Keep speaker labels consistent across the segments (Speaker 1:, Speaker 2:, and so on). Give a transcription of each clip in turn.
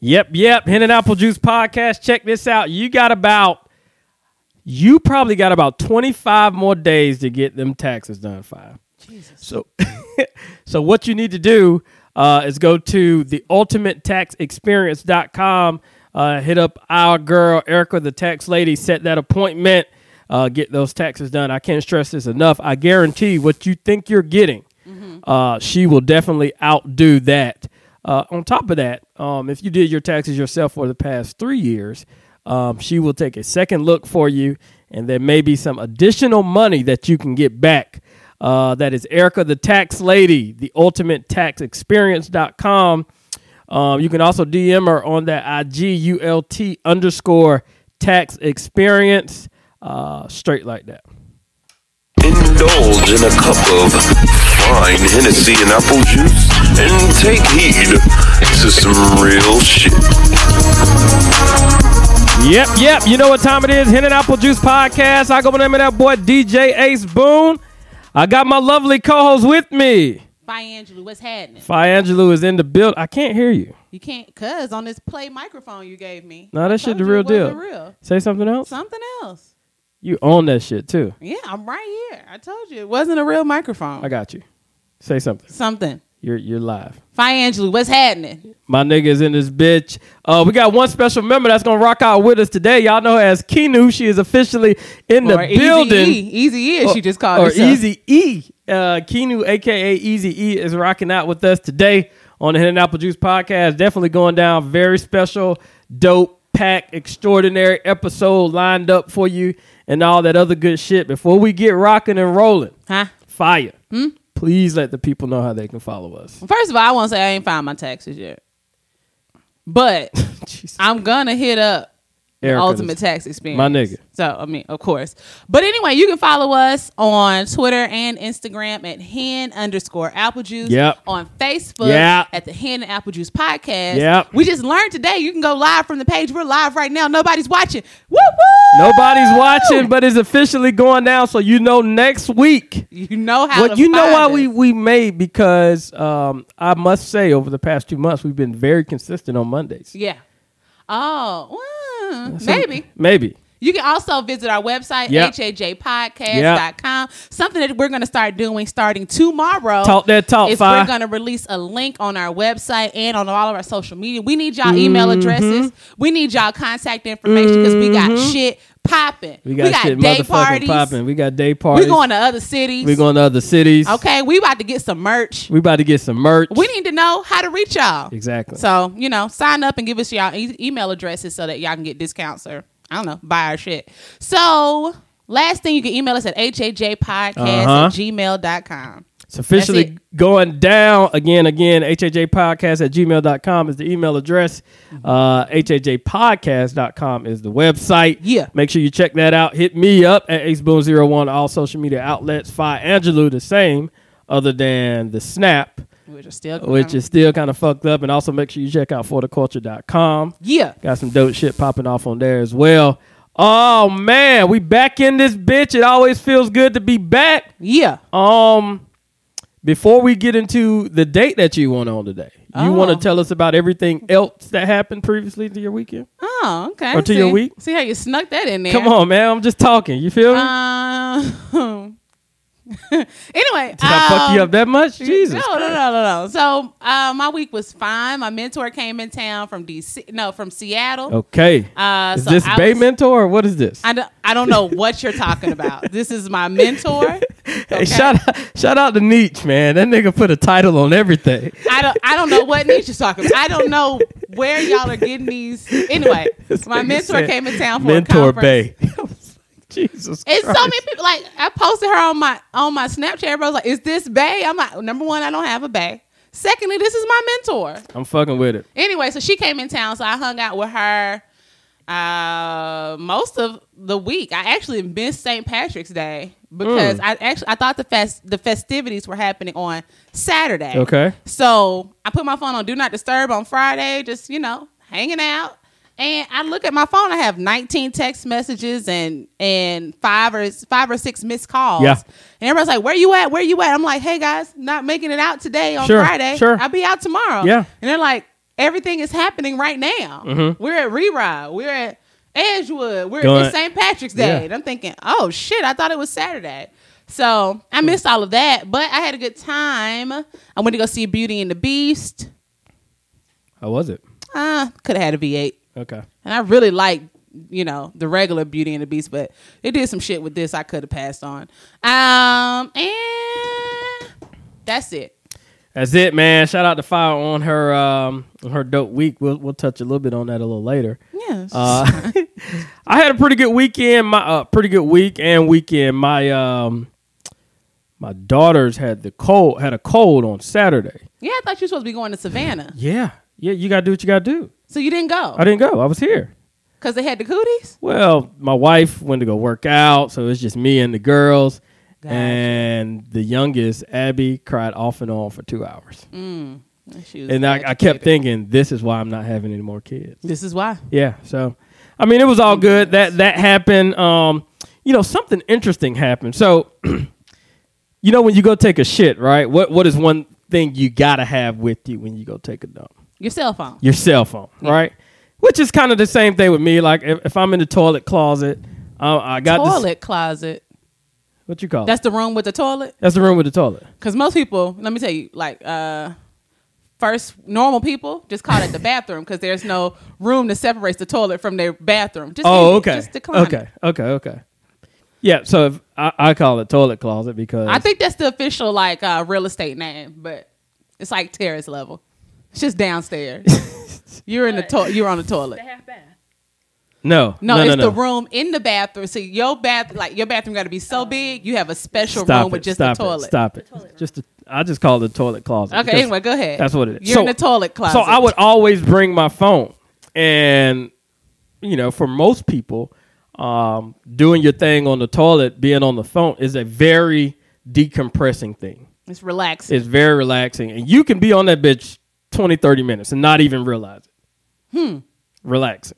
Speaker 1: Yep, yep. Hen and Apple Juice podcast. Check this out. You got about, you probably got about 25 more days to get them taxes done, five.
Speaker 2: Jesus.
Speaker 1: So, so what you need to do uh, is go to the ultimatetexperience.com, uh, hit up our girl, Erica, the tax lady, set that appointment, uh, get those taxes done. I can't stress this enough. I guarantee what you think you're getting, uh, she will definitely outdo that. Uh, on top of that, um, if you did your taxes yourself for the past three years, um, she will take a second look for you, and there may be some additional money that you can get back. Uh, that is Erica the Tax Lady, the ultimate tax experience.com. Um, you can also DM her on that IG ULT underscore tax experience, uh, straight like that.
Speaker 3: Indulge in a cup of fine Hennessy and apple juice and take heed to some real shit.
Speaker 1: Yep, yep. You know what time it is? Hen and Apple Juice Podcast. I go by the name of that boy DJ Ace Boone. I got my lovely co-host with me.
Speaker 2: Bye, Angela. What's happening?
Speaker 1: Fi Angelou is in the build. I can't hear you.
Speaker 2: You can't, cuz on this play microphone you gave me.
Speaker 1: No, that
Speaker 2: I
Speaker 1: shit
Speaker 2: told
Speaker 1: the
Speaker 2: you
Speaker 1: real
Speaker 2: it wasn't
Speaker 1: deal.
Speaker 2: real.
Speaker 1: Say something else.
Speaker 2: Something else.
Speaker 1: You own that shit too.
Speaker 2: Yeah, I'm right here. I told you it wasn't a real microphone.
Speaker 1: I got you. Say something.
Speaker 2: Something.
Speaker 1: You're you're live.
Speaker 2: Fi Angelou, what's happening?
Speaker 1: My nigga is in this bitch. Uh, we got one special member that's gonna rock out with us today. Y'all know her as Kinu. She is officially in the
Speaker 2: or E.
Speaker 1: building.
Speaker 2: Easy E, as she just called
Speaker 1: or
Speaker 2: herself.
Speaker 1: Easy E. Uh, Kinu, aka Easy E, is rocking out with us today on the Hidden Apple Juice podcast. Definitely going down. Very special, dope, pack, extraordinary episode lined up for you and all that other good shit. Before we get rocking and rolling,
Speaker 2: Huh?
Speaker 1: fire.
Speaker 2: Hmm?
Speaker 1: Please let the people know how they can follow us.
Speaker 2: First of all, I won't say I ain't filed my taxes yet. But
Speaker 1: Jesus.
Speaker 2: I'm gonna hit up
Speaker 1: Erica,
Speaker 2: Ultimate
Speaker 1: this-
Speaker 2: Tax Experience.
Speaker 1: My nigga.
Speaker 2: So, I mean, of course. But anyway, you can follow us on Twitter and Instagram at hen underscore apple juice.
Speaker 1: Yep.
Speaker 2: On Facebook
Speaker 1: Yep.
Speaker 2: at the hen and apple juice podcast.
Speaker 1: Yep.
Speaker 2: We just learned today you can go live from the page. We're live right now. Nobody's watching. Woo woo!
Speaker 1: Nobody's watching, but it's officially going down. So you know next week.
Speaker 2: You know how
Speaker 1: Well,
Speaker 2: to
Speaker 1: you know
Speaker 2: find
Speaker 1: why
Speaker 2: us.
Speaker 1: we we made because um, I must say over the past two months we've been very consistent on Mondays.
Speaker 2: Yeah. Oh, mm,
Speaker 1: So-
Speaker 2: maybe.
Speaker 1: maybe.
Speaker 2: You can also visit our website,
Speaker 1: Yep.
Speaker 2: hajpodcast.com. Something that we're going to start doing starting tomorrow.
Speaker 1: Talk that talk,
Speaker 2: is
Speaker 1: Fi.
Speaker 2: we're going to release a link on our website and on all of our social media. We need y'all email
Speaker 1: Mm-hmm.
Speaker 2: addresses. We need y'all contact information because we got shit popping.
Speaker 1: Mm-hmm. We got, shit
Speaker 2: day
Speaker 1: motherfucking
Speaker 2: parties.
Speaker 1: popping. We got day
Speaker 2: We're
Speaker 1: parties.
Speaker 2: going to other cities.
Speaker 1: We're going to other cities.
Speaker 2: okay, we about to get some merch.
Speaker 1: We about to get some merch.
Speaker 2: We need to know how to reach y'all.
Speaker 1: exactly.
Speaker 2: So, you know, sign up and give us y'all e- email addresses so that y'all can get discounts or, I don't know, buy our shit. So, last thing, you can email us at hajpodcast
Speaker 1: Uh-huh.
Speaker 2: at gmail.com.
Speaker 1: It's officially
Speaker 2: That's
Speaker 1: going down again, again. HAJpodcast at gmail.com is the email address. Uh, HAJpodcast.com is the website.
Speaker 2: Yeah.
Speaker 1: Make sure you check that out. Hit me up at aceboom01, all social media outlets. Fi Angelou, the same, other than the Snap,
Speaker 2: Which is still
Speaker 1: which is still kind of fucked up. And also make sure you check out fortheculture.com.
Speaker 2: Yeah.
Speaker 1: Got some dope shit popping off on there as well. Oh, man. We back in this bitch. It always feels good to be back.
Speaker 2: Yeah.
Speaker 1: Um, before we get into the date that you went on today, you
Speaker 2: Oh.
Speaker 1: want to tell us about everything else that happened previously to your weekend?
Speaker 2: Oh, okay.
Speaker 1: Or to your
Speaker 2: See-
Speaker 1: week?
Speaker 2: See how you snuck that in there.
Speaker 1: Come on, man. I'm just talking. You feel me?
Speaker 2: Um, anyway.
Speaker 1: Did I fuck you
Speaker 2: um,
Speaker 1: up that much? Jesus.
Speaker 2: No, no, no, no, no. So uh, my week was fine. My mentor came in town from DC, no, from Seattle.
Speaker 1: Okay.
Speaker 2: Uh,
Speaker 1: is
Speaker 2: so
Speaker 1: this
Speaker 2: I
Speaker 1: Bay
Speaker 2: was-
Speaker 1: Mentor or what is this?
Speaker 2: I don't, I don't know what you're talking about. This is my mentor.
Speaker 1: Hey, shout out, shout out to Nietzsche, man. That nigga put a title on everything.
Speaker 2: I don't I don't know what Nisha's talking about. I don't know where y'all are getting these. Anyway,
Speaker 1: This
Speaker 2: my
Speaker 1: nigga
Speaker 2: mentor
Speaker 1: said,
Speaker 2: came in town for a
Speaker 1: Mentor
Speaker 2: conference.
Speaker 1: Bay. I was like, Jesus.
Speaker 2: It's so
Speaker 1: Christ.
Speaker 2: many people. Like I posted her on my on my Snapchat. Bro, I was like, "Is this Bay?" I'm like, number one, I don't have a Bay. Secondly, this is my mentor.
Speaker 1: I'm fucking with it.
Speaker 2: Anyway, so she came in town, so I hung out with her uh, most of the week. I actually missed St. Patrick's Day because
Speaker 1: Mm.
Speaker 2: I actually I thought the fest the festivities were happening on Saturday.
Speaker 1: Okay.
Speaker 2: So I put my phone on Do Not Disturb on Friday, just, you know, hanging out. And I look at my phone, I have 19 text messages and and five or five or six missed calls.
Speaker 1: Yeah.
Speaker 2: And everybody's like, Where you at? Where you at? I'm like, hey guys, not making it out today on
Speaker 1: Sure,
Speaker 2: Friday.
Speaker 1: sure.
Speaker 2: I'll be out tomorrow.
Speaker 1: Yeah. Mm-hmm.
Speaker 2: And they're like, everything is happening right now. We're at Reride. We're at Edgewood. We're
Speaker 1: Going-
Speaker 2: at St. Patrick's Day.
Speaker 1: Yeah.
Speaker 2: And I'm thinking, oh shit, I thought it was Saturday. So
Speaker 1: Hmm.
Speaker 2: I missed all of that, but I had a good time. I went to go see Beauty and the Beast.
Speaker 1: How was it?
Speaker 2: Uh, could have had a V8.
Speaker 1: Okay.
Speaker 2: And I really like, you know, the regular Beauty and the Beast, but it did some shit with this I could have passed on. Um, and that's it.
Speaker 1: That's it, man. Shout out to Fire on her um on her dope week. We'll we'll touch a little bit on that a little later.
Speaker 2: Yeah.
Speaker 1: Uh, I had a pretty good weekend. My uh, pretty good week and weekend. My um my daughters had the cold had a cold on Saturday.
Speaker 2: yeah, I thought you were supposed to be going to Savannah.
Speaker 1: Yeah, yeah. You gotta do what you gotta do.
Speaker 2: So you didn't go
Speaker 1: I didn't go. I was here.
Speaker 2: because they had the cooties?
Speaker 1: Well, my wife went to go work out, so it's just me and the girls.
Speaker 2: Gotcha.
Speaker 1: And the youngest, Abby, cried off and on for two hours.
Speaker 2: Mm. She was
Speaker 1: And I, I kept
Speaker 2: agitated.
Speaker 1: thinking, this is why I'm not having any more kids.
Speaker 2: This is why.
Speaker 1: Yeah. So, I mean, it was all good. That that happened. Um, you know, something interesting happened. So, you know, when you go take a shit, right? What what is one thing you gotta have with you when you go take a dump?
Speaker 2: Your cell phone.
Speaker 1: Your cell phone, right? Which is kind of the same thing with me. Like if, if I'm in the toilet closet, uh, I got this-
Speaker 2: toilet closet.
Speaker 1: what you call it?
Speaker 2: That's the room with the toilet.
Speaker 1: That's the room with the toilet.
Speaker 2: Because most people, let me tell you, like, uh, first normal people just call it the bathroom because there's no room that separates the toilet from their bathroom. Just
Speaker 1: Oh,
Speaker 2: leave it.
Speaker 1: okay.
Speaker 2: Just decline it.
Speaker 1: okay. Okay. Okay. Yeah. So if, I, I call it toilet closet because
Speaker 2: I think that's the official like uh, real estate name, but it's like terrace level. It's just downstairs. you're in the to- you're on the toilet.
Speaker 1: no,
Speaker 2: No,
Speaker 1: no,
Speaker 2: it's
Speaker 1: no.
Speaker 2: the room in the bathroom. So your bath like your bathroom got to be so big, you have a special
Speaker 1: Stop
Speaker 2: room
Speaker 1: it,
Speaker 2: with just
Speaker 1: stop
Speaker 2: the toilet.
Speaker 1: It, stop it. Just the, I just call it the toilet closet.
Speaker 2: Okay,
Speaker 1: because
Speaker 2: anyway, go ahead.
Speaker 1: That's what it is.
Speaker 2: You're in
Speaker 1: So-
Speaker 2: the toilet closet.
Speaker 1: So I would always bring my phone, and you know, for most people, um, doing your thing on the toilet, being on the phone, is a very decompressing thing.
Speaker 2: It's relaxing.
Speaker 1: It's very relaxing, and you can be on that bitch 20, 30 minutes and not even realize it. Hmm. Relaxing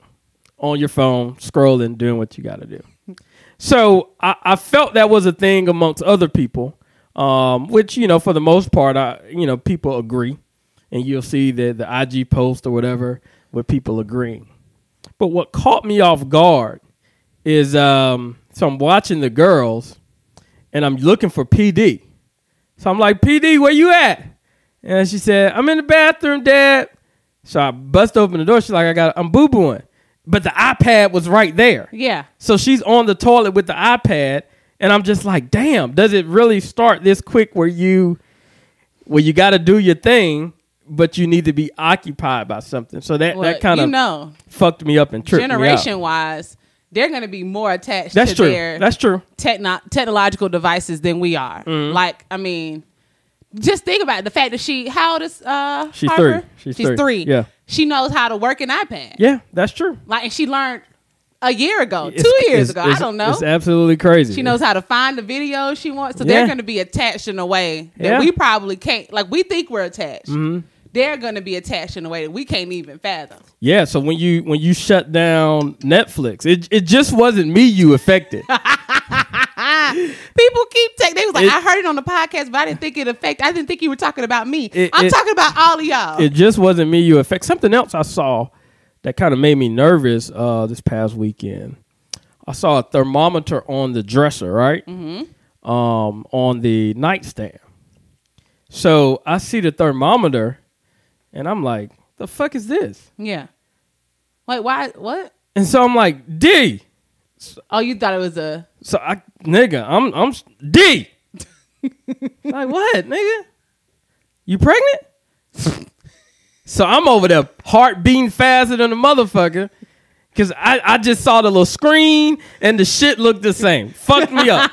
Speaker 1: on your phone, scrolling, doing what you got to do. So I, I felt that was a thing amongst other people, um, which you know for the most part, I you know people agree, and you'll see the the IG post or whatever with people agreeing. But what caught me off guard is um, so I'm watching the girls, and I'm looking for PD. So I'm like, PD, where you at? And she said, I'm in the bathroom, Dad. So I bust open the door. She's like, I got, I'm boo booing, but the iPad was right there.
Speaker 2: yeah.
Speaker 1: So she's on the toilet with the iPad, and I'm just like, damn, does it really start this quick where you where you gotta do your thing, but you need to be occupied by something. So that,
Speaker 2: Well,
Speaker 1: that kind of
Speaker 2: you know,
Speaker 1: fucked me up and tripped me
Speaker 2: generation
Speaker 1: up.
Speaker 2: wise, they're going to be more attached
Speaker 1: That's
Speaker 2: to
Speaker 1: true.
Speaker 2: their
Speaker 1: That's true.
Speaker 2: techno- technological devices than we are.
Speaker 1: Mm-hmm.
Speaker 2: Like, I mean, just think about it. the fact that she, how old is uh,
Speaker 1: She's
Speaker 2: Harper?
Speaker 1: three. She's three. Yeah.
Speaker 2: she knows how to work an iPad.
Speaker 1: Yeah, that's true.
Speaker 2: like, and she learned a year ago,
Speaker 1: It's-
Speaker 2: two years
Speaker 1: it's-
Speaker 2: ago.
Speaker 1: it's-
Speaker 2: I don't know.
Speaker 1: It's absolutely crazy.
Speaker 2: She knows how to find the videos she wants. So
Speaker 1: Yeah.
Speaker 2: they're going to be attached in a way that
Speaker 1: Yeah. Mm-hmm.
Speaker 2: we probably can't. Like we think we're attached. They're going to be attached in a way that we can't even fathom.
Speaker 1: Yeah, so when you when you shut down Netflix, it it just wasn't me you affected.
Speaker 2: People keep taking. They was like,
Speaker 1: It-
Speaker 2: I heard it on the podcast, but I didn't think it affect. I didn't think you were talking about me.
Speaker 1: It-
Speaker 2: I'm
Speaker 1: it-
Speaker 2: talking about all of y'all.
Speaker 1: it just wasn't me you affect. Something else I saw that kind of made me nervous uh, this past weekend. I saw a thermometer on the dresser, right? Mm-hmm. Um, on the nightstand. So I see the thermometer, and I'm like, "The fuck is this?"
Speaker 2: yeah. Wait, why? What?
Speaker 1: And so I'm like, "D."
Speaker 2: Oh, you thought it was a
Speaker 1: So I, nigga, I'm I'm s- D. like what, nigga? You pregnant? so I'm over there, heart beating faster than a motherfucker, cause I I just saw the little screen and the shit looked the same. Fucked me up.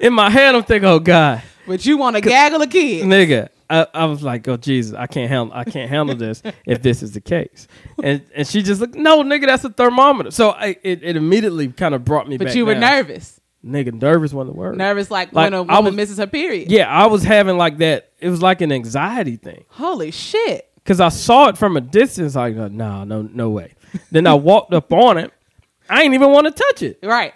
Speaker 1: In my head, I'm thinking, oh god,
Speaker 2: but you want to gaggle a kid?
Speaker 1: nigga. I, I was like, oh Jesus, I can't handle I can't handle this if this is the case. And and she just looked, no, nigga, that's a thermometer. So I, it it immediately kind of brought me back.
Speaker 2: But you were
Speaker 1: down.
Speaker 2: nervous.
Speaker 1: Nigga, nervous one of the words.
Speaker 2: Nervous like,
Speaker 1: Like,
Speaker 2: when a
Speaker 1: I
Speaker 2: woman
Speaker 1: was-
Speaker 2: misses her period.
Speaker 1: Yeah, I was having like that. It was like an anxiety thing
Speaker 2: Holy shit.
Speaker 1: because I saw it from a distance. Like, no, nah, no, no way. then I walked up on it. I ain't even want to touch it,
Speaker 2: Right.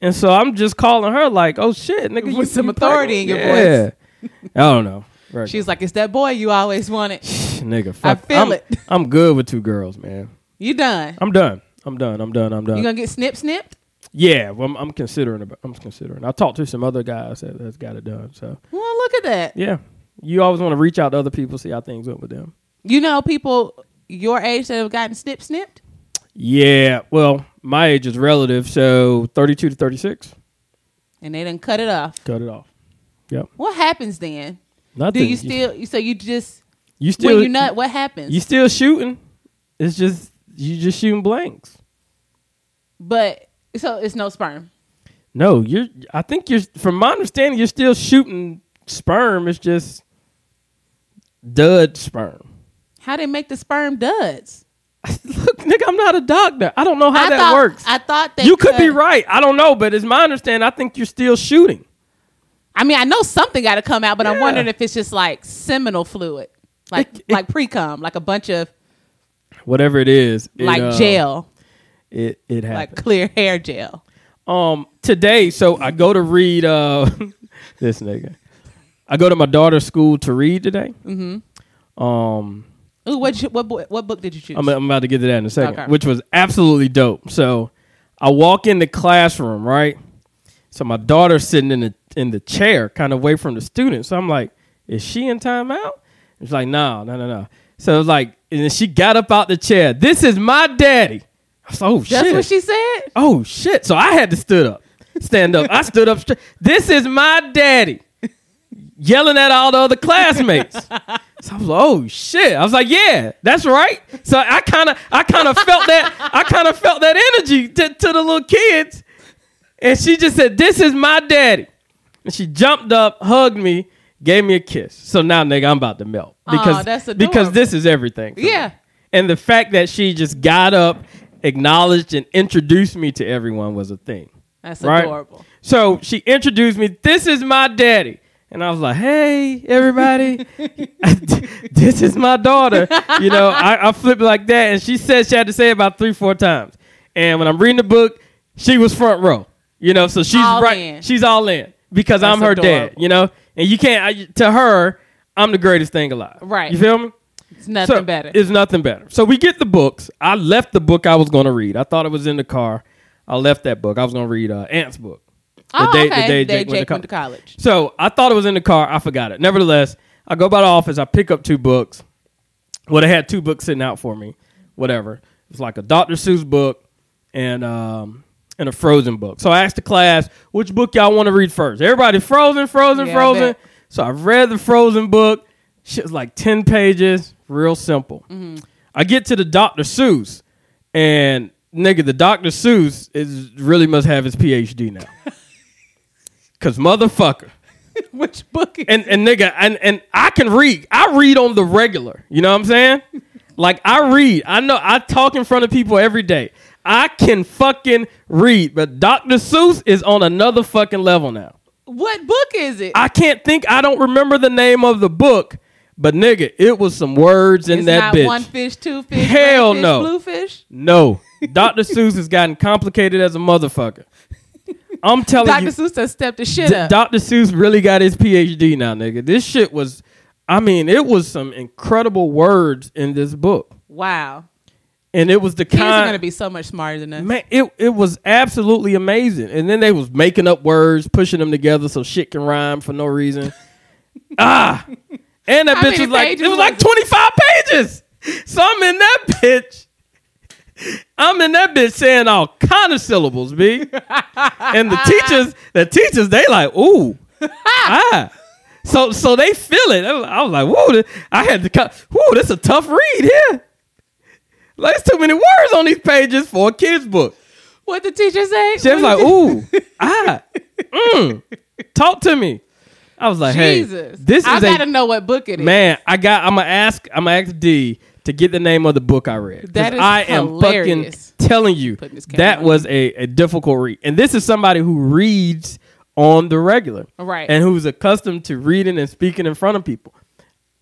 Speaker 1: and so I'm just calling her like, "Oh shit, nigga, you
Speaker 2: With some
Speaker 1: you
Speaker 2: authority in your
Speaker 1: pregnant? yeah. I don't know. Virgo.
Speaker 2: She's like, it's that boy you always wanted.
Speaker 1: nigga, fuck.
Speaker 2: feel
Speaker 1: I'm,
Speaker 2: it.
Speaker 1: I'm good with two girls, man.
Speaker 2: You done.
Speaker 1: I'm done. I'm done. I'm done. I'm done.
Speaker 2: You gonna get snip snipped?
Speaker 1: yeah, well, I'm, I'm considering. about- I'm considering. I talked to some other guys that that's got it done. So
Speaker 2: Well, look at that.
Speaker 1: yeah, you always want to reach out to other people, see how things went with them.
Speaker 2: You know people your age that have gotten snip snipped?
Speaker 1: Yeah, well, my age is relative, so 32 to 36.
Speaker 2: And they done cut it off.
Speaker 1: Cut it off. Yep.
Speaker 2: What happens then?
Speaker 1: Nothing.
Speaker 2: Do you still so you just
Speaker 1: You still.
Speaker 2: when you nut, what happens?
Speaker 1: You still shooting. It's just you just shooting blanks.
Speaker 2: but so it's no sperm.
Speaker 1: No, you're. I think you're. From my understanding, you're still shooting sperm. It's just dud sperm.
Speaker 2: How they make the sperm duds?
Speaker 1: Look, nigga, I'm not a doctor. I don't know how
Speaker 2: I
Speaker 1: that
Speaker 2: thought,
Speaker 1: works.
Speaker 2: I thought they
Speaker 1: you could be
Speaker 2: cut-
Speaker 1: right. I don't know, but it's my understanding. I think you're still shooting.
Speaker 2: I mean, I know something got to come out, but I'm
Speaker 1: Yeah.
Speaker 2: wondering if it's just like seminal fluid, like
Speaker 1: It- it-
Speaker 2: like pre cum, like a bunch of
Speaker 1: Whatever it is, it,
Speaker 2: like
Speaker 1: uh,
Speaker 2: gel,
Speaker 1: It it
Speaker 2: like
Speaker 1: happens.
Speaker 2: clear hair gel.
Speaker 1: um today so i go to read uh this nigga i go to my daughter's school to read today mm-hmm. um
Speaker 2: Ooh, what you, what bo- what book did you choose?
Speaker 1: I'm, I'm about to get to that in a second
Speaker 2: Okay.
Speaker 1: which was absolutely dope so i walk in the classroom right so my daughter's sitting in the in the chair kind of away from the students so i'm like is she in timeout it's like no no no no so it's like and then she got up out the chair this is my daddy i was like oh
Speaker 2: That's
Speaker 1: shit
Speaker 2: what she said.
Speaker 1: oh shit so i had to stood up stand up i stood up straight this is my daddy yelling at all the other classmates so i was like oh shit i was like yeah that's right so i kind of i kind of felt that i kind of felt that energy to, to the little kids and she just said this is my daddy and she jumped up hugged me gave me a kiss so now nigga i'm about to melt
Speaker 2: Aw,
Speaker 1: because
Speaker 2: that's
Speaker 1: because
Speaker 2: adorable.
Speaker 1: this is everything for me.
Speaker 2: Yeah.
Speaker 1: And the fact that she just got up, acknowledged, and introduced me to everyone was a thing.
Speaker 2: That's
Speaker 1: Right.
Speaker 2: adorable.
Speaker 1: So she introduced me, this is my daddy. And I was like, hey, everybody, this is my daughter. You know, I, I flip it like that. And she said she had to say it about three, four times. And when I'm reading the book, she was front row. You know, so she's
Speaker 2: All
Speaker 1: right.
Speaker 2: in.
Speaker 1: She's all in because I'm her
Speaker 2: That's
Speaker 1: dad, you know? And you can't, I, to her, I'm the greatest thing alive.
Speaker 2: Right.
Speaker 1: You feel me?
Speaker 2: It's nothing
Speaker 1: so,
Speaker 2: better.
Speaker 1: It's nothing better. So we get the books. I left the book I was going to read. I thought it was in the car. I left that book. I was going to read uh, Ant's book.
Speaker 2: oh,
Speaker 1: day-
Speaker 2: okay.
Speaker 1: the day Jake went to co-
Speaker 2: went to college.
Speaker 1: So I thought it was in the car. I forgot it. Nevertheless, I go by the office. I pick up two books. Well, they had two books sitting out for me. Whatever. It was like a Dr. Seuss book and um, and a Frozen book. So I asked the class, which book y'all want to read first? Everybody, Frozen, Frozen,
Speaker 2: Yeah, I
Speaker 1: Frozen.
Speaker 2: bet.
Speaker 1: So I read the Frozen book. Shit was like 10 pages, real simple.
Speaker 2: Mm-hmm.
Speaker 1: I get to the Dr. Seuss, and nigga, the Dr. Seuss is really must have his PhD now. Cause motherfucker.
Speaker 2: Which book? is-
Speaker 1: And and nigga, and and I can read. I read on the regular. You know what I'm saying? Like I read. I know I talk in front of people every day. I can fucking read. But Dr. Seuss is on another fucking level now.
Speaker 2: what book is it?
Speaker 1: I can't think I don't remember the name of the book, but nigga, it was some words in
Speaker 2: it's
Speaker 1: that
Speaker 2: not
Speaker 1: bitch.
Speaker 2: one fish, two fish,
Speaker 1: Hell
Speaker 2: red fish,
Speaker 1: no.
Speaker 2: blue fish.
Speaker 1: No, Dr. Seuss has gotten complicated as a motherfucker. I'm telling
Speaker 2: Dr.
Speaker 1: you,
Speaker 2: Seuss done stepped the shit
Speaker 1: D-
Speaker 2: up.
Speaker 1: Dr. Seuss really got his PhD now, nigga. This shit was, I mean, it was some incredible words in this book,
Speaker 2: wow,
Speaker 1: and it was the
Speaker 2: kids are gonna
Speaker 1: kind.
Speaker 2: be so much smarter than us.
Speaker 1: Man, it it was absolutely amazing. And then they was making up words, pushing them together so shit can rhyme for no reason. ah, and that
Speaker 2: How
Speaker 1: bitch
Speaker 2: many
Speaker 1: was like,
Speaker 2: pages
Speaker 1: it was
Speaker 2: was
Speaker 1: like
Speaker 2: it?
Speaker 1: twenty five pages. So I'm in that bitch. I'm in that bitch saying all kind of syllables, b. and the teachers, the teachers, they like, ooh, ah. So so they feel it. I was like, whoa, this- I had to cut. Whoa, that's a tough read here. Like, it's too many words on these pages for a kid's book.
Speaker 2: What the teacher say?
Speaker 1: She was
Speaker 2: What
Speaker 1: like,
Speaker 2: did-
Speaker 1: ooh, ah, mm, talk to me. I was like, hey,
Speaker 2: Jesus.
Speaker 1: this
Speaker 2: I
Speaker 1: is
Speaker 2: gotta
Speaker 1: a
Speaker 2: know what book it is.
Speaker 1: man. I got. I'm gonna ask. I'm gonna ask D to get the name of the book I read. 'Cause
Speaker 2: That is
Speaker 1: I am fucking
Speaker 2: hilarious.
Speaker 1: telling you
Speaker 2: Putting this camera
Speaker 1: that
Speaker 2: on.
Speaker 1: was a, a difficult read. And this is somebody who reads on the regular,
Speaker 2: Right.
Speaker 1: And who's accustomed to reading and speaking in front of people.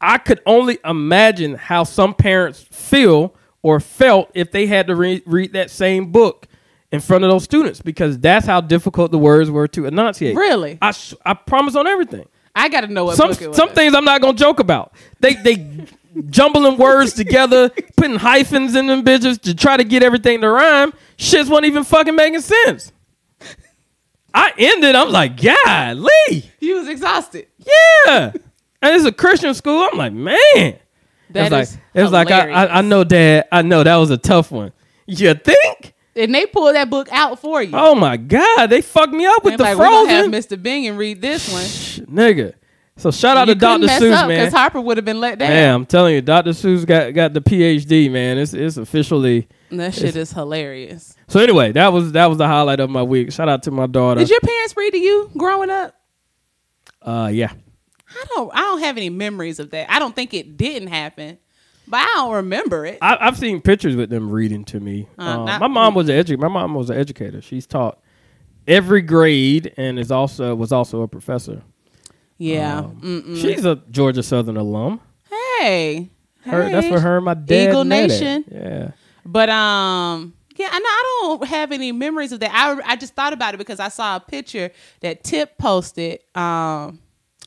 Speaker 1: I could only imagine how some parents feel or felt if they had to re- read that same book in front of those students because that's how difficult the words were to enunciate.
Speaker 2: Really?
Speaker 1: I, s- I promise on everything.
Speaker 2: I got to know what
Speaker 1: some
Speaker 2: book it was.
Speaker 1: some things I'm not gonna joke about. They they jumbling words together, putting hyphens in them bitches to try to get everything to rhyme. Shit's wasn't even fucking making sense. I ended. I'm like, golly,
Speaker 2: He was exhausted.
Speaker 1: yeah. And it's a Christian school. I'm like, man. It was
Speaker 2: That
Speaker 1: like
Speaker 2: is
Speaker 1: it was like I,
Speaker 2: hilarious.
Speaker 1: I I know, Dad. I know that was a tough one. You think?
Speaker 2: and they pulled that book out for you.
Speaker 1: Oh my God, they fucked me up with
Speaker 2: They
Speaker 1: the
Speaker 2: like, we gonna have
Speaker 1: frozen
Speaker 2: Mr. Bing and read this one.
Speaker 1: Shh, nigga. So shout out
Speaker 2: you
Speaker 1: to Dr.
Speaker 2: couldn't mess
Speaker 1: Seuss,
Speaker 2: up
Speaker 1: man.
Speaker 2: because Harper would have been let down.
Speaker 1: Man, I'm telling you, Dr. Seuss got, got the PhD, man. It's it's officially
Speaker 2: That shit is hilarious.
Speaker 1: so anyway, that was that was the highlight of my week. Shout out to my daughter.
Speaker 2: Did your parents read to you growing up?
Speaker 1: uh yeah.
Speaker 2: I don't. I don't have any memories of that. I don't think it didn't happen, but I don't remember it.
Speaker 1: I, I've seen pictures with them reading to me.
Speaker 2: Uh,
Speaker 1: Um,
Speaker 2: not-
Speaker 1: my mom was an edu- my mom was an educator. She's taught every grade and is also was also a professor.
Speaker 2: yeah. Mm-mm.
Speaker 1: She's a Georgia Southern alum.
Speaker 2: Oh. hey.
Speaker 1: Her,
Speaker 2: hey.
Speaker 1: That's where her and my dad
Speaker 2: Eagle
Speaker 1: met at.
Speaker 2: Nation.
Speaker 1: Yeah.
Speaker 2: But um, yeah, I know I don't have any memories of that. I I just thought about it because I saw a picture that Tip posted. Um,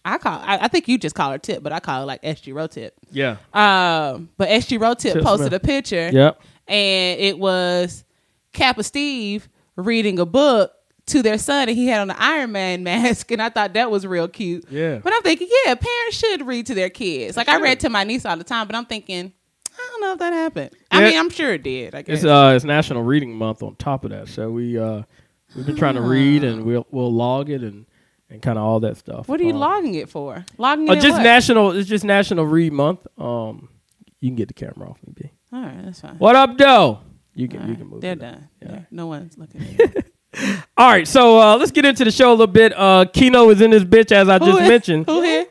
Speaker 2: I call I, I think you just call her Tip, but I call her like SG Row Tip.
Speaker 1: Yeah.
Speaker 2: Um, but SG Row Tip
Speaker 1: Tip
Speaker 2: posted
Speaker 1: Smith.
Speaker 2: a picture.
Speaker 1: Yep.
Speaker 2: and it was Kappa Steve reading a book to their son, and he had on an Iron Man mask, and I thought that was real cute.
Speaker 1: Yeah.
Speaker 2: But I'm thinking, yeah, parents should read to their kids. Like I read to my niece all the time, but I'm thinking, I don't know if that happened. I
Speaker 1: Yeah.
Speaker 2: mean, I'm sure it did. I guess.
Speaker 1: It's uh it's National Reading Month on top of that. So we uh we've been
Speaker 2: Ah.
Speaker 1: trying to read and we'll we'll log it and and kind of all that stuff.
Speaker 2: what are you
Speaker 1: Um,
Speaker 2: logging it for? Logging it
Speaker 1: Uh,
Speaker 2: in
Speaker 1: just
Speaker 2: what?
Speaker 1: national it's just National Read Month. Um you can get the camera off me. B.
Speaker 2: All right, that's fine.
Speaker 1: What up though? You can
Speaker 2: All
Speaker 1: you
Speaker 2: right,
Speaker 1: can move.
Speaker 2: They're
Speaker 1: it up.
Speaker 2: done.
Speaker 1: Yeah.
Speaker 2: They're- No one's looking. At me.
Speaker 1: All right, so uh, let's get into the show a little bit. Uh, Kino is in this bitch as I
Speaker 2: Who
Speaker 1: just
Speaker 2: is-
Speaker 1: mentioned.
Speaker 2: Who here?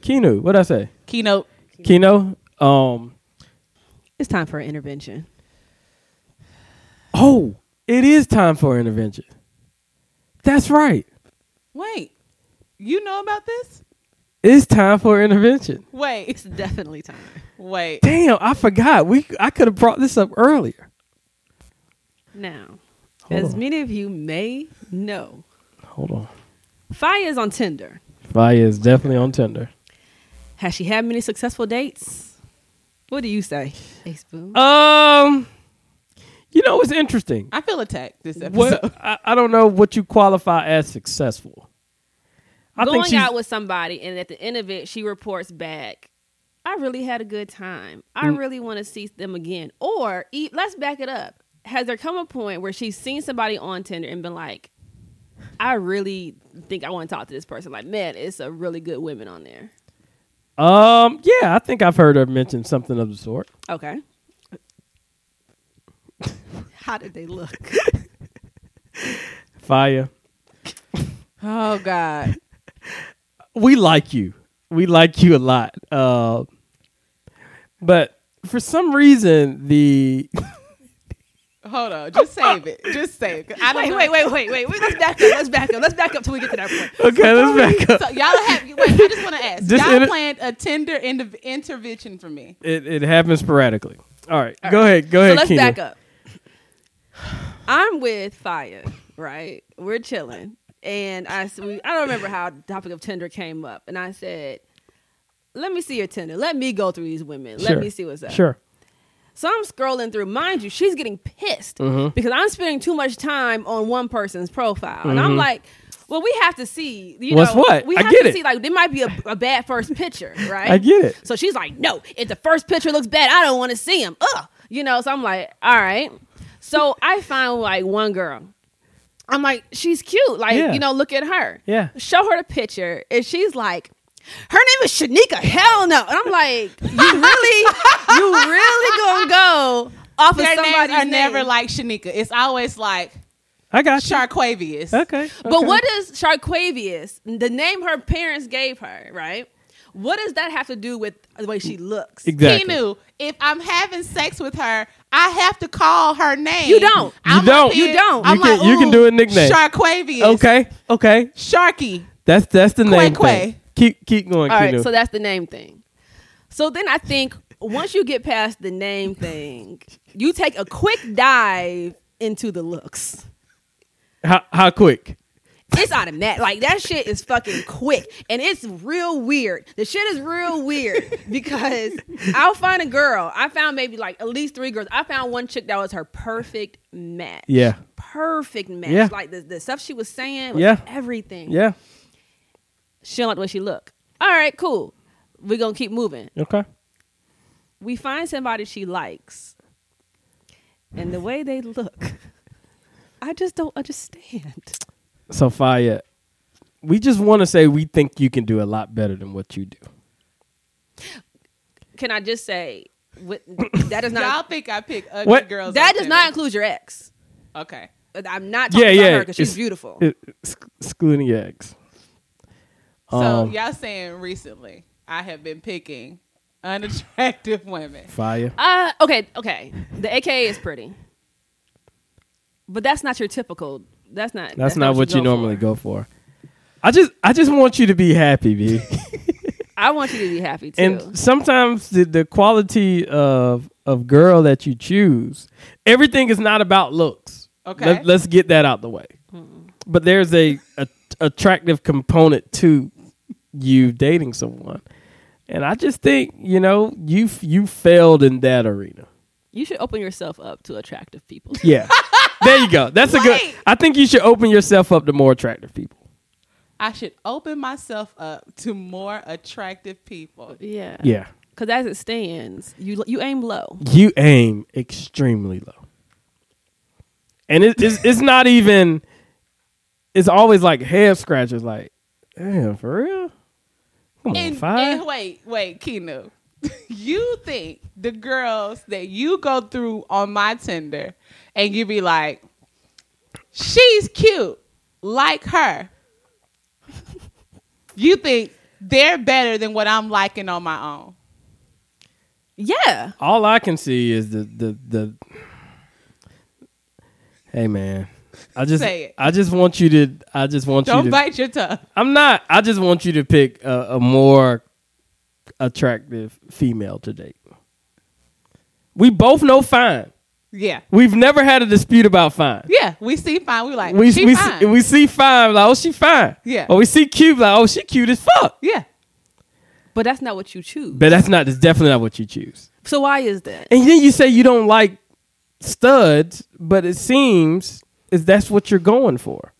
Speaker 1: Kino, what would I say?
Speaker 2: Keynote.
Speaker 1: Kino. Um.
Speaker 4: It's time for an intervention.
Speaker 1: Oh, it is time for intervention. That's right.
Speaker 2: Wait, you know about this?
Speaker 1: It's time for intervention.
Speaker 2: Wait,
Speaker 4: Definitely time.
Speaker 2: wait.
Speaker 1: Damn, I forgot. We I could have brought this up earlier.
Speaker 4: Now,
Speaker 1: Hold
Speaker 4: as
Speaker 1: on.
Speaker 4: many of you may know,
Speaker 1: Hold on.
Speaker 4: Faya is on Tinder.
Speaker 1: Fire is definitely on Tinder.
Speaker 4: Has she had many successful dates? What do you say? A
Speaker 5: Uh,
Speaker 4: spoon.
Speaker 1: Um, you know it's interesting.
Speaker 2: I feel attacked this episode.
Speaker 1: What I, I don't know what you qualify as successful. I
Speaker 5: going
Speaker 1: think she's,
Speaker 5: out with somebody and at the end of it she reports back i really had a good time i
Speaker 1: Mm.
Speaker 5: really want to see them again or e- let's back it up has there come a point where she's seen somebody on tinder and been like i really think i want to talk to this person like man it's a really good women on there
Speaker 1: um yeah. I think I've heard her mention something of the sort.
Speaker 5: okay
Speaker 4: How did they look?
Speaker 1: Fire,
Speaker 2: Oh God.
Speaker 1: we like you. We like you a lot. Uh, but for some reason the
Speaker 2: Hold on, just save it. Just save it. I don't
Speaker 4: wait,
Speaker 2: know.
Speaker 4: wait, wait, wait, wait, wait. Let's back up. Let's back up. Let's back up till we get to that point.
Speaker 1: okay, let's back up.
Speaker 2: So y'all have. Wait, I just want to ask.
Speaker 1: Just
Speaker 2: y'all
Speaker 1: inter-
Speaker 2: planned a Tinder in- intervention for me.
Speaker 1: It it happens sporadically. All right, go ahead. Go ahead.
Speaker 5: so let's
Speaker 1: Kina.
Speaker 5: back up i'm with fire right we're chilling and i s- we, i don't remember how the topic of tinder came up and i said let me see your tinder let me go through these women let
Speaker 1: Sure.
Speaker 5: me see what's up
Speaker 1: Sure.
Speaker 5: so I'm scrolling through. Mind you, she's getting pissed
Speaker 1: Mm-hmm.
Speaker 5: because I'm spending too much time on one person's profile. And I'm like, well, we have to see.
Speaker 1: Mm-hmm.
Speaker 5: You
Speaker 1: What's
Speaker 5: know,
Speaker 1: what?
Speaker 5: We
Speaker 1: I
Speaker 5: have
Speaker 1: get
Speaker 5: to
Speaker 1: it.
Speaker 5: see, like, there might be a, a bad first picture, right?
Speaker 1: I get it.
Speaker 5: So she's like, no, if the first picture looks bad, I don't want to see him. Ugh. You know, so I'm like, all right. So I find like one girl. I'm like, she's cute. Like,
Speaker 1: Yeah.
Speaker 5: you know, look at her.
Speaker 1: Yeah.
Speaker 5: Show her the picture. And she's like, her name is Shanika. Hell no. And I'm like, you really, you really gonna go off of
Speaker 2: Their names
Speaker 5: somebody's
Speaker 2: are
Speaker 5: name.
Speaker 2: never like Shanika. It's always like
Speaker 1: I got you.
Speaker 2: Charquavius.
Speaker 1: Okay.
Speaker 5: But
Speaker 1: okay.
Speaker 5: what does Sharquavius, the name her parents gave her, right? What does that have to do with the way she looks?
Speaker 2: He
Speaker 1: exactly?
Speaker 2: knew if I'm having sex with her, I have to call her name.
Speaker 5: You don't.
Speaker 1: You don't.
Speaker 2: up here-
Speaker 5: You don't.
Speaker 2: I'm
Speaker 1: You can- you can do a nickname.
Speaker 2: Charquavius.
Speaker 1: Okay. Okay.
Speaker 2: Sharky.
Speaker 1: That's that's the name.
Speaker 2: Quay.
Speaker 1: thing. Keep keep going.
Speaker 5: All right,
Speaker 1: Kino.
Speaker 5: so that's the name thing. So then I think once you get past the name thing, you take a quick dive into the looks.
Speaker 1: how how quick?
Speaker 5: It's automatic. Like that shit is fucking quick, and it's real weird. The shit is real weird because I'll find a girl. I found maybe like at least three girls. I found one chick that was her perfect match.
Speaker 1: Yeah.
Speaker 5: perfect match.
Speaker 1: Yeah.
Speaker 5: like the, the stuff she was saying. Was
Speaker 1: Yeah.
Speaker 5: everything.
Speaker 1: Yeah.
Speaker 5: she don't like the way she look. All right, cool. We're gonna keep moving.
Speaker 1: Okay.
Speaker 5: We find somebody she likes, and the way they look, I just don't understand.
Speaker 1: Sophia, we just want to say we think you can do a lot better than what you do.
Speaker 5: Can I just say with, that does
Speaker 2: Y'all
Speaker 5: not
Speaker 2: think I pick ugly
Speaker 1: What?
Speaker 2: girls?
Speaker 5: that
Speaker 2: on
Speaker 5: does not
Speaker 2: Tinder.
Speaker 5: include your ex?
Speaker 2: Okay.
Speaker 5: I'm not talking
Speaker 1: Yeah,
Speaker 5: about
Speaker 1: yeah,
Speaker 5: her because she's
Speaker 1: it's-
Speaker 5: beautiful.
Speaker 1: It- it's Excluding your ex.
Speaker 2: So
Speaker 1: Um,
Speaker 2: y'all saying recently I have been picking unattractive women.
Speaker 1: Fire.
Speaker 6: Uh, okay, okay. The AKA is pretty, but that's not your typical. That's not.
Speaker 1: That's, not what you,
Speaker 6: go
Speaker 1: normally
Speaker 6: for.
Speaker 1: go for. I just I just want you to be happy, B.
Speaker 6: I want you to be happy too.
Speaker 1: and sometimes the, the quality of of girl that you choose, everything is not about looks.
Speaker 2: Okay.
Speaker 1: Let, us get that out the way. But there's a, a attractive component to you dating someone. And I just think, you know, you f- you failed in that arena.
Speaker 6: you should open yourself up to attractive people.
Speaker 1: Yeah. there you go. That's a good.
Speaker 2: Wait.
Speaker 1: I think you should open yourself up to more attractive people.
Speaker 2: I should open myself up to more attractive people.
Speaker 6: Yeah.
Speaker 1: Yeah.
Speaker 6: Because as it stands, you you aim low.
Speaker 1: you aim extremely low and it, it's, it's not even it's always like head scratches like damn for real come on
Speaker 2: And,
Speaker 1: five
Speaker 2: and wait, wait, Kino. you think the girls that you go through on my Tinder and you be like, she's cute, like her. you think they're better than what I'm liking on my own.
Speaker 6: Yeah.
Speaker 1: all i can see is the the the hey man i just
Speaker 2: Say it.
Speaker 1: i just want you to i just want
Speaker 2: Don't
Speaker 1: you to
Speaker 2: bite your tongue.
Speaker 1: i'm not i just want you to pick a, a more attractive female to date we both know fine
Speaker 2: Yeah.
Speaker 1: we've never had a dispute about fine
Speaker 2: Yeah. We see fine. We like,
Speaker 1: we
Speaker 2: she
Speaker 1: we
Speaker 2: fine.
Speaker 1: See, we see fine like oh she fine
Speaker 2: Yeah.
Speaker 1: or we see cute like oh she cute as fuck
Speaker 2: yeah.
Speaker 6: But that's not what you choose.
Speaker 1: but that's not that's definitely not what you choose
Speaker 6: So why is that?
Speaker 1: and then you say you don't like studs but it seems is that's what you're going for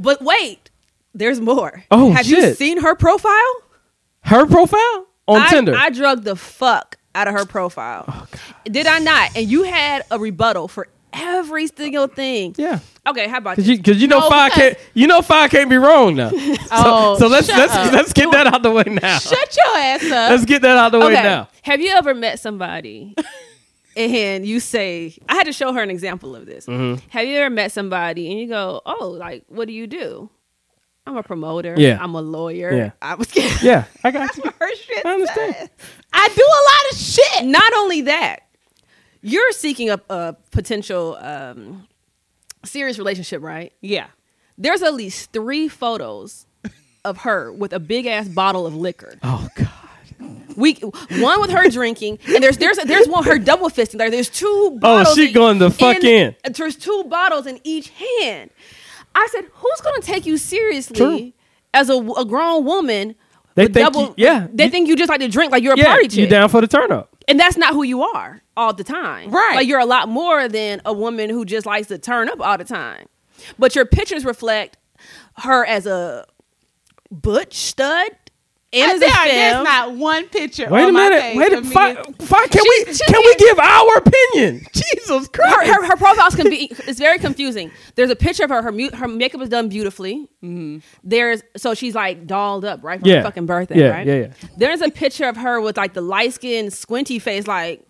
Speaker 5: But wait, there's more.
Speaker 1: Oh,
Speaker 5: have you
Speaker 1: shit.
Speaker 5: seen her profile?
Speaker 1: her profile on
Speaker 5: I,
Speaker 1: Tinder Oh,
Speaker 5: I drugged the fuck out of her profile. Did I not? And you had a rebuttal for every single thing.
Speaker 1: yeah
Speaker 5: Okay, how about
Speaker 1: because
Speaker 5: this?
Speaker 1: you because you know
Speaker 2: No,
Speaker 1: five
Speaker 2: because-
Speaker 1: can't you know five can't be wrong now so,
Speaker 2: Oh,
Speaker 1: so let's
Speaker 2: shut
Speaker 1: let's
Speaker 2: up.
Speaker 1: let's get that out the way now
Speaker 2: Shut your ass up.
Speaker 1: let's get that out the way
Speaker 6: okay.
Speaker 1: now
Speaker 6: Have you ever met somebody?
Speaker 5: and you say,
Speaker 6: I had to show her an example of this.
Speaker 1: Mm-hmm.
Speaker 6: Have you ever met somebody and you go, "Oh, like what do you do?" I'm a promoter.
Speaker 1: Yeah.
Speaker 6: I'm a lawyer.
Speaker 1: Yeah.
Speaker 6: I was kidding.
Speaker 1: yeah I got you
Speaker 5: her shit.
Speaker 1: I understand
Speaker 2: I do a lot of shit.
Speaker 5: Not only that, you're seeking a, a potential um, serious relationship, right?
Speaker 2: Yeah.
Speaker 5: There's at least three photos of her with a big ass bottle of liquor.
Speaker 1: oh god
Speaker 5: We one with her drinking, and there's there's there's one her double fisting. There, there's two. bottles
Speaker 1: Oh,
Speaker 5: uh,
Speaker 1: she going the fuck in.
Speaker 5: There's two bottles in each hand. I said, who's gonna take you seriously
Speaker 1: True.
Speaker 5: as a, a grown woman?
Speaker 1: They
Speaker 5: with
Speaker 1: think you- yeah.
Speaker 5: They
Speaker 1: You-
Speaker 5: think you just like to drink like you're a
Speaker 1: yeah
Speaker 5: party
Speaker 1: you
Speaker 5: chick,
Speaker 1: down for the turn up
Speaker 5: and that's not who you are all the time.
Speaker 2: Right.
Speaker 5: Like you're a lot more than a woman who just likes to turn up all the time. But your pictures reflect her as a butch stud. And
Speaker 2: And
Speaker 5: as a
Speaker 2: there, there's
Speaker 5: femme.
Speaker 2: not one picture.
Speaker 1: Wait
Speaker 2: on
Speaker 1: a
Speaker 2: My
Speaker 1: minute.
Speaker 2: page
Speaker 1: Wait a
Speaker 2: of me
Speaker 1: fi-
Speaker 2: and-
Speaker 1: fi- Can we
Speaker 5: She's-
Speaker 1: can we give our opinion? Jesus
Speaker 5: her,
Speaker 1: Christ.
Speaker 5: her, her profiles can be it's very confusing there's a picture of her her, mu- her makeup is done beautifully
Speaker 2: Mm-hmm.
Speaker 5: there's so she's like dolled up right for
Speaker 1: Yeah.
Speaker 5: her fucking birthday
Speaker 1: Yeah,
Speaker 5: right
Speaker 1: yeah, yeah.
Speaker 5: there's a picture of her with like the light skinned squinty face like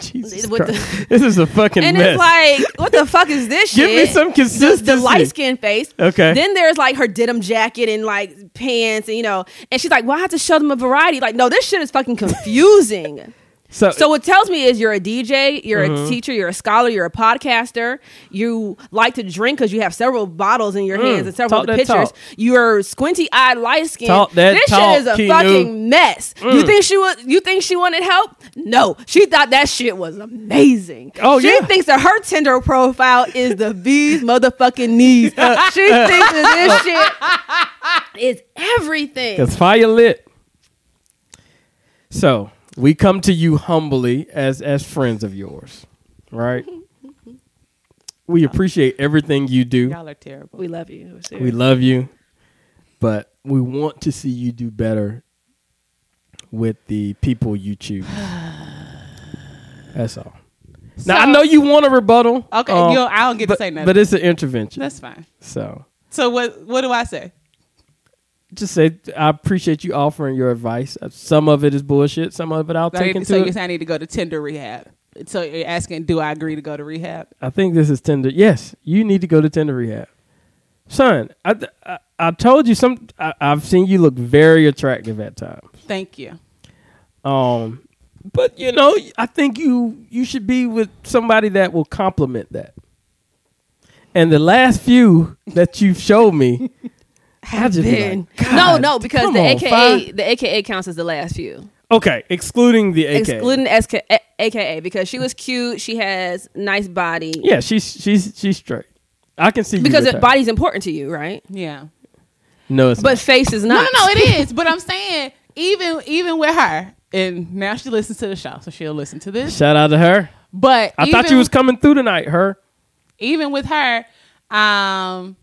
Speaker 1: Jesus
Speaker 5: with the-
Speaker 1: Christ. this is a fucking
Speaker 5: and
Speaker 1: mess.
Speaker 5: it's like what the fuck is this
Speaker 1: give me
Speaker 5: shit?
Speaker 1: some
Speaker 5: Just
Speaker 1: consistency.
Speaker 5: the light skinned face.
Speaker 1: Okay.
Speaker 5: Then there's like her denim jacket and like pants, and you know, and she's like, "Well, I have to show them a variety." Like, no, this shit is fucking confusing.
Speaker 1: So,
Speaker 4: So what tells me is you're a DJ, you're
Speaker 1: Mm-hmm.
Speaker 4: a teacher, you're a scholar, you're a podcaster. You like to drink because you have several bottles in your hands and several
Speaker 1: Mm. Talk
Speaker 4: of the
Speaker 1: that
Speaker 4: pictures.
Speaker 1: talk.
Speaker 4: You're squinty eyed, light skinned.
Speaker 1: Talk that
Speaker 4: This
Speaker 1: talk,
Speaker 4: shit is a
Speaker 1: Keanu. Mm.
Speaker 4: fucking mess. You think she was? You think she wanted help? No, she thought that shit was amazing.
Speaker 1: Oh,
Speaker 4: she
Speaker 1: yeah.
Speaker 4: thinks that her Tinder profile is the bees motherfucking knees. up. she thinks that this shit is everything.
Speaker 1: Because fire lit. So we come to you humbly as as friends of yours, right? we appreciate everything you do.
Speaker 2: Y'all are terrible.
Speaker 4: We love you.
Speaker 1: We love you, but we want to see you do better with the people you choose. That's all. now I
Speaker 2: So-
Speaker 1: know you want a rebuttal.
Speaker 2: Okay,
Speaker 1: um,
Speaker 2: you don't, I don't get
Speaker 1: but,
Speaker 2: to say nothing.
Speaker 1: but it's an intervention.
Speaker 2: That's fine.
Speaker 1: so
Speaker 2: So what? What do I say?
Speaker 1: just say I appreciate you offering your advice. Uh, Some of it is bullshit. Some of it I'll
Speaker 2: Like,
Speaker 1: take into
Speaker 2: so
Speaker 1: it.
Speaker 2: you say I need to go to Tinder rehab. So you're asking, do I agree to go to rehab?
Speaker 1: I think this is tender. Yes, you need to go to tender rehab, son. I I, I told you some. I, I've seen you look very attractive at times.
Speaker 2: Thank you.
Speaker 1: Um, but you know, I think you you should be with somebody that will complement that. And the last few that you've showed me, have
Speaker 4: been-
Speaker 5: no, no, because
Speaker 1: come
Speaker 5: the
Speaker 1: on,
Speaker 5: AKA the AKA counts as the last few,
Speaker 1: okay, excluding the AK.
Speaker 5: excluding SK, A- AKA because she was cute, she has nice body.
Speaker 1: yeah, she's she's she's straight. I can see you
Speaker 5: Because
Speaker 1: with
Speaker 5: the
Speaker 1: her.
Speaker 5: body's important to you, right?
Speaker 2: Yeah.
Speaker 1: No, it's
Speaker 5: But
Speaker 1: but
Speaker 5: face is
Speaker 2: No,
Speaker 5: not.
Speaker 2: no, no. It is. But I'm saying, even even with her, and now she listens to the show, so she'll listen to this.
Speaker 1: shout out to her.
Speaker 2: But
Speaker 1: I
Speaker 2: even,
Speaker 1: thought you was coming through tonight. Her.
Speaker 2: even with her, um,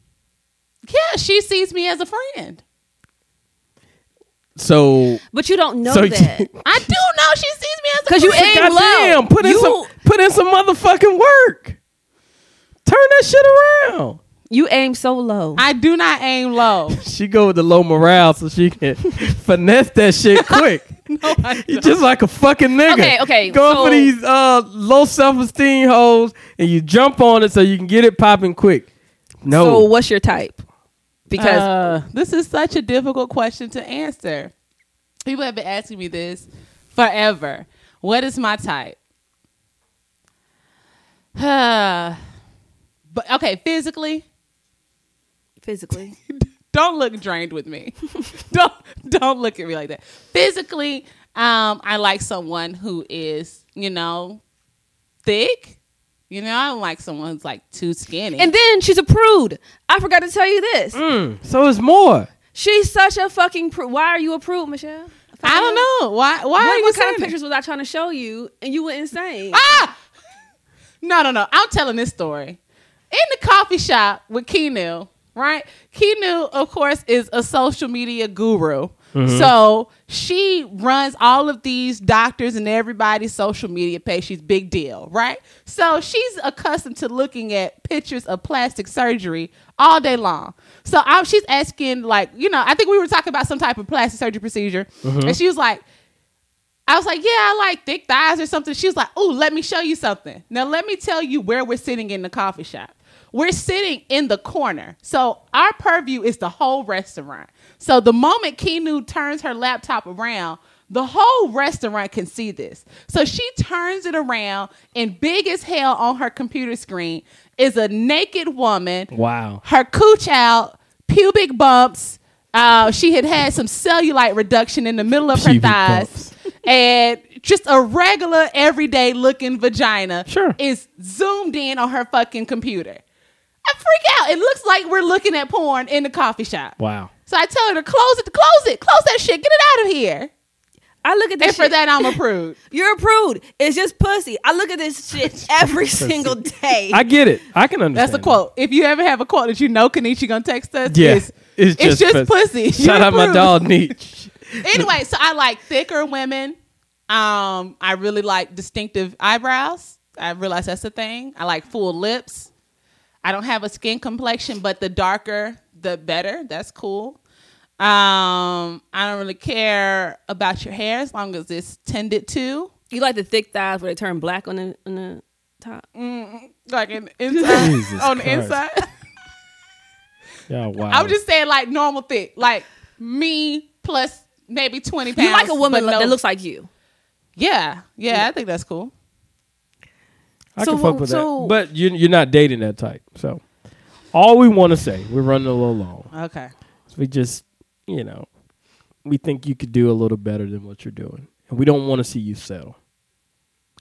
Speaker 2: yeah, she sees me as a friend.
Speaker 1: So
Speaker 5: But you don't know
Speaker 1: So you-
Speaker 5: that
Speaker 2: I do know she sees me as a
Speaker 5: because you
Speaker 2: friend.
Speaker 5: aim low.
Speaker 1: Goddamn, put in
Speaker 5: you,
Speaker 1: some put in some motherfucking work. Turn that shit around.
Speaker 5: you aim so low.
Speaker 2: I do not aim low.
Speaker 1: She go with the low morale so she can finesse that shit quick.
Speaker 2: No, I
Speaker 1: You just like a fucking nigga.
Speaker 5: Okay, okay,
Speaker 1: Going for
Speaker 5: so-
Speaker 1: these uh, low self esteem hoes and you jump on it so you can get it popping quick. No.
Speaker 5: So what's your type? Because
Speaker 2: Uh, this is such a difficult question to answer. People have been asking me this forever. What is my type? but okay, physically,
Speaker 5: physically,
Speaker 2: don't look drained with me. don't don't look at me like that. Physically, um, I like someone who is, you know, thick. You know, I don't like someone who's like too skinny.
Speaker 5: and then she's a prude. I forgot to tell you this.
Speaker 1: Mm, so it's more.
Speaker 5: She's such a fucking prude. Why are you a prude, Michelle?
Speaker 2: I don't know why. Why are
Speaker 5: What,
Speaker 2: you
Speaker 5: what kind of
Speaker 2: saying that?
Speaker 5: pictures was I trying to show you, and you went insane?
Speaker 2: Ah! No, no, no. I'm telling this story. In the coffee shop with Kenu, right? Kenu, of course, is a social media guru. So she runs all of these doctors and everybody's social media page. She's big deal, right? So she's accustomed to looking at pictures of plastic surgery all day long. So I, she's asking, like, you know, I think we were talking about some type of plastic surgery procedure. And she was like, I was like, yeah, I like thick thighs or something. She was like, oh, let me show you something. Now, let me tell you where we're sitting in the coffee shop. We're sitting in the corner. So our purview is the whole restaurant. So the moment Kinu turns her laptop around, the whole restaurant can see this. So she turns it around, and big as hell on her computer screen is a naked woman
Speaker 1: Wow.
Speaker 2: her cooch out, pubic bumps. Uh, she had had some cellulite reduction in the middle of
Speaker 1: Pubic
Speaker 2: her thighs,
Speaker 1: bumps.
Speaker 2: and just a regular everyday looking vagina
Speaker 1: Sure.
Speaker 2: is zoomed in on her fucking computer. I freak out. It looks like we're looking at porn in the coffee shop.
Speaker 1: Wow.
Speaker 2: So I tell her to close it, close it, close that shit, get it out of here.
Speaker 5: I look at
Speaker 2: And
Speaker 5: this.
Speaker 2: for
Speaker 5: shit.
Speaker 2: that, I'm approved.
Speaker 5: you're a prude. It's just pussy. I look at this shit every single day.
Speaker 1: I get it. I can understand.
Speaker 2: That's a quote. If you ever have a quote that you know Kanichi gonna text us,
Speaker 1: Yeah.
Speaker 2: it's, it's just, pussy.
Speaker 1: Shout
Speaker 2: You're
Speaker 1: out my
Speaker 2: approved.
Speaker 1: dog Nietzsche.
Speaker 2: anyway, so I like thicker women. Um, I really like distinctive eyebrows. I realize that's a thing. I like full lips. I don't have a skin complexion, but the darker, the better. That's cool. Um, I don't really care about your hair as long as it's tended to.
Speaker 5: you like the thick thighs where they turn black on the on the top.
Speaker 2: Like in, inside,
Speaker 1: Jesus
Speaker 2: on the
Speaker 1: Christ.
Speaker 2: inside.
Speaker 1: Yeah, wow.
Speaker 2: I'm just saying like normal thick. Like me plus maybe 20 pounds.
Speaker 5: You like a woman
Speaker 2: but no-
Speaker 5: that looks like you.
Speaker 2: Yeah, yeah, I think that's cool.
Speaker 1: I
Speaker 5: So
Speaker 1: can fuck
Speaker 5: what-
Speaker 1: with
Speaker 5: so-
Speaker 1: that. But you, you're not dating that type. So all we want to say, we're running a little long.
Speaker 2: Okay.
Speaker 1: We just, you know, we think you could do a little better than what you're doing. And we don't want to see you settle.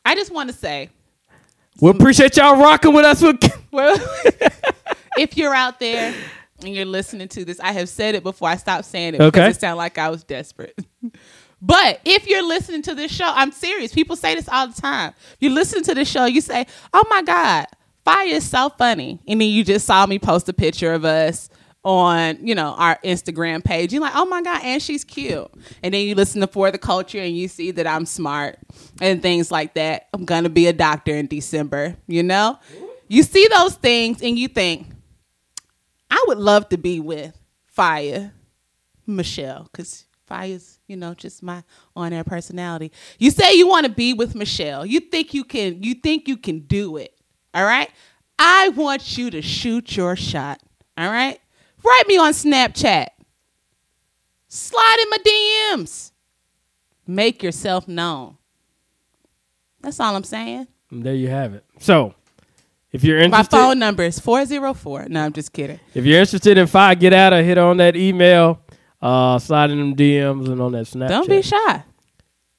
Speaker 2: I just want to say,
Speaker 1: We appreciate y'all rocking with us. With
Speaker 2: well, if you're out there and you're listening to this, I have said it before. I stopped saying it
Speaker 1: Okay.
Speaker 2: because it sounded like I was desperate. but if you're listening to this show, I'm serious. People say this all the time. You listen to this show, you say, "Oh my God, fire is so funny," and then you just saw me post a picture of us on you know our Instagram page. You're like, "Oh my God, and she's cute," and then you listen to For the Culture and you see that I'm smart and things like that. I'm gonna be a doctor in December. You know, you see those things and you think, I would love to be with Fire Michelle because Fire's, you know, just my on-air personality. You say you want to be with Michelle. You think you can. You think you can do it. All right. I want you to shoot your shot. All right. Write me on Snapchat. Slide in my DMs. Make yourself known. That's all I'm saying.
Speaker 1: And Mm, there you have it. So if you're
Speaker 2: My
Speaker 1: interested,
Speaker 2: phone number is 404. No, I'm just kidding.
Speaker 1: if you're interested in Fi Get Out, hit on that email, uh, slide in them DMs and on that Snapchat.
Speaker 2: Don't be shy.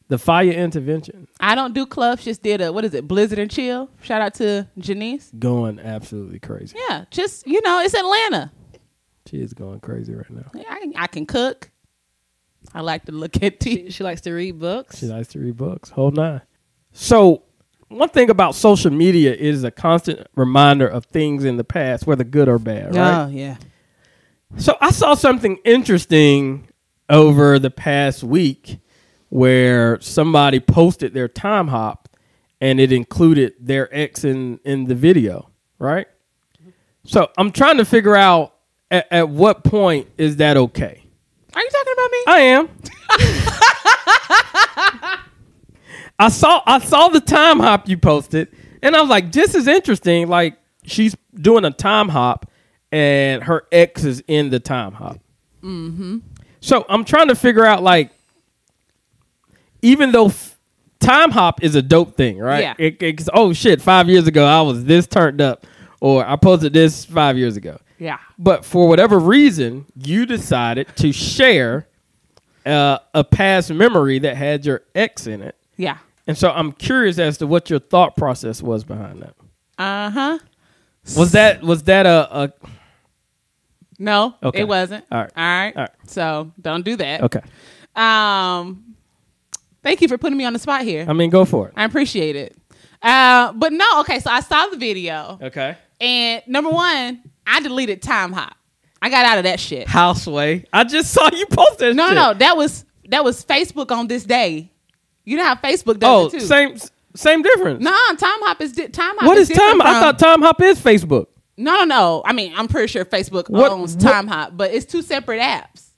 Speaker 1: the fire intervention
Speaker 2: I don't do clubs. Just did a what is it? Blizzard and chill. Shout out to Janice.
Speaker 1: going absolutely crazy.
Speaker 2: Yeah, just you know, it's Atlanta.
Speaker 1: She is going crazy right now.
Speaker 2: I can, I can cook. I like to look at TV.
Speaker 5: She, she likes to read books.
Speaker 1: She likes to read books. Whole nine. So one thing about social media is a constant reminder of things in the past, whether good or bad, right?
Speaker 2: Oh yeah.
Speaker 1: So I saw something interesting over the past week where somebody posted their time hop and it included their ex in, in the video, right? So I'm trying to figure out at, at what point is that okay?
Speaker 2: Are you talking about me?
Speaker 1: I am. I saw I saw the time hop you posted, and I was like, "This is interesting." Like she's doing a time hop, and her ex is in the time hop. Mm-hmm. So I'm trying to figure out, like, even though f- time hop is a dope thing, right?
Speaker 2: Yeah.
Speaker 1: It- it's, oh shit! Five years ago, I was this turned up, or I posted this five years ago.
Speaker 2: yeah.
Speaker 1: But for whatever reason, you decided to share uh, a past memory that had your ex in it.
Speaker 2: Yeah.
Speaker 1: And so I'm curious as to what your thought process was behind that.
Speaker 2: Uh huh.
Speaker 1: Was that was that a, a
Speaker 2: No,
Speaker 1: Okay.
Speaker 2: it wasn't.
Speaker 1: All right.
Speaker 2: All right.
Speaker 1: All right.
Speaker 2: So don't do that.
Speaker 1: okay?
Speaker 2: Um, thank you for putting me on the spot here.
Speaker 1: I mean, go for it.
Speaker 2: I appreciate it. Uh, but no, okay. So I saw the video,
Speaker 1: Okay,
Speaker 2: and number one, I deleted Time Hop. I got out of that shit.
Speaker 1: Houseway. I just saw you post that.
Speaker 2: No,
Speaker 1: shit.
Speaker 2: no, no, that was that was Facebook on this day. You know how Facebook does
Speaker 1: Oh,
Speaker 2: it too.
Speaker 1: same same difference.
Speaker 2: No, Time Hop is di- Time Hop.
Speaker 1: what is time?
Speaker 2: different
Speaker 1: I
Speaker 2: from-
Speaker 1: thought time hop is Facebook.
Speaker 2: No, no, no. I mean, I'm pretty sure Facebook
Speaker 1: What-
Speaker 2: owns
Speaker 1: what-
Speaker 2: Time Hop, but it's two separate apps.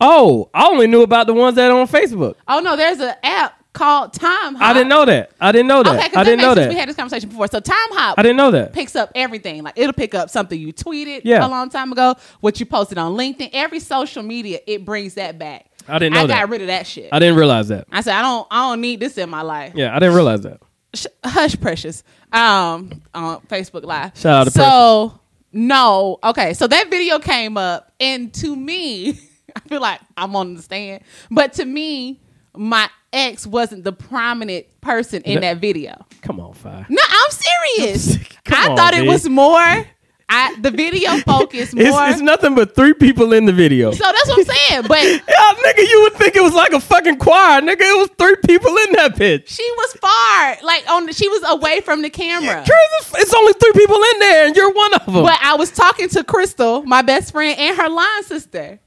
Speaker 1: Oh, I only knew about the ones that are on Facebook.
Speaker 2: Oh no, there's an app called Time Hop.
Speaker 1: I didn't know that. I didn't know that.
Speaker 2: Uh,
Speaker 1: I
Speaker 2: Okay, 'cause that
Speaker 1: didn't
Speaker 2: makes
Speaker 1: know
Speaker 2: sense.
Speaker 1: that.
Speaker 2: We had this conversation before. So Time Hop
Speaker 1: I didn't know that.
Speaker 2: picks up everything. Like it'll pick up something you tweeted
Speaker 1: Yeah.
Speaker 2: a long time ago, what you posted on LinkedIn, every social media. It brings that back.
Speaker 1: I didn't know
Speaker 2: I
Speaker 1: that.
Speaker 2: got rid of that shit.
Speaker 1: I didn't realize that.
Speaker 2: I said I don't. I don't need this in my life.
Speaker 1: Yeah, I didn't realize that.
Speaker 2: Sh- hush precious um on facebook live
Speaker 1: Shout out to
Speaker 2: so no okay so that video came up and to me i feel like i'm on the stand but to me my ex wasn't the prominent person in
Speaker 1: No.
Speaker 2: that video
Speaker 1: Come on, fire.
Speaker 2: no i'm serious
Speaker 1: Come
Speaker 2: i
Speaker 1: on,
Speaker 2: thought it
Speaker 1: B.
Speaker 2: was more i the video focused more
Speaker 1: It's, it's nothing but three people in the video.
Speaker 2: so that's what i'm saying but
Speaker 1: yeah, nigga, you would think it was like a fucking choir. Nigga, it was three people in that bitch.
Speaker 2: she was far like on the, she was away from the camera
Speaker 1: Crazy. It's only three people in there, and you're one of them.
Speaker 2: But I was talking to Crystal, my best friend, and her line sister.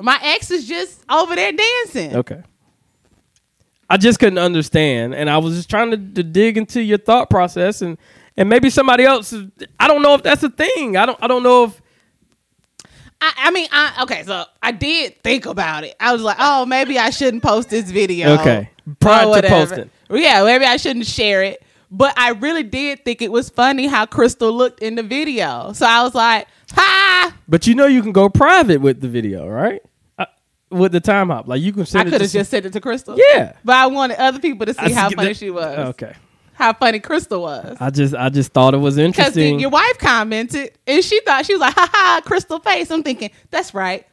Speaker 2: My ex is just over there dancing.
Speaker 1: okay. I just couldn't understand, and I was just trying to, to dig into your thought process, and and maybe somebody else. is- I don't know if that's a thing. I don't. I don't know if.
Speaker 2: I, I mean, I okay, so I did think about it. I was like, oh, maybe I shouldn't post this video.
Speaker 1: Okay.
Speaker 2: or
Speaker 1: Prior to
Speaker 2: whatever.
Speaker 1: posting.
Speaker 2: Yeah, maybe I shouldn't share it. But I really did think it was funny how Crystal looked in the video. So I was like, ha!
Speaker 1: But you know, you can go private with the video, right? I, with the time hop. Like you can
Speaker 2: I
Speaker 1: send. it
Speaker 2: could
Speaker 1: to
Speaker 2: have
Speaker 1: some-
Speaker 2: just sent it to Crystal.
Speaker 1: Yeah.
Speaker 2: But I wanted other people to see
Speaker 1: I
Speaker 2: how
Speaker 1: skip
Speaker 2: funny
Speaker 1: that-
Speaker 2: she was.
Speaker 1: Okay.
Speaker 2: How funny Crystal was.
Speaker 1: I just I just thought it was
Speaker 2: Because
Speaker 1: interesting.
Speaker 2: your wife commented and she thought, she was like, ha ha, Crystal face. I'm thinking, that's right.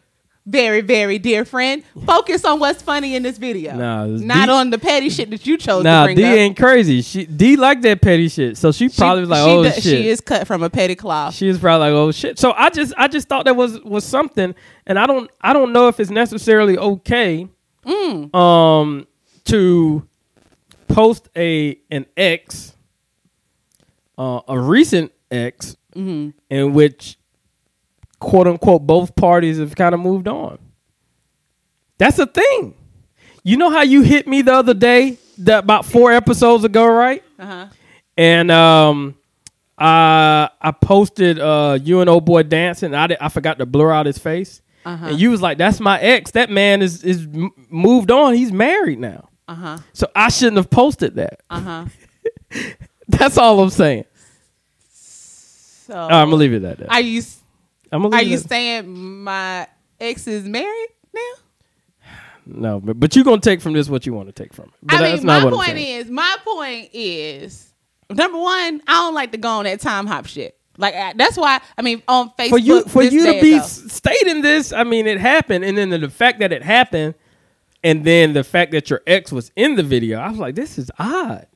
Speaker 2: Very, very dear friend. Focus on what's funny in this video.
Speaker 1: Nah, it was
Speaker 2: Not
Speaker 1: deep.
Speaker 2: on the petty shit that you chose
Speaker 1: Nah,
Speaker 2: to bring
Speaker 1: D
Speaker 2: up.
Speaker 1: ain't crazy. She D like that petty shit, so she probably was like, "Oh
Speaker 2: does-
Speaker 1: shit."
Speaker 2: She is cut from a petty cloth.
Speaker 1: She was probably like, "Oh shit." So I just I just thought that was was something, and I don't I don't know if it's necessarily okay, um, to post a an ex, uh, a recent ex, in which quote unquote both parties have kind of moved on. That's a thing. You know how you hit me the other day, that about four episodes ago, right?
Speaker 2: uh-huh.
Speaker 1: and um, I I posted uh you and old boy dancing. And I di- I forgot to blur out his face,
Speaker 2: Uh-huh.
Speaker 1: and you was like, "That's my ex. That man is is m- moved on. He's married now."
Speaker 2: Uh huh.
Speaker 1: So I shouldn't have posted that.
Speaker 2: Uh huh.
Speaker 1: That's all I'm saying.
Speaker 2: So
Speaker 1: All right, I'm gonna leave it at that.
Speaker 2: are you s-
Speaker 1: I'm gonna
Speaker 2: are
Speaker 1: leave
Speaker 2: you
Speaker 1: it. at-
Speaker 2: saying my ex is married now?
Speaker 1: no, but, but you're gonna take from this what you want to take from it. But
Speaker 2: I
Speaker 1: that's
Speaker 2: mean,
Speaker 1: not
Speaker 2: my
Speaker 1: what I'm
Speaker 2: point
Speaker 1: saying.
Speaker 2: is, my point is, number one, I don't like to go on that time hop shit. Like I, that's why I mean on Facebook
Speaker 1: for you for
Speaker 2: this
Speaker 1: you to
Speaker 2: day
Speaker 1: be
Speaker 2: ago.
Speaker 1: s- stating this. I mean, it happened, and then the, the fact that it happened, and then the fact that your ex was in the video. I was like, this is odd.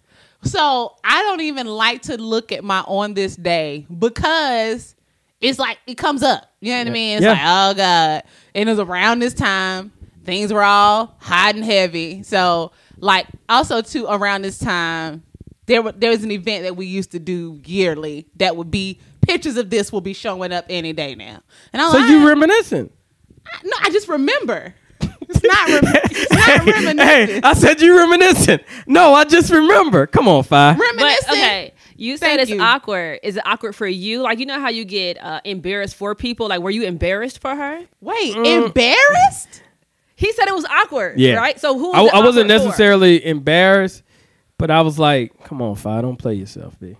Speaker 2: So I don't even like to look at my on this day because it's like it comes up. You know what I
Speaker 1: Yeah.
Speaker 2: mean? It's
Speaker 1: Yeah.
Speaker 2: like, oh God. And it was around this time. Things were all hot and heavy. So like also too around this time, there wa- there was an event that we used to do yearly that would be pictures of this will be showing up any day now. And I'm
Speaker 1: So
Speaker 2: like,
Speaker 1: you
Speaker 2: I-
Speaker 1: reminiscing?
Speaker 2: I- no, I just remember. It's not, rem- it's not reminiscing.
Speaker 1: Hey, I said you reminiscing. No, I just remember. Come on, five.
Speaker 5: But
Speaker 2: reminiscing.
Speaker 5: okay, you said
Speaker 2: Thank
Speaker 5: it's
Speaker 2: you.
Speaker 5: awkward. Is it awkward for you? Like you know how you get uh, embarrassed for people. Like were you embarrassed for her?
Speaker 2: Wait,
Speaker 1: Uh,
Speaker 2: embarrassed?
Speaker 5: He said it was awkward.
Speaker 1: Yeah.
Speaker 5: Right. So who? Was
Speaker 1: I,
Speaker 5: it
Speaker 1: I wasn't
Speaker 5: awkward for?
Speaker 1: necessarily embarrassed, but I was like, "Come on, five, don't play yourself, B."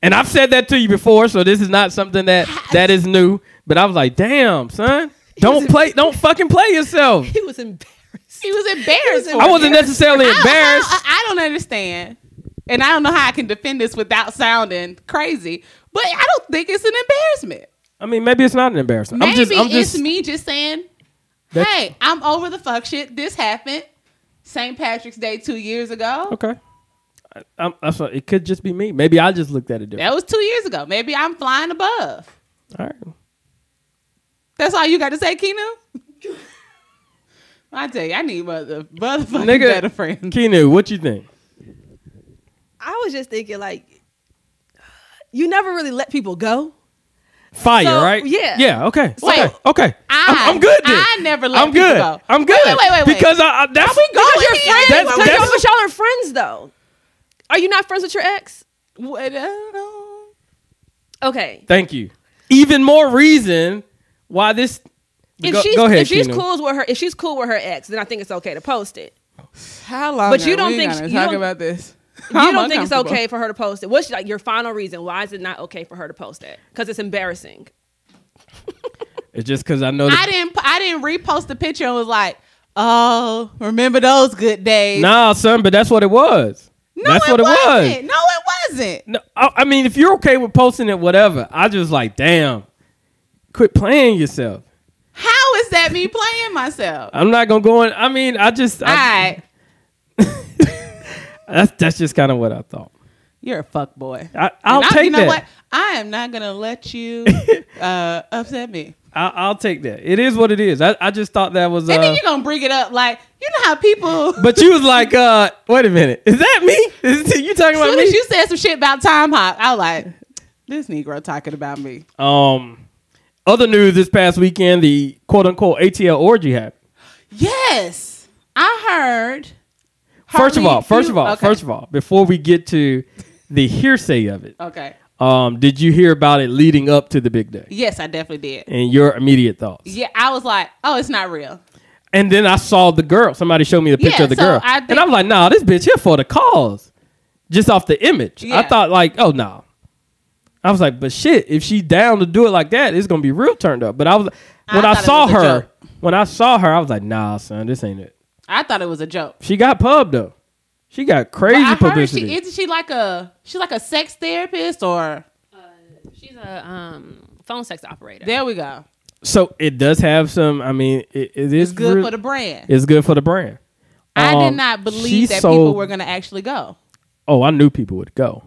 Speaker 1: And I've said that to you before, so this is not something that that is new. But I was like, "Damn, son, don't play, don't fucking play yourself."
Speaker 5: He was embarrassed.
Speaker 2: He was embarrassed.
Speaker 1: I wasn't necessarily embarrassed.
Speaker 2: I, I don't understand. And I don't know how I can defend this without sounding crazy, but I don't think it's an embarrassment.
Speaker 1: I mean, maybe it's not an embarrassment.
Speaker 2: Maybe
Speaker 1: I'm just, I'm
Speaker 2: it's
Speaker 1: just,
Speaker 2: me just saying,
Speaker 1: That's-
Speaker 2: hey, I'm over the fuck shit. This happened St. Patrick's Day two years ago.
Speaker 1: okay. I, I'm, I'm sorry. It could just be me. Maybe I just looked at it different.
Speaker 2: That was two years ago. Maybe I'm flying above.
Speaker 1: All right.
Speaker 2: That's all you got to say, Keno? I tell you, I need mother motherfucking
Speaker 1: Nigga.
Speaker 2: better friends.
Speaker 1: Kenu, what you think?
Speaker 4: I was just thinking, like, you never really let people go.
Speaker 1: Fire,
Speaker 4: So,
Speaker 1: right?
Speaker 4: yeah.
Speaker 1: Yeah. Okay.
Speaker 2: Wait.
Speaker 1: okay. Okay.
Speaker 2: I-
Speaker 1: I'm, I'm good. Then.
Speaker 2: I never let
Speaker 1: I'm
Speaker 2: people
Speaker 1: good.
Speaker 2: go.
Speaker 1: I'm
Speaker 2: Wait,
Speaker 1: good.
Speaker 2: wait, wait, wait, wait.
Speaker 1: Because I, I, that's
Speaker 2: we going
Speaker 1: because
Speaker 2: here?
Speaker 1: That's,
Speaker 2: Why
Speaker 4: But y'all,
Speaker 1: that's,
Speaker 4: but y'all are friends, though. Are you not friends with your ex?
Speaker 2: What, uh,
Speaker 5: Okay.
Speaker 1: thank you. Even more reason why this.
Speaker 4: If
Speaker 1: go,
Speaker 4: she's
Speaker 1: go ahead,
Speaker 4: if she's
Speaker 1: Kenu.
Speaker 4: cool with her if she's cool with her ex, then I think it's okay to post it.
Speaker 2: How long?
Speaker 4: But
Speaker 2: are
Speaker 4: you don't
Speaker 2: we
Speaker 4: think-
Speaker 2: gonna
Speaker 4: you
Speaker 2: talk
Speaker 4: don't-
Speaker 2: about this?
Speaker 4: You don't think it's okay for her to post it? What's like your final reason? Why is it not okay for her to post that? Because it's embarrassing.
Speaker 1: It's just because I know.
Speaker 2: I
Speaker 1: That,
Speaker 2: didn't. I didn't repost the picture and was like, "Oh, remember those good days?"
Speaker 1: nah, son, but that's what it was.
Speaker 2: no,
Speaker 1: that's
Speaker 2: it
Speaker 1: what it
Speaker 2: wasn't.
Speaker 1: was.
Speaker 2: No, it wasn't.
Speaker 1: No, I, I mean, if you're okay with posting it, whatever. I just like, damn, quit playing yourself.
Speaker 2: How is that me playing myself?
Speaker 1: I'm not gonna go in. I mean, I just,
Speaker 2: All
Speaker 1: I,
Speaker 2: right,
Speaker 1: that's that's just kind of what I thought.
Speaker 2: you're a fuck boy.
Speaker 1: I, I'll
Speaker 2: And I-
Speaker 1: take
Speaker 2: you know
Speaker 1: that.
Speaker 2: What? I am not gonna let you uh, upset me.
Speaker 1: I, I'll take that. It is what it is. I, I just thought that was. Uh,
Speaker 2: And then you're gonna bring it up like you know how people.
Speaker 1: But you was like, uh, wait a minute, is that me? Is you talking
Speaker 2: as
Speaker 1: about
Speaker 2: soon
Speaker 1: me?
Speaker 2: as you said some shit about time hop, I was like, "This Negro talking about me."
Speaker 1: um, other news this past weekend, the quote unquote ATL orgy happened.
Speaker 2: Yes, I heard.
Speaker 1: First of
Speaker 2: Harley
Speaker 1: all, first of
Speaker 2: Fu-
Speaker 1: all,
Speaker 2: okay.
Speaker 1: first of all, before we get to the hearsay of it,
Speaker 2: Okay.
Speaker 1: um, did you hear about it leading up to the big day?
Speaker 2: Yes, I definitely did.
Speaker 1: And your immediate thoughts.
Speaker 2: Yeah, I was like, oh, it's not real.
Speaker 1: And then I saw the girl. Somebody showed me the picture
Speaker 2: Yeah,
Speaker 1: of the
Speaker 2: so
Speaker 1: girl,
Speaker 2: I think-
Speaker 1: and I'm like, nah, this bitch here for the cause, just off the image. I
Speaker 2: Yeah.
Speaker 1: thought like, oh no, I was like, but shit, if she down to do it like that, it's gonna be real turned up. But I was when I,
Speaker 2: I thought it
Speaker 1: saw
Speaker 2: was a
Speaker 1: her,
Speaker 2: joke.
Speaker 1: when I saw her, I was like, nah, son, this ain't it.
Speaker 2: I thought it was a joke.
Speaker 1: She got pub though. She got
Speaker 2: But
Speaker 1: crazy
Speaker 2: I heard
Speaker 1: publicity.
Speaker 2: she isn't she like a she's like a sex therapist or
Speaker 5: She's a um, phone sex operator.
Speaker 2: there we go.
Speaker 1: so it does have some. I mean, it, it is
Speaker 2: It's good
Speaker 1: real-
Speaker 2: for the brand.
Speaker 1: It's good for the brand.
Speaker 2: I
Speaker 1: um,
Speaker 2: did not
Speaker 1: she
Speaker 2: believe that
Speaker 1: sold-
Speaker 2: people were gonna actually go.
Speaker 1: Oh, I knew people would go.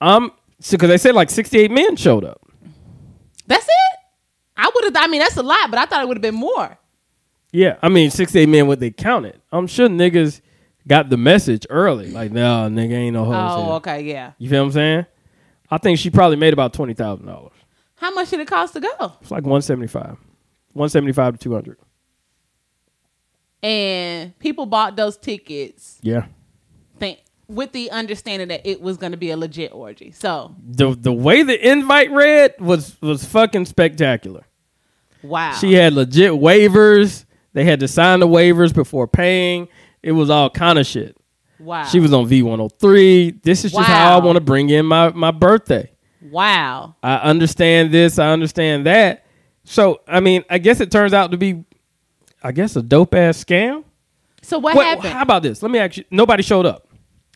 Speaker 1: Um, because they said like sixty-eight men showed up.
Speaker 2: That's it. I would have. I mean, that's a lot, but I thought it would have been more.
Speaker 1: Yeah, I mean, six eight men. What they counted? I'm sure niggas got the message early. Like, no, nigga, ain't no hoes.
Speaker 2: Oh,
Speaker 1: here.
Speaker 2: okay, yeah.
Speaker 1: You feel what I'm saying? I think she probably made about twenty thousand dollars.
Speaker 2: How much did it cost to go?
Speaker 1: It's like one seventy five, one seventy five to two hundred.
Speaker 2: And people bought those tickets
Speaker 1: Yeah.
Speaker 2: think, with the understanding that it was going to be a legit orgy. So
Speaker 1: The the way the invite read was was fucking spectacular.
Speaker 2: wow,
Speaker 1: She had legit waivers. They had to sign the waivers before paying. It was all kind of shit.
Speaker 2: wow,
Speaker 1: She was on V103. This is just how I
Speaker 2: Wow.
Speaker 1: want to bring in my, my birthday.
Speaker 2: wow.
Speaker 1: I understand this. I understand that. So, I mean, I guess it turns out to be, I guess, a dope ass scam.
Speaker 2: So what
Speaker 1: Wait,
Speaker 2: happened?
Speaker 1: How about this? Let me ask you. Nobody showed up.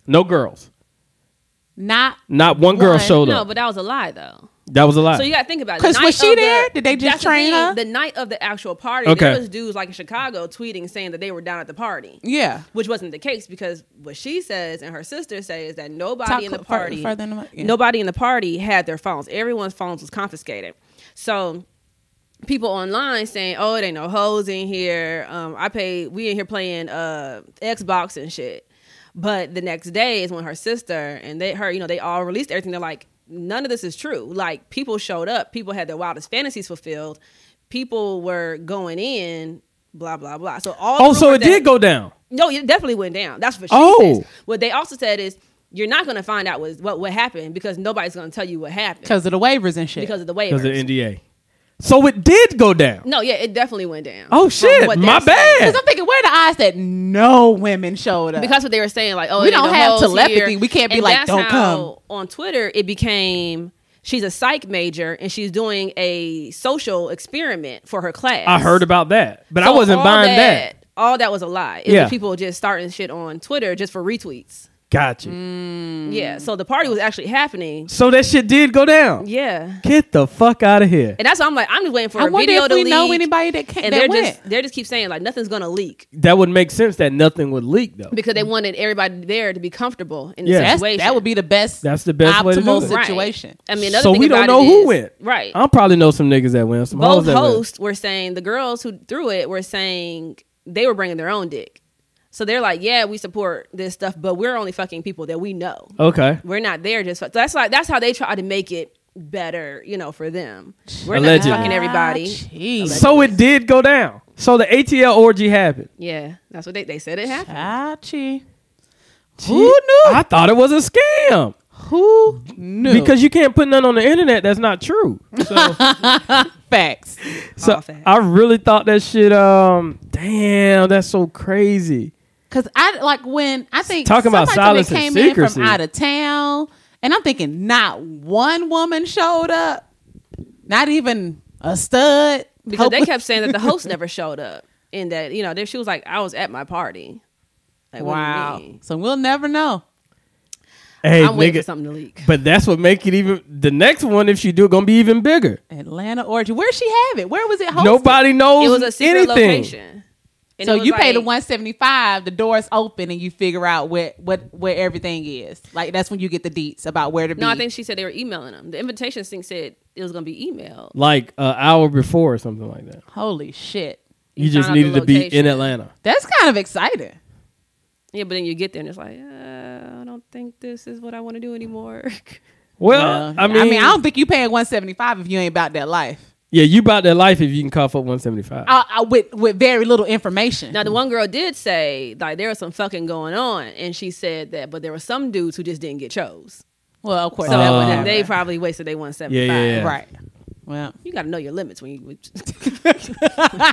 Speaker 1: No girls.
Speaker 2: Not
Speaker 1: Not one, girl
Speaker 2: One.
Speaker 1: showed
Speaker 5: no,
Speaker 1: up.
Speaker 5: but that was a lie though.
Speaker 1: that was a lie.
Speaker 5: So you got to think about it.
Speaker 2: 'Cause
Speaker 5: The
Speaker 2: was
Speaker 5: night
Speaker 2: she
Speaker 5: of the-
Speaker 2: there? Did they just
Speaker 5: that's the
Speaker 2: train
Speaker 5: thing,
Speaker 2: her?
Speaker 5: The night of the actual party,
Speaker 1: Okay.
Speaker 5: there was dudes like in Chicago tweeting saying that they were down at the party,
Speaker 2: yeah.
Speaker 5: which wasn't the case because what she says and her sister say is that nobody
Speaker 2: Talk
Speaker 5: in the
Speaker 2: fur-
Speaker 5: party,
Speaker 2: further in the mic, yeah.
Speaker 5: nobody in the party had their phones. Everyone's phones was confiscated. So people online saying, "Oh, it ain't no hoes in here. Um, I paid. We in here playing uh, Xbox and shit." But the next day is when her sister and they her, you know, they all released everything. They're like, "None of this is true. Like people showed up. People had their wildest fantasies fulfilled. People were going in." Blah blah blah. So all
Speaker 1: oh, so
Speaker 5: rumors
Speaker 1: it
Speaker 5: that-
Speaker 1: did go down.
Speaker 5: no, it definitely went down. That's for sure.
Speaker 1: Oh.
Speaker 5: What they also said is you're not going to find out was what what happened because nobody's going to tell you what happened
Speaker 2: because of the waivers and shit.
Speaker 5: because of the waivers.
Speaker 1: Because of NDA. So it did go down.
Speaker 5: no, yeah, it definitely went down.
Speaker 1: Oh,
Speaker 5: from
Speaker 1: shit.
Speaker 5: what
Speaker 1: My
Speaker 5: they're
Speaker 1: bad.
Speaker 5: saying.
Speaker 2: Because I'm thinking, where are the odds that no women showed up?
Speaker 5: Because what they were saying, like, oh,
Speaker 2: We
Speaker 5: it ain't
Speaker 2: don't
Speaker 5: no
Speaker 2: have
Speaker 5: hoes
Speaker 2: telepathy.
Speaker 5: here.
Speaker 2: We can't be
Speaker 5: And
Speaker 2: like,
Speaker 5: that's
Speaker 2: "Don't
Speaker 5: how On Twitter, it became she's a psych major and she's doing a social experiment for her class.
Speaker 1: I heard about that, but I
Speaker 5: So
Speaker 1: wasn't
Speaker 5: all
Speaker 1: buying that.
Speaker 5: All that was a lie. It was
Speaker 1: Yeah.
Speaker 5: just people just starting shit on Twitter just for retweets.
Speaker 1: Gotcha.
Speaker 5: Mm.
Speaker 1: Mm.
Speaker 5: Yeah. So the party was actually happening.
Speaker 1: So that shit did go down.
Speaker 5: Yeah.
Speaker 1: Get the fuck out of here.
Speaker 5: And that's why I'm like, I'm just waiting for
Speaker 2: I
Speaker 5: a
Speaker 2: wonder
Speaker 5: video
Speaker 2: if
Speaker 5: to
Speaker 2: we
Speaker 5: leak.
Speaker 2: know anybody that can
Speaker 5: and
Speaker 2: that
Speaker 5: they're
Speaker 2: went.
Speaker 5: just they're just keep saying like nothing's gonna leak
Speaker 1: That would make sense that nothing would leak though.
Speaker 5: because they wanted everybody there to be comfortable in the
Speaker 1: Yeah.
Speaker 2: That's-
Speaker 5: situation.
Speaker 2: that would be the best.
Speaker 1: That's the best way to do
Speaker 2: optimal
Speaker 1: it.
Speaker 5: Right.
Speaker 2: situation.
Speaker 5: I mean, another
Speaker 1: so
Speaker 5: thing
Speaker 1: we don't
Speaker 5: about
Speaker 1: know
Speaker 5: it
Speaker 1: who
Speaker 5: is-
Speaker 1: went.
Speaker 5: Right.
Speaker 1: I'll probably know some niggas that went. Some hoes
Speaker 5: Both
Speaker 1: that went.
Speaker 5: hosts were saying the girls who threw it were saying they were bringing their own dick. So they're like, yeah, we support this stuff, but we're only fucking people that we know.
Speaker 1: Okay.
Speaker 5: We're not there just. Fuck. That's like that's how they try to make it better, you know, for them. We're
Speaker 1: Allegedly.
Speaker 5: not fucking everybody.
Speaker 2: Ah, Jeez.
Speaker 1: So it did go down. So the ATL orgy happened.
Speaker 5: Yeah, that's what they they said it happened.
Speaker 2: Chachi.
Speaker 1: Who knew? I thought it was a scam
Speaker 2: Who knew?
Speaker 1: because you can't put nothing on the internet that's not true. So,
Speaker 2: facts.
Speaker 1: so
Speaker 5: All facts.
Speaker 1: I really thought that shit. Um, damn, that's so crazy.
Speaker 2: Cause I like when I think
Speaker 1: Talking about
Speaker 2: somebody told me
Speaker 1: silence and
Speaker 2: came in
Speaker 1: secrecy.
Speaker 2: from out of town, and I'm thinking not one woman showed up, not even a stud.
Speaker 5: because they
Speaker 2: Hope-
Speaker 5: kept saying that the host never showed up and that you know that she was like i was at my party like
Speaker 2: wow.
Speaker 5: wow
Speaker 2: So we'll never know.
Speaker 1: Hey,
Speaker 5: i'm waiting for
Speaker 1: nigga.
Speaker 5: something to leak
Speaker 1: But that's what make it even. The next one, if she do, it, gonna be even bigger.
Speaker 2: Atlanta orgy. Where she have it? Where was it hosted?
Speaker 1: Nobody knows
Speaker 5: it was a
Speaker 1: anything.
Speaker 5: secret location And
Speaker 2: So
Speaker 5: it was
Speaker 2: you pay
Speaker 5: like-
Speaker 2: the 175, the doors open, and you figure out what what where everything is. Like that's when you get the deets about where to be.
Speaker 5: no i think she said they were emailing them the invitation thing said it was gonna be emailed
Speaker 1: Like an hour before or something like that.
Speaker 2: Holy shit,
Speaker 1: You,
Speaker 5: You
Speaker 1: just
Speaker 5: found out the
Speaker 1: needed to be in
Speaker 5: location.
Speaker 1: Atlanta.
Speaker 2: that's kind of exciting.
Speaker 5: yeah but then you get there and it's like uh, i don't think this is what i want to do anymore
Speaker 1: Well,
Speaker 2: Well,
Speaker 1: Uh, I mean,
Speaker 2: I mean, I don't think you paying 175 if you ain't about that life.
Speaker 1: yeah, you bought that life if you can cough up 175.
Speaker 2: uh, uh, with with very little information.
Speaker 5: now the
Speaker 1: Mm-hmm.
Speaker 5: one girl did say like there was some fucking going on and she said that but there were some dudes who just didn't get chose
Speaker 2: well, of course,
Speaker 5: so
Speaker 2: that would
Speaker 5: that-
Speaker 2: happen.
Speaker 5: they probably wasted their 175
Speaker 1: Uh, Yeah, yeah, yeah.
Speaker 2: right. Well,
Speaker 5: you got to know your limits when you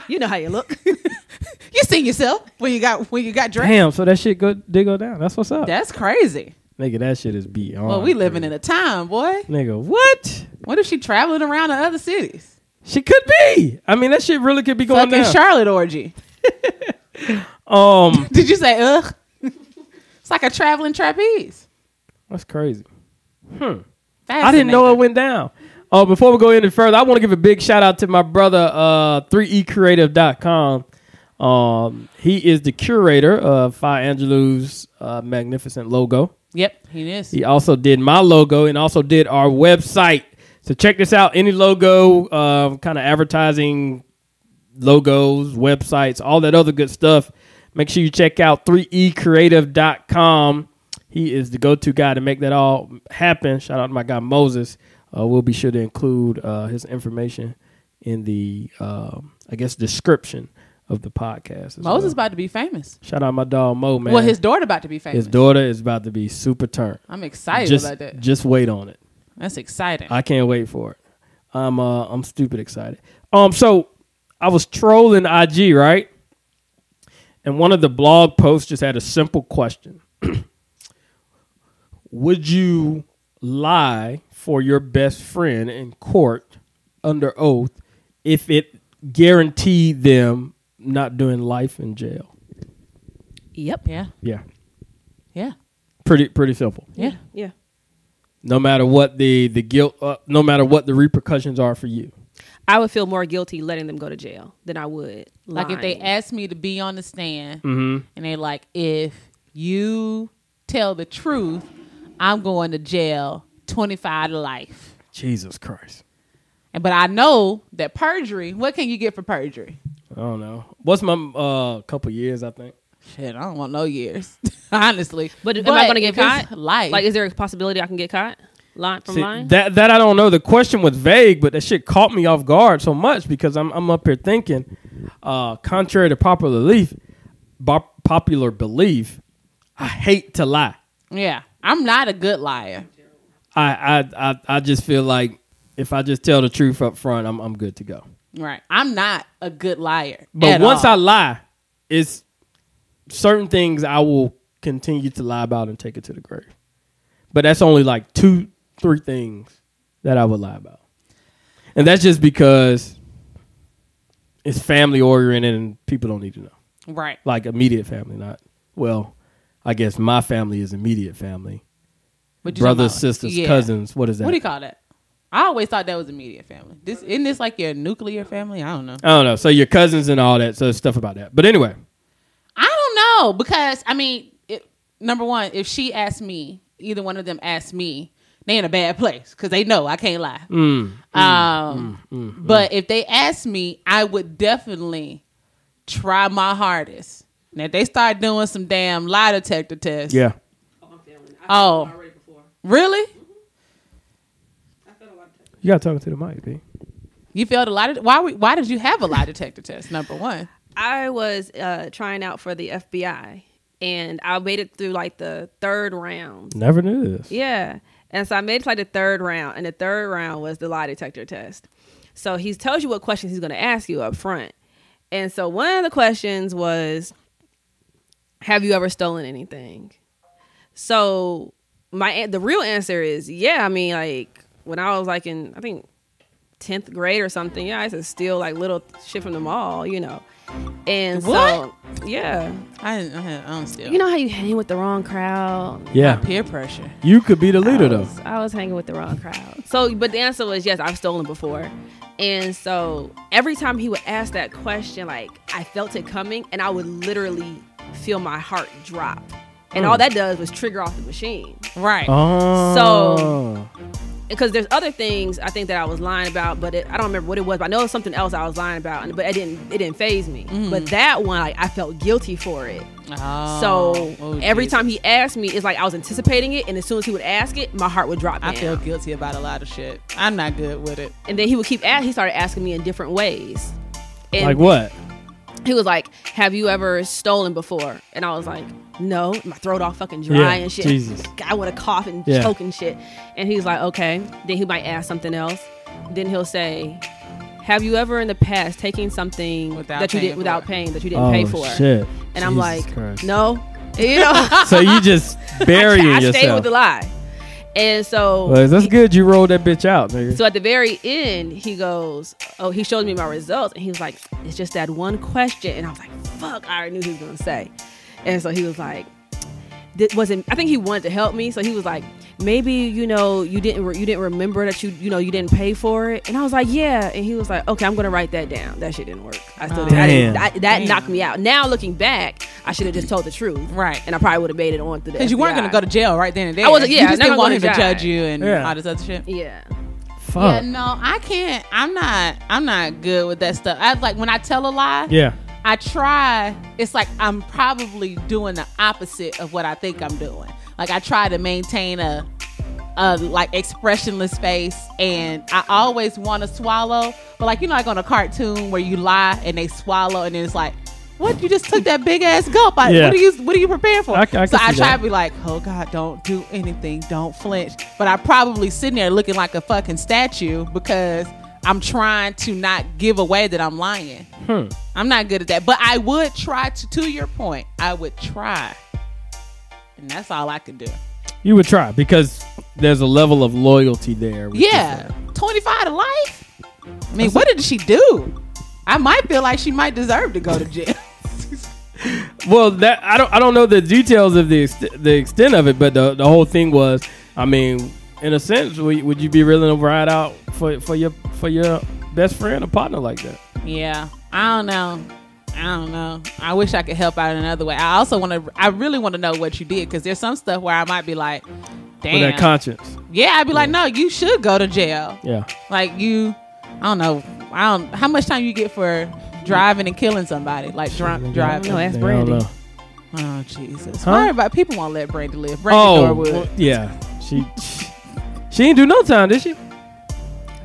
Speaker 5: you know how you look
Speaker 2: you see yourself when you got when you got dressed.
Speaker 1: Damn, so that shit go, did go down. That's what's up.
Speaker 2: That's crazy.
Speaker 1: Nigga, that shit is beyond.
Speaker 2: Well, we living in a time, boy.
Speaker 1: Nigga, what?
Speaker 2: What if she traveling around to other cities?
Speaker 1: She could be. I mean, that shit really could be going
Speaker 2: Fucking
Speaker 1: down.
Speaker 2: Charlotte orgy.
Speaker 1: um,
Speaker 2: Did you say ugh? it's like a traveling trapeze.
Speaker 1: that's crazy. I
Speaker 2: Fascinating.
Speaker 1: didn't know it went down. Uh, before we go any further, I want to give a big shout out to my brother, uh, 3ecreative.com. Um, he is the curator of Fi Angelou's uh, magnificent logo.
Speaker 2: Yep, he is.
Speaker 1: He also did my logo and also did our website. So check this out. Any logo, uh, kind of advertising logos, websites, all that other good stuff. Make sure you check out E 3ecreative.com. He is the go to guy to make that all happen. Shout out to my guy Moses. Uh, we'll be sure to include uh, his information in the, um I guess, description of the podcast. as
Speaker 2: Moses
Speaker 1: well.
Speaker 2: about to be famous.
Speaker 1: Shout out my dog Mo, man.
Speaker 2: Well, his daughter about to be famous.
Speaker 1: his daughter is about to be super turned
Speaker 2: I'm excited
Speaker 1: just,
Speaker 2: about that.
Speaker 1: Just wait on it.
Speaker 2: That's exciting.
Speaker 1: I can't wait for it. I'm uh I'm stupid excited. Um so I was trolling IG, right? And one of the blog posts just had a simple question. Would you lie for your best friend in court under oath if it guaranteed them not doing life in jail?
Speaker 5: Yep.
Speaker 2: yeah,
Speaker 1: Yeah.
Speaker 2: yeah,
Speaker 1: Pretty pretty simple.
Speaker 2: yeah.
Speaker 5: Yeah.
Speaker 1: No matter what the the guilt uh, no matter what the repercussions are for you.
Speaker 5: I would feel more guilty letting them go to jail than I would.
Speaker 2: Like if they
Speaker 5: lying.
Speaker 2: asked me to be on the stand,
Speaker 1: Mm-hmm.
Speaker 2: and they like, if you tell the truth, I'm going to jail, twenty five to life.
Speaker 1: Jesus Christ.
Speaker 2: And but I know that perjury. What can you get for perjury?
Speaker 1: I don't know. What's my uh couple years? I think.
Speaker 2: Shit, I don't want no years, honestly.
Speaker 5: But, am I going to get
Speaker 2: if it's
Speaker 5: caught?
Speaker 2: Life,
Speaker 5: Like, is there a possibility I can get caught? Lying from
Speaker 1: See,
Speaker 5: lying?
Speaker 1: that that I don't know. The question was vague, but that shit caught me off guard so much because I'm I'm up here thinking, uh, contrary to popular belief, bo- popular belief, I hate to lie.
Speaker 2: yeah, I'm not a good liar.
Speaker 1: I I I, I just feel like if I just tell the truth up front, I'm I'm good to go.
Speaker 2: Right, I'm not a good liar.
Speaker 1: But
Speaker 2: at
Speaker 1: once
Speaker 2: all.
Speaker 1: I lie, it's certain things I will continue to lie about and take it to the grave. But that's only like two, three things that I would lie about. And that's just because it's family oriented and people don't need to know.
Speaker 2: right,
Speaker 1: Like immediate family, not, well, I guess my family is immediate family.
Speaker 2: What you talking
Speaker 1: Brothers,
Speaker 2: about?
Speaker 1: sisters,
Speaker 2: Yeah.
Speaker 1: cousins, what is that?
Speaker 2: What do you call that? I always thought that was immediate family. This isn't this like your nuclear family? I don't know.
Speaker 1: I don't know. So your cousins and all that. So there's stuff about that. But anyway,
Speaker 2: I don't know because I mean, it, number one, if she asked me, either one of them asked me, they in a bad place because they know I can't lie.
Speaker 1: Mm,
Speaker 2: um, but if they asked me, I would definitely try my hardest. And if they start doing some damn lie detector tests,
Speaker 1: yeah.
Speaker 2: Oh, really?
Speaker 1: You got to talk to the mic, B.
Speaker 2: You failed a lie? De- why? we- Why did you have a lie detector test? Number one.
Speaker 5: I was uh, trying out for the FBI and I made it through like the third round.
Speaker 1: Never knew this.
Speaker 5: Yeah. And so I made it to like the third round, and the third round was the lie detector test. So he tells you what questions he's going to ask you up front. And so one of the questions was, Have you ever stolen anything? So my an- the real answer is, Yeah. I mean, like when I was like in, I think, 10th grade or something, yeah, I used to steal like little shit from the mall, you know. And so, yeah.
Speaker 2: I didn't. I didn't- I don't steal.
Speaker 5: You know how you hang with the wrong crowd?
Speaker 1: Yeah.
Speaker 2: peer pressure.
Speaker 1: You could be the leader,
Speaker 5: I
Speaker 1: though.
Speaker 5: was, I was hanging with the wrong crowd. So, but the answer was yes, I've stolen before. And so every time he would ask that question, like I felt it coming and I would literally feel my heart drop. And
Speaker 2: Hmm.
Speaker 5: all that does was trigger off the machine.
Speaker 2: Right.
Speaker 1: Oh. So
Speaker 5: Because there's other things I think that I was lying about, but it, I don't remember what it was. But I know it was something else I was lying about, and- but it didn't it didn't phase me.
Speaker 2: Hmm.
Speaker 5: But that one, like, I felt guilty for it. so
Speaker 2: Oh,
Speaker 5: every
Speaker 2: Jesus.
Speaker 5: time he asked me, it's like I was anticipating it, and as soon as he would ask it, my heart would drop.
Speaker 2: I
Speaker 5: down.
Speaker 2: feel guilty about a lot of shit. I'm not good with it.
Speaker 5: And then he would keep at he started asking me in different ways. And
Speaker 1: like what?
Speaker 5: he was like, Have you ever stolen before? And I was like, No. My throat all fucking dry
Speaker 1: Yeah,
Speaker 5: and shit.
Speaker 1: Jesus.
Speaker 5: I wanna cough and
Speaker 1: Yeah.
Speaker 5: choke and shit. And he's like, Okay. Then he might ask something else. Then he'll say, Have you ever in the past taken something
Speaker 2: Without
Speaker 5: that you
Speaker 2: paying
Speaker 5: did
Speaker 2: for
Speaker 5: without
Speaker 2: it.
Speaker 5: paying that you didn't
Speaker 1: Oh
Speaker 5: pay for?
Speaker 1: shit!
Speaker 5: And I'm
Speaker 1: Jesus
Speaker 5: like,
Speaker 1: Christ.
Speaker 5: No.
Speaker 4: You know,
Speaker 1: So you just burying
Speaker 4: I
Speaker 1: yourself.
Speaker 4: stayed with the lie. And so
Speaker 1: Well, that's good. You rolled that bitch out, nigga.
Speaker 5: So at the very end, he goes, Oh, he shows me my results. And he was like, It's just that one question. And I was like, Fuck, I already knew he was going to say. And so he was like, This wasn't, I think he wanted to help me. So he was like, Maybe, you know, you didn't, re- you didn't remember that you, you know, you didn't pay for it. And I was like, Yeah. And he was like, Okay, I'm going to write that down. That shit didn't work. I still didn't. I didn't
Speaker 1: Damn.
Speaker 5: I, that
Speaker 2: Damn.
Speaker 5: knocked me out. Now looking back, I should have just told the truth.
Speaker 2: Right.
Speaker 5: And I probably would have made it on through the
Speaker 2: Because you weren't
Speaker 5: FBI.
Speaker 2: going to go to jail right then and there.
Speaker 5: I wasn't- yeah,
Speaker 2: you just
Speaker 5: not
Speaker 2: didn't
Speaker 5: gonna
Speaker 2: want
Speaker 5: go
Speaker 2: him
Speaker 5: to
Speaker 2: to
Speaker 5: jail.
Speaker 2: judge you and
Speaker 1: Yeah. Oh.
Speaker 2: all this other shit.
Speaker 5: Yeah.
Speaker 1: Fuck.
Speaker 2: Yeah, no, I can't. I'm not. I'm not good with that stuff. I like when I tell a lie.
Speaker 1: Yeah.
Speaker 2: I try. It's like I'm probably doing the opposite of what I think I'm doing. Like I try to maintain a, a like expressionless face, and I always want to swallow. But like you know, like on a cartoon where you lie and they swallow, and then it's like, what? You just took that big ass gulp. I,
Speaker 1: Yeah.
Speaker 2: What are you? What are you prepared for?
Speaker 1: I c- I
Speaker 2: so
Speaker 1: can
Speaker 2: I
Speaker 1: see
Speaker 2: try
Speaker 1: that.
Speaker 2: to be like, oh God, don't do anything, don't flinch. But I'm probably sitting there looking like a fucking statue because I'm trying to not give away that I'm lying.
Speaker 1: Hmm.
Speaker 2: I'm not good at that. But I would try to, to your point, I would try. And that's all I could do.
Speaker 1: You would try because there's a level of loyalty there. which is,
Speaker 2: Yeah.
Speaker 1: uh,
Speaker 2: 25 to life? I mean, what did she do? I might feel like she might deserve to go to jail.
Speaker 1: Well, that I don't I don't know the details of the ext- the extent of it, but the the whole thing was, I mean, in a sense, would, would you be willing to ride out for for your for your best friend or partner like that?
Speaker 2: Yeah, I don't know. I don't know. I wish I could help out in another way. I also want to. I really want to know what you did because there's some stuff where I might be like,
Speaker 1: With
Speaker 2: "Damn,
Speaker 1: that conscience.
Speaker 2: yeah." I'd be like, "No, you should go to jail."
Speaker 1: Yeah.
Speaker 2: Like you, I don't know. I don't. How much time you get for driving and killing somebody? Like drunk driving.
Speaker 5: No, ask
Speaker 1: Yeah, I don't
Speaker 5: Brandy.
Speaker 1: know.
Speaker 2: Oh Jesus!
Speaker 1: Huh?
Speaker 2: Why everybody? People won't let Brandy live. Brandy
Speaker 1: Oh,
Speaker 2: Norwood.
Speaker 1: well, yeah. She she didn't do no time, did she?
Speaker 5: I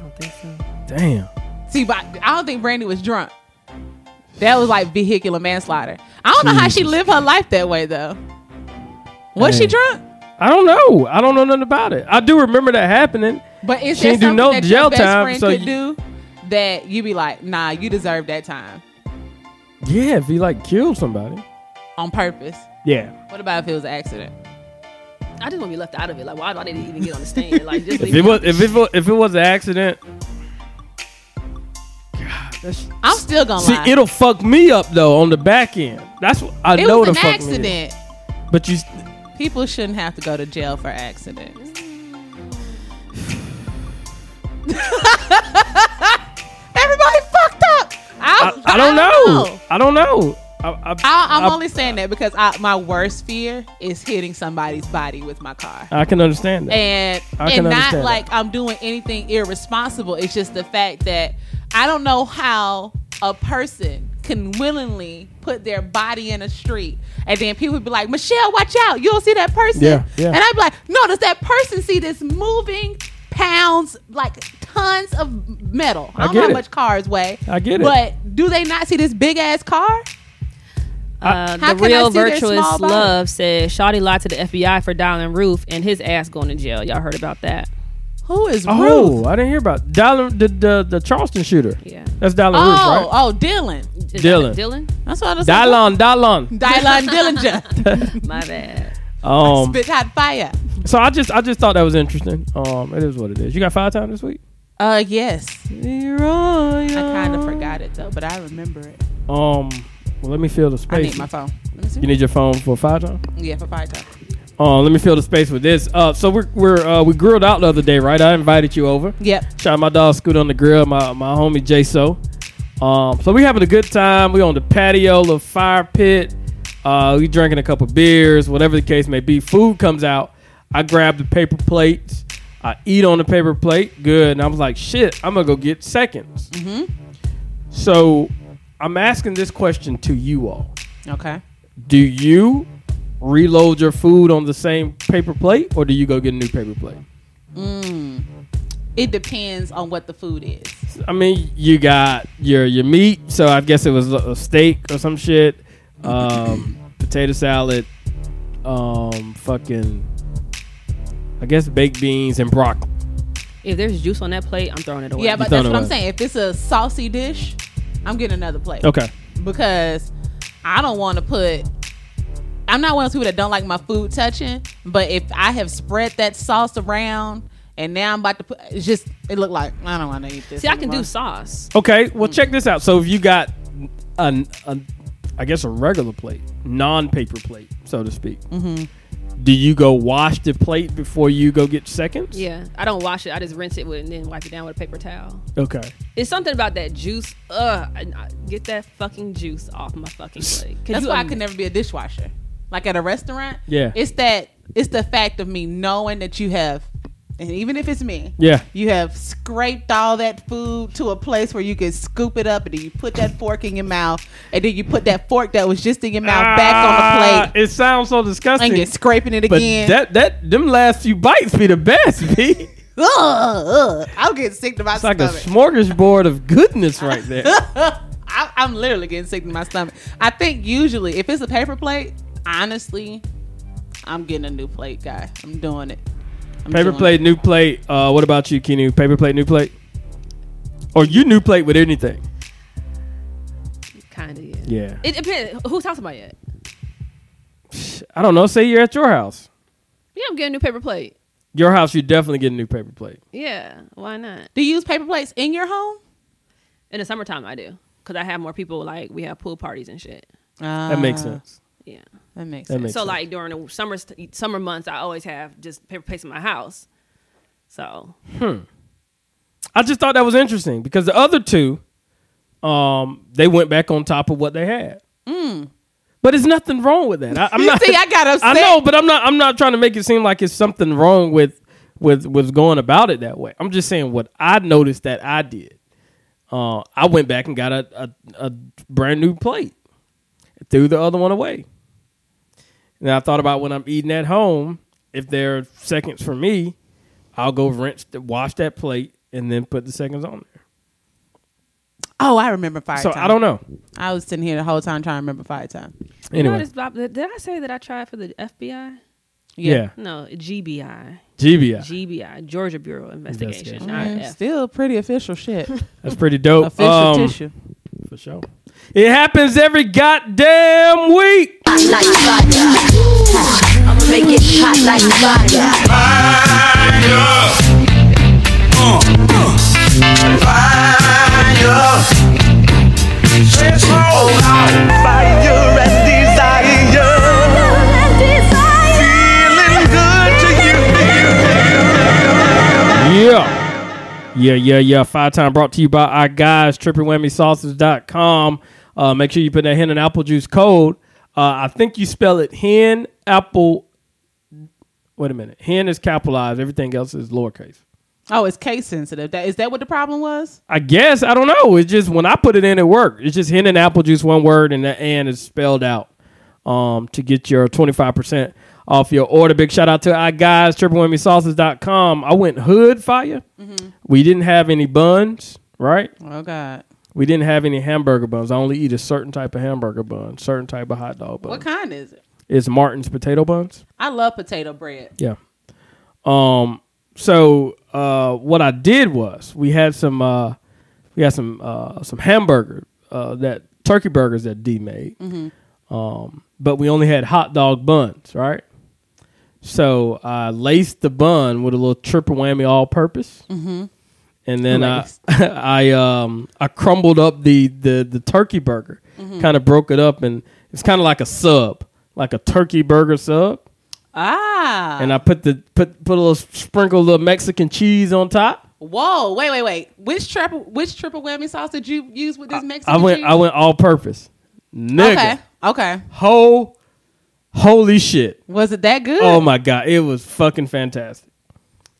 Speaker 5: don't think so.
Speaker 1: Damn.
Speaker 2: See, but I don't think Brandy was drunk. That was like vehicular manslaughter. I don't know how she
Speaker 1: Jesus.
Speaker 2: lived her life that way though. Was she
Speaker 1: Dang.
Speaker 2: drunk?
Speaker 1: I don't know. I don't know nothing about it. I do remember that happening.
Speaker 2: But is
Speaker 1: She
Speaker 2: there
Speaker 1: ain't do
Speaker 2: something
Speaker 1: no
Speaker 2: that
Speaker 1: jail
Speaker 2: your best
Speaker 1: time,
Speaker 2: friend
Speaker 1: so
Speaker 2: could
Speaker 1: you-
Speaker 2: do that you be like, nah, you deserve that time
Speaker 1: Yeah, if he like killed somebody.
Speaker 2: on purpose?
Speaker 1: Yeah.
Speaker 2: What about if it was an accident?
Speaker 5: I just want to be left out of it. Like, why do I need to even get on the stand? Like, just
Speaker 1: If
Speaker 5: leave
Speaker 1: it
Speaker 5: me
Speaker 1: was if it was, if it was an accident, God, that's,
Speaker 2: I'm still gonna
Speaker 1: see,
Speaker 2: lie.
Speaker 1: it'll fuck me up though on the back end. That's what I
Speaker 2: it
Speaker 1: know
Speaker 2: was
Speaker 1: to
Speaker 2: an
Speaker 1: fuck me.
Speaker 2: accident.
Speaker 1: up. But you,
Speaker 2: People shouldn't have to go to jail for accidents. Everybody fucked up.
Speaker 1: I, I don't know. I don't know. I, I,
Speaker 2: I, I'm
Speaker 1: I-
Speaker 2: only saying that because I, my worst fear is hitting somebody's body with my car.
Speaker 1: I can understand that.
Speaker 2: and
Speaker 1: I can
Speaker 2: and not
Speaker 1: understand
Speaker 2: like I'm doing anything irresponsible. It's just the fact that I don't know how a person can willingly put their body in a street, and then people be like, "Michelle, watch out! You don't see that person."
Speaker 1: Yeah, yeah.
Speaker 2: And I'd be like, "No, does that person see this moving pounds like tons of metal? I,
Speaker 1: I
Speaker 2: don't
Speaker 1: get
Speaker 2: know how
Speaker 1: it.
Speaker 2: much cars weigh.
Speaker 1: I get it.
Speaker 2: but do they not see this big ass car?"
Speaker 5: Uh,
Speaker 2: How
Speaker 5: the
Speaker 2: can I
Speaker 5: real
Speaker 2: see their
Speaker 5: virtuous
Speaker 2: small body?
Speaker 5: love said Shawty lied to the FBI for dialing Roof and his ass going to jail. Y'all heard about that?
Speaker 2: Who is
Speaker 1: Oh,
Speaker 2: Ruth?
Speaker 1: I didn't hear about Dollar the the, the Charleston shooter.
Speaker 5: Yeah.
Speaker 1: that's Dollar Roof,
Speaker 2: Oh,
Speaker 1: right?
Speaker 2: oh, Dylan.
Speaker 5: Is that
Speaker 1: Dylan.
Speaker 5: Dylan?
Speaker 2: That's what I was saying.
Speaker 1: Dylan, Dylan.
Speaker 2: Dylan Dillinger.
Speaker 5: My bad.
Speaker 1: Um,
Speaker 2: Spit hot fire.
Speaker 1: so I just I just thought that was interesting. Um, it is what it is. You got five times this week.
Speaker 2: Uh, yes.
Speaker 1: I
Speaker 2: I kind of forgot it though, but I remember it.
Speaker 1: Um, well, let me fill the
Speaker 2: I
Speaker 1: space.
Speaker 2: need my phone. Let me see.
Speaker 1: you need your phone for five times.
Speaker 2: yeah, for five times.
Speaker 1: Uh, let me fill the space with this. Uh, so we're, we're uh, we grilled out the other day, right? I invited you over.
Speaker 2: Yep.
Speaker 1: Shout out my dog Scoot on the grill, my my homie J So. Um, so we having a good time. We on the patio, little fire pit. Uh, we drinking a couple beers, whatever the case may be. Food comes out. I grab the paper plates. I eat on the paper plate. Good. And I was like, shit, I'm gonna go get seconds. Mm-hmm. So I'm asking this question to you all.
Speaker 2: Okay.
Speaker 1: Do you reload your food on the same paper plate, or do you go get a new paper plate?
Speaker 2: It depends on what the food is.
Speaker 1: I mean, you got your your meat, so I guess it was a a steak or some shit, um, potato salad, um, fucking, I guess baked beans and broccoli.
Speaker 5: If there's juice on that plate, I'm throwing it away.
Speaker 2: Yeah, but
Speaker 1: throwing
Speaker 2: that's what
Speaker 1: it
Speaker 2: I'm
Speaker 1: away.
Speaker 2: saying. If it's a saucy dish, I'm getting another plate.
Speaker 1: Okay,
Speaker 2: Because I don't want to put I'm not one of those people that don't like my food touching, but if I have spread that sauce around and now I'm about to put, it's just, it looked like, I don't want to eat this.
Speaker 5: See, I can
Speaker 2: anymore.
Speaker 5: do sauce.
Speaker 1: Okay, well check this out. So if you got an, a, I guess a regular plate, non-paper plate, so to speak.
Speaker 2: Mm-hmm.
Speaker 1: Do you go wash the plate before you go get seconds?
Speaker 5: Yeah, I don't wash it. I just rinse it with and then wipe it down with a paper towel.
Speaker 1: Okay.
Speaker 5: It's something about that juice. Ugh, I- I- get that fucking juice off my fucking plate. Can
Speaker 2: That's
Speaker 5: you
Speaker 2: why I
Speaker 5: im-
Speaker 2: could never be a dishwasher. Like at a restaurant.
Speaker 1: Yeah.
Speaker 2: It's that it's the fact of me knowing that you have and even if it's me,
Speaker 1: Yeah.
Speaker 2: you have scraped all that food to a place where you can scoop it up and then you put that fork in your mouth and then you put that fork that was just in your mouth back on the
Speaker 1: Ah,
Speaker 2: plate
Speaker 1: It sounds so disgusting.
Speaker 2: and you're scraping it
Speaker 1: but
Speaker 2: again.
Speaker 1: that that them last few bites be the best, B.
Speaker 2: ugh, ugh. I'll get sick to my
Speaker 1: It's like a
Speaker 2: stomach.
Speaker 1: smorgasbord of goodness right there.
Speaker 2: I, I'm literally getting sick to my stomach. I think usually if it's a paper plate, honestly, I'm getting a new plate, guy. I'm doing it. I'm
Speaker 1: Paper
Speaker 2: doing it.
Speaker 1: plate, new plate. Uh, what about you, Kenu? Paper plate, new plate, or you new plate with anything?
Speaker 5: Kinda. Yeah.
Speaker 1: Yeah.
Speaker 5: It depends. Who's talking about it?
Speaker 1: I don't know. Say you're at your house.
Speaker 5: Yeah, I'm getting a new paper plate.
Speaker 1: Your house, you definitely get a new paper plate.
Speaker 5: Yeah, why not?
Speaker 2: Do you use paper plates in your home?
Speaker 5: In the summertime, I do because I have more people. Like we have pool parties and shit.
Speaker 2: Uh.
Speaker 1: That makes sense.
Speaker 5: Yeah.
Speaker 2: Ah, That makes
Speaker 1: That
Speaker 2: sense.
Speaker 1: makes
Speaker 5: so
Speaker 1: sense.
Speaker 5: like during the summer st- summer months, I always have just paper plates in my house. So
Speaker 1: I just thought that was interesting because the other two, um, they went back on top of what they had. But it's nothing wrong with that. I, I'm not.
Speaker 2: See, I got upset.
Speaker 1: I know, but I'm not. I'm not trying to make it seem like it's something wrong with with with going about it that way. I'm just saying what I noticed that I did. Uh, I went back and got a, a a brand new plate, threw the other one away. And I thought about when I'm eating at home, if there are seconds for me, I'll go rinse, the, wash that plate, and then put the seconds on there.
Speaker 2: Oh, I remember fire
Speaker 1: so
Speaker 2: time.
Speaker 1: I don't know.
Speaker 2: I was sitting here the whole time trying to remember fire time.
Speaker 1: Anyway,
Speaker 5: You know, this Bob- did I say that I tried for the FBI?
Speaker 1: yeah,
Speaker 5: No, GBI.
Speaker 1: GBI.
Speaker 5: GBI, Georgia Bureau of Investigation.
Speaker 1: Investigation.
Speaker 5: not F.
Speaker 2: Mm, Still pretty official shit.
Speaker 1: That's pretty dope.
Speaker 2: Official
Speaker 1: Um,
Speaker 2: tissue.
Speaker 1: For sure. It happens every goddamn week.
Speaker 7: Make it hot like fire.
Speaker 8: Fire and desire, feeling good to you.
Speaker 1: Yeah. Yeah, yeah, yeah. Five time brought to you by our guys, triplewhammysauces.com. Uh, make sure you put that hen and apple juice code. Uh, I think you spell it hen apple. Wait a minute. Hen is capitalized. Everything else is lowercase.
Speaker 2: Oh, it's case sensitive. That is that what the problem was?
Speaker 1: I guess I don't know. It's just when I put it in, it worked. It's just hen and apple juice, one word, and the and is spelled out um, to get your twenty five percent off your order. Big shout out to our guys, E triplewhammysauces.com. I went hood fire. We didn't have any buns, right?
Speaker 2: Oh God.
Speaker 1: We didn't have any hamburger buns. I only eat a certain type of hamburger bun, certain type of hot dog bun.
Speaker 2: What kind is it?
Speaker 1: It's Martin's potato buns.
Speaker 2: I love potato bread.
Speaker 1: Yeah. Um. So uh, what I did was we had some uh, we had some uh, some hamburger uh, that turkey burgers that D made. Um, but we only had hot dog buns, right? So I laced the bun with a little triple whammy all purpose. Mm-hmm. And then I, I um I crumbled up the the the turkey burger, kind of broke it up, and it's kind of like a sub, like a turkey burger sub
Speaker 2: Ah.
Speaker 1: and I put the put put a little sprinkle of Mexican cheese on top.
Speaker 2: Whoa, wait, wait, wait. Which triple which triple whammy sauce did you use with this Mexican
Speaker 1: I went
Speaker 2: cheese?
Speaker 1: I went all purpose, nigga.
Speaker 2: Okay. Okay.
Speaker 1: Ho, holy shit!
Speaker 2: Was it that good?
Speaker 1: Oh my god, it was fucking fantastic.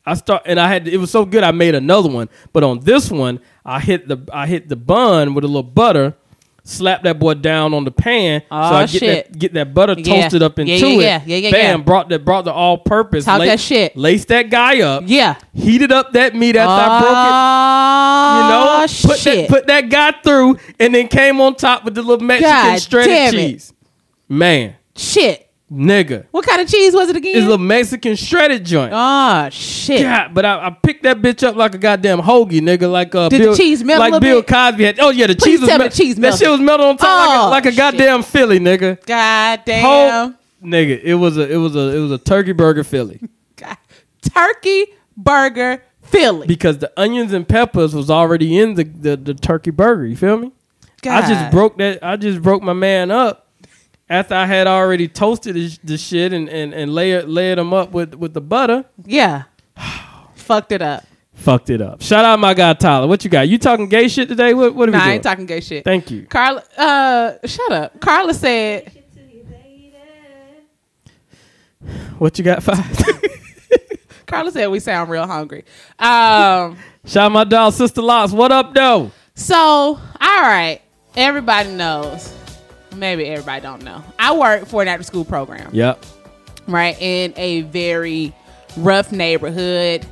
Speaker 1: I start and I had it was so good. I made another one, but on this one, I hit the I hit the bun with a little butter. Slap that boy down on the pan,
Speaker 2: Aw,
Speaker 1: so I get
Speaker 2: shit.
Speaker 1: that get that butter
Speaker 2: Yeah.
Speaker 1: toasted up
Speaker 2: Yeah,
Speaker 1: into
Speaker 2: yeah,
Speaker 1: it.
Speaker 2: yeah. Yeah, yeah,
Speaker 1: Bam!
Speaker 2: yeah.
Speaker 1: Brought that brought the all purpose.
Speaker 2: Talk that shit.
Speaker 1: Lace that guy up.
Speaker 2: Yeah.
Speaker 1: Heated up that meat after I broke it. You know,
Speaker 2: Oh,
Speaker 1: put that,
Speaker 2: shit.
Speaker 1: put that guy through, and then came on top with the little Mexican
Speaker 2: God
Speaker 1: shredded
Speaker 2: damn it.
Speaker 1: cheese. Man,
Speaker 2: shit.
Speaker 1: nigga,
Speaker 2: What kind of cheese was it
Speaker 1: it's a
Speaker 2: again?
Speaker 1: little Mexican shredded joint.
Speaker 2: oh shit.
Speaker 1: God, but I, I picked that bitch up like a goddamn hoagie, nigga. Like uh,
Speaker 2: Did the
Speaker 1: Bill,
Speaker 2: cheese melt a
Speaker 1: like
Speaker 2: little
Speaker 1: Bill
Speaker 2: bit?
Speaker 1: Cosby had. Oh yeah, the
Speaker 2: Please
Speaker 1: cheese was
Speaker 2: tell me
Speaker 1: melt-
Speaker 2: the cheese
Speaker 1: That
Speaker 2: melted.
Speaker 1: shit was melted on top like a-
Speaker 2: Oh,
Speaker 1: like a,
Speaker 2: shit.
Speaker 1: goddamn Philly, nigga.
Speaker 2: God damn.
Speaker 1: Whole, nigga, it was a it was a it was a turkey burger Philly
Speaker 2: God. Turkey burger Philly.
Speaker 1: because the onions and peppers was already in the the, the turkey burger. You feel me? I
Speaker 2: God.
Speaker 1: just broke that. I just broke my man up after I had already toasted this, this shit and and and layered layered them up with with the butter.
Speaker 2: Yeah. Fucked it up.
Speaker 1: Fucked it up. Shout out my guy Tyler. What you got? You talking gay shit today? What what are
Speaker 2: Nah,
Speaker 1: we
Speaker 2: I
Speaker 1: doing?
Speaker 2: ain't talking gay shit.
Speaker 1: Thank you.
Speaker 2: Carla, uh, shut up. Carla said,
Speaker 1: What you got? Five.
Speaker 2: Carla said we sound real hungry. Um,
Speaker 1: Shout out my dog Sister Locks. What up though?
Speaker 2: so, all right. Everybody knows. Maybe everybody don't know. I work for an after school program.
Speaker 1: Yep.
Speaker 2: right in a very rough neighborhood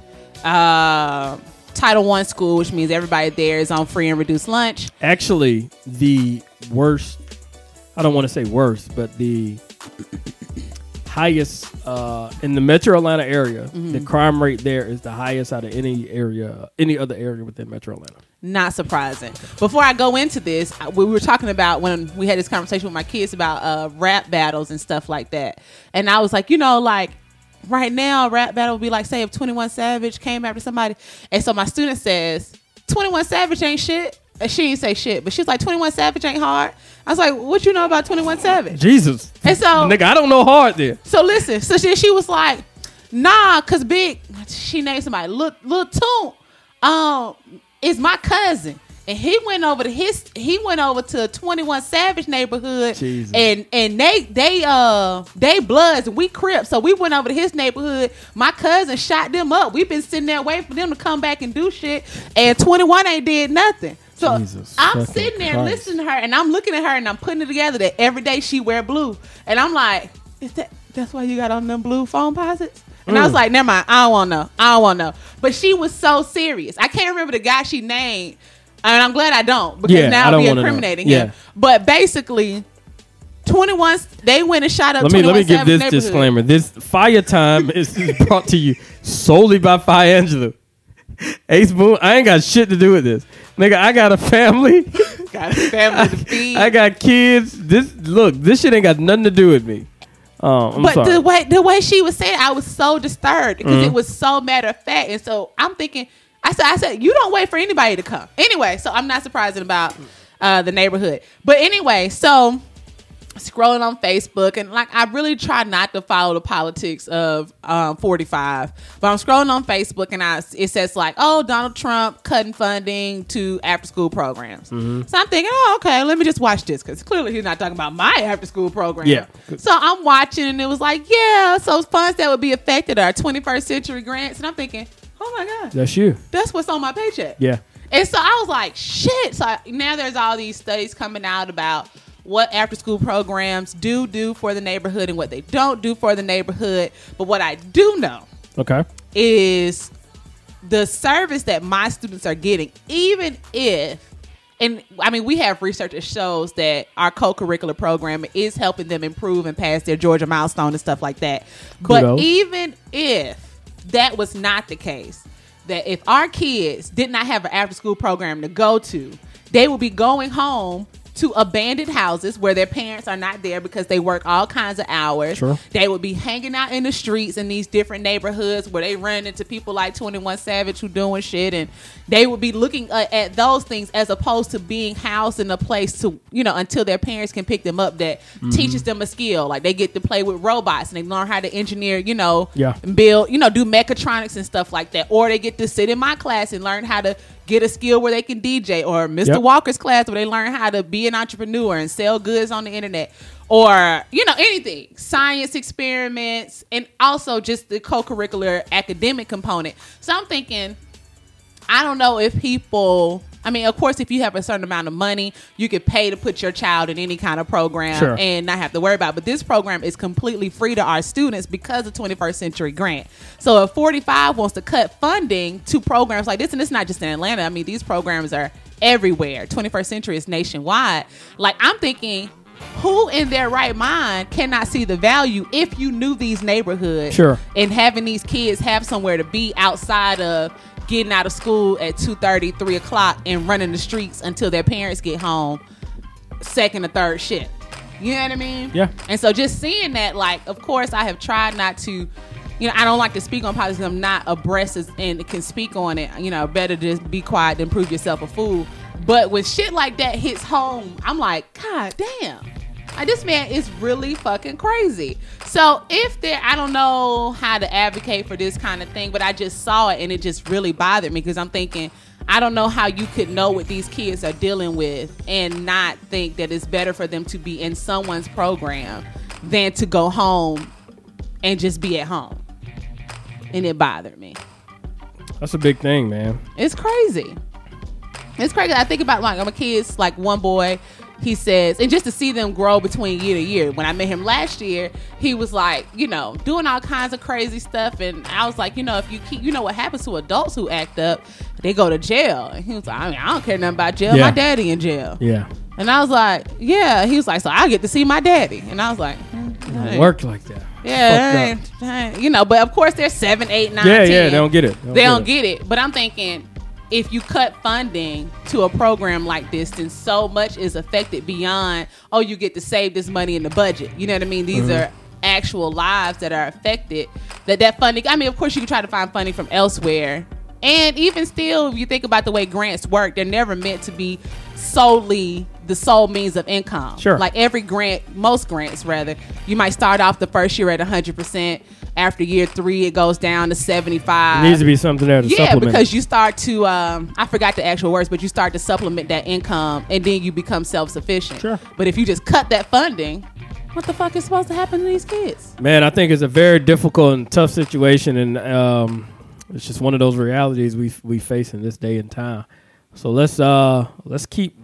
Speaker 2: uh, title one school which means everybody there is on free and reduced lunch
Speaker 1: Actually, the worst. I don't want to say worst, but the highest uh, in the Metro Atlanta area. The
Speaker 2: Mm-hmm.
Speaker 1: crime rate there is the highest out of any area, any other area within Metro Atlanta.
Speaker 2: not surprising before i go into this I- we were talking about when we had this conversation with my kids about uh, rap battles and stuff like that and i was like you know like right now a rap battle would be like say if 21 savage came after somebody and so my student says 21 savage ain't shit and she didn't say shit but she's like 21 savage ain't hard i was like what you know about 21 savage
Speaker 1: Jesus.
Speaker 2: And so-
Speaker 1: nigga, I don't know hard there.
Speaker 2: So listen, so then she was like, nah, cause big she named somebody Lil Lil Toon um is my cousin. And he went over to his he went over to twenty one Savage neighborhood
Speaker 1: Jesus.
Speaker 2: and and they they uh they bloods and we crips. So we went over to his neighborhood. My cousin shot them up. We've been sitting there waiting for them to come back and do shit and twenty one ain't did nothing. So
Speaker 1: Jesus
Speaker 2: I'm
Speaker 1: fucking
Speaker 2: sitting there
Speaker 1: Christ.
Speaker 2: listening to her and I'm looking at her and I'm putting it together that every day she wear blue. And I'm like, is that that's why you got on them blue phone posits? And I
Speaker 1: Mm.
Speaker 2: was like, never mind, I don't wanna know. I don't wanna know. But she was so serious. I can't remember the guy she named. And I'm glad I don't because
Speaker 1: Yeah, I
Speaker 2: now I'll
Speaker 1: don't
Speaker 2: be
Speaker 1: wanna know.
Speaker 2: incriminating
Speaker 1: Yeah.
Speaker 2: him. But basically, 21 they went and shot up.
Speaker 1: Let me let me
Speaker 2: 21
Speaker 1: give
Speaker 2: Savage
Speaker 1: this
Speaker 2: neighborhood.
Speaker 1: disclaimer. This fire time is is brought to you solely by Fire Angela. Ace Boone, I ain't got shit to do with this. Nigga, I got a family.
Speaker 2: Got a family to feed.
Speaker 1: I got kids. This look, this shit ain't got nothing to do with me. Um, I'm
Speaker 2: but
Speaker 1: sorry. Mm-hmm.
Speaker 2: the way the way she was saying, it, I was so disturbed because it was so matter of fact, and so I'm thinking, I said, I said, you don't wait for anybody to come anyway. So I'm not surprised about uh, the neighborhood, but anyway, so scrolling on Facebook and like I really try not to follow the politics of um, 45, but I'm scrolling on Facebook and I it says like, oh, Donald Trump cutting funding to after school programs. So I'm thinking, oh, okay, let me just watch this because clearly he's not talking about my after school program.
Speaker 1: Yeah.
Speaker 2: So I'm watching and it was like, yeah, so funds that would be affected are 21st century grants, and I'm thinking, oh my god,
Speaker 1: That's you.
Speaker 2: that's what's on my paycheck.
Speaker 1: Yeah.
Speaker 2: And so I was like, shit. So I, now there's all these studies coming out about what after school programs do do for the neighborhood and what they don't do for the neighborhood. But what I do know
Speaker 1: Okay.
Speaker 2: is the service that my students are getting, even if and I mean, we have research that shows that our co-curricular program is helping them improve and pass their Georgia milestone and stuff like that. But
Speaker 1: Kudos.
Speaker 2: even if that was not the case, that if our kids did not have an after-school program to go to, they would be going home to abandoned houses where their parents are not there because they work all kinds of hours.
Speaker 1: Sure.
Speaker 2: They would be hanging out in the streets in these different neighborhoods where they run into people like 21 Savage who doing shit and they would be looking at, at those things as opposed to being housed in a place to, you know, until their parents can pick them up that teaches them a skill. Like they get to play with robots and they learn how to engineer, you know,
Speaker 1: Yeah.
Speaker 2: build, you know, do mechatronics and stuff like that. Or they get to sit in my class and learn how to get a skill where they can DJ or Mr.
Speaker 1: Yep.
Speaker 2: Walker's class where they learn how to be an entrepreneur and sell goods on the internet or, you know, anything, science experiments, and also just the co curricular academic component. So I'm thinking, I don't know if people. I mean, of course, if you have a certain amount of money, you could pay to put your child in any kind of program
Speaker 1: Sure.
Speaker 2: and not have to worry about. it. But this program is completely free to our students because of 21st Century Grant. So if 45 wants to cut funding to programs like this, and it's not just in Atlanta. I mean, these programs are everywhere. 21st Century is nationwide. Like I'm thinking, who in their right mind cannot see the value if you knew these neighborhoods?
Speaker 1: Sure.
Speaker 2: and having these kids have somewhere to be outside of getting out of school at 2.30 3 o'clock and running the streets until their parents get home second or third shift You know what I mean?
Speaker 1: Yeah.
Speaker 2: And so just seeing that, like, of course, I have tried not to, you know, I don't like to speak on politics. I'm not abreast as- and can speak on it. You know, better just be quiet than prove yourself a fool. But when shit like that hits home, I'm like, God damn. Like, this man is really fucking crazy. So if there, I don't know how to advocate for this kind of thing, but I just saw it and it just really bothered me because I'm thinking, I don't know how you could know what these kids are dealing with and not think that it's better for them to be in someone's program than to go home and just be at home. And it bothered me.
Speaker 1: That's a big thing, man.
Speaker 2: It's crazy. It's crazy. I think about like my kids, like one boy, he says, and just to see them grow between year to year. When I met him last year, he was like, you know, doing all kinds of crazy stuff. And I was like, you know, if you keep, you know what happens to adults who act up, they go to jail. And he was like, I mean, I don't care nothing about jail.
Speaker 1: Yeah.
Speaker 2: My daddy in jail.
Speaker 1: Yeah.
Speaker 2: And I was like, yeah. He was like, so I get to see my daddy. And I was like, hmm, that ain't-
Speaker 1: Work like that. Fucked
Speaker 2: yeah, that ain't, that ain't- you know, but of course they're seven, eight, nine,
Speaker 1: Yeah, yeah,
Speaker 2: 10.
Speaker 1: they don't get it. They don't
Speaker 2: They
Speaker 1: get
Speaker 2: don't
Speaker 1: it.
Speaker 2: get it. But I'm thinking, if you cut funding to a program like this, then so much is affected beyond. Oh, you get to save this money in the budget. You know what I mean? These
Speaker 1: Mm-hmm.
Speaker 2: are actual lives that are affected. That that funding. I mean, of course you can try to find funding from elsewhere. And even still, if you think about the way grants work, they're never meant to be solely the sole means of income.
Speaker 1: Sure.
Speaker 2: Like every grant, most grants rather, you might start off the first year at 100%. After year three, it goes down to 75.
Speaker 1: There needs to be something there to
Speaker 2: Yeah,
Speaker 1: supplement.
Speaker 2: because you start to, um, I forgot the actual words, but you start to supplement that income and then you become self sufficient.
Speaker 1: Sure.
Speaker 2: But if you just cut that funding, what the fuck is supposed to happen to these kids?
Speaker 1: man, I think it's a very difficult and tough situation, and um, it's just one of those realities we we face in this day and time. So let's uh let's keep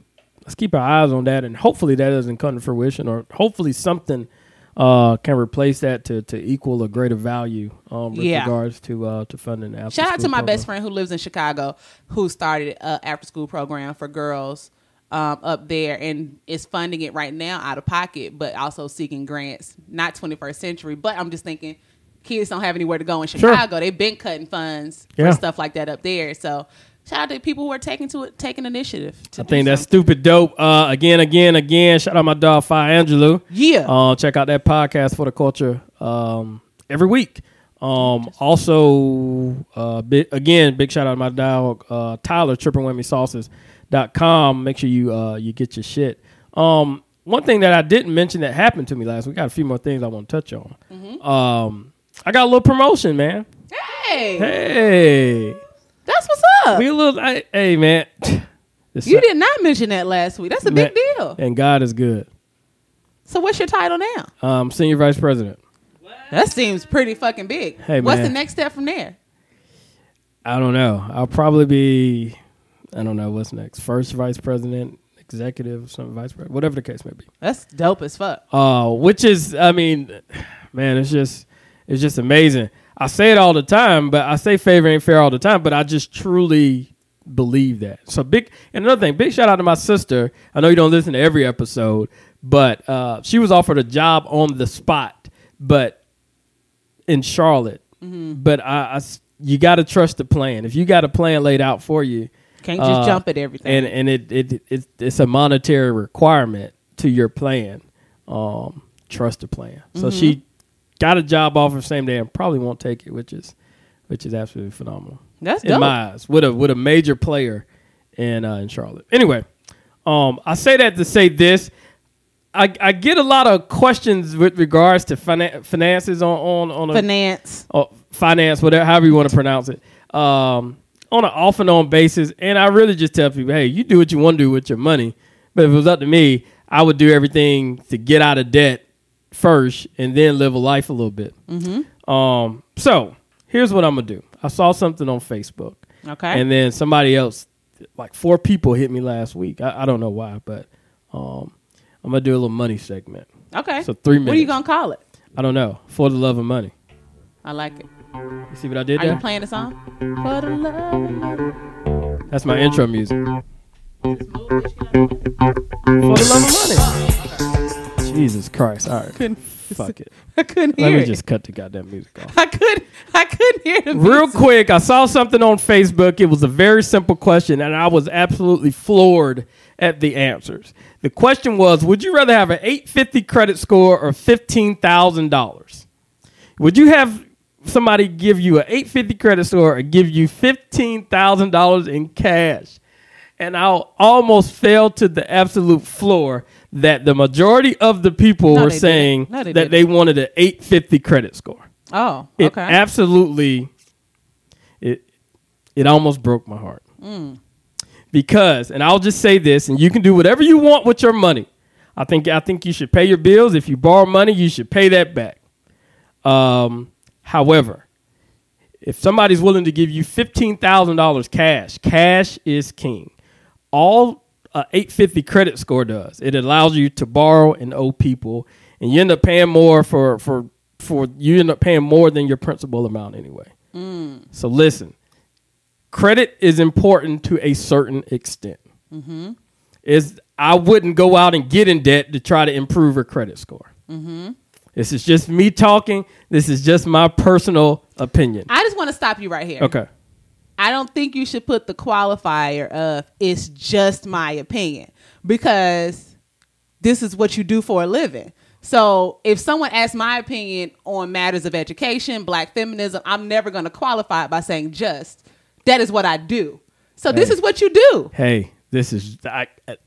Speaker 1: let's keep our eyes on that, and hopefully that doesn't come to fruition, or hopefully something uh can replace that to to equal a greater value um with
Speaker 2: Yeah.
Speaker 1: regards to uh to funding the after
Speaker 2: Shout out to
Speaker 1: school
Speaker 2: my best
Speaker 1: program.
Speaker 2: friend who lives in Chicago, who started an after school program for girls um, up there and is funding it right now out of pocket, but also seeking grants. Not 21st century, but I'm just thinking kids don't have anywhere to go in Chicago. They've been cutting funds
Speaker 1: Yeah.
Speaker 2: for stuff like that up there. So shout out to people who are taking to it, taking initiative. To
Speaker 1: I think that's stupid dope. Uh, again, again, again. Shout out my dog Fire Angelou.
Speaker 2: Yeah.
Speaker 1: Uh, check out that podcast for the culture um, every week. Um, also, uh, bi- again, big shout out to my dog uh, Tyler trippingwhammysauces.com. Make sure you uh, you get your shit. Um, one thing that I didn't mention that happened to me last week. Got a few more things I want to touch on.
Speaker 2: Mm-hmm.
Speaker 1: Um, I got a little promotion, man.
Speaker 2: hey,
Speaker 1: Hey,
Speaker 2: that's what's up.
Speaker 1: we a little. I, hey, man. This
Speaker 2: you
Speaker 1: suck-
Speaker 2: did not mention that last week. That's a big
Speaker 1: Man,
Speaker 2: deal.
Speaker 1: And God is good.
Speaker 2: So what's your title now?
Speaker 1: Um, senior vice president.
Speaker 2: That seems pretty fucking big.
Speaker 1: Hey,
Speaker 2: what's
Speaker 1: man.
Speaker 2: the next step from there?
Speaker 1: I don't know. I'll probably be. I don't know what's next. First vice president, executive, some vice president, whatever the case may be.
Speaker 2: That's dope as fuck.
Speaker 1: Uh, which is, I mean, man, it's just, it's just amazing. I say it all the time, but I say favor ain't fair all the time, but I just truly believe that. So big, and another thing, big shout out to my sister. I know you don't listen to every episode, but uh, she was offered a job on the spot, but in Charlotte.
Speaker 2: Mm-hmm.
Speaker 1: But I, I s- you got to trust the plan. If you got a plan laid out for you,
Speaker 2: Can't just
Speaker 1: uh,
Speaker 2: jump at everything.
Speaker 1: and and it, it it it's a monetary requirement to your plan. Um, trust the plan. So she
Speaker 2: Mm-hmm.
Speaker 1: got a job offer same day and probably won't take it, which is which is absolutely phenomenal.
Speaker 2: That's
Speaker 1: in
Speaker 2: dope.
Speaker 1: my eyes with a with a major player in uh, in Charlotte. Anyway, um, I say that to say this. I, I get a lot of questions with regards to finan- finances on on on a,
Speaker 2: finance.
Speaker 1: or finance, whatever, however you want to pronounce it, um, on an off and on basis. And I really just tell people, hey, you do what you want to do with your money. But if it was up to me, I would do everything to get out of debt first and then live a life a little bit. Mm-hmm. Um, so here's what I'm going to do I saw something on Facebook.
Speaker 2: Okay.
Speaker 1: And then somebody else, like four people hit me last week. I, I don't know why, but um, I'm going to do a little money segment.
Speaker 2: Okay.
Speaker 1: So three
Speaker 2: What are you
Speaker 1: minutes.
Speaker 2: gonna call it?
Speaker 1: I don't know. For the love of money.
Speaker 2: I like it.
Speaker 1: You see what I did
Speaker 2: Are
Speaker 1: there?
Speaker 2: you playing the song? For the love of money.
Speaker 1: That's my intro music. For the love of money. Jesus Christ! All right,
Speaker 2: couldn't
Speaker 1: fuck it.
Speaker 2: I couldn't
Speaker 1: Let
Speaker 2: hear
Speaker 1: me
Speaker 2: it.
Speaker 1: just cut the goddamn music off.
Speaker 2: I could I couldn't hear the
Speaker 1: Real
Speaker 2: music.
Speaker 1: quick, I saw something on Facebook. It was a very simple question, and I was absolutely floored at the answers. The question was Would you rather have an 850 credit score or $15,000? Would you have somebody give you an 850 credit score or give you $15,000 in cash? And I almost fell to the absolute floor that the majority of the people
Speaker 2: No,
Speaker 1: were
Speaker 2: they didn't.
Speaker 1: saying
Speaker 2: No, they
Speaker 1: that
Speaker 2: didn't.
Speaker 1: they wanted an 850 credit score
Speaker 2: Oh,
Speaker 1: it
Speaker 2: okay.
Speaker 1: absolutely it it almost broke my heart because and i'll just say this and you can do whatever you want with your money i think i think you should pay your bills if you borrow money you should pay that back um, however if somebody's willing to give you $15000 cash cash is king all a 850 credit score does it allows you to borrow and owe people and you end up paying more for for for you end up paying more than your principal amount anyway so listen credit is important to a certain extent is i wouldn't go out and get in debt to try to improve her credit score this is just me talking this is just my personal opinion
Speaker 2: I just want to stop you right here.
Speaker 1: okay
Speaker 2: I don't think you should put the qualifier of it's just my opinion because this is what you do for a living. So if someone asks my opinion on matters of education, black feminism, I'm never going to qualify it by saying just. That is what I do. So this
Speaker 1: Hey.
Speaker 2: is what you do.
Speaker 1: hey this is I,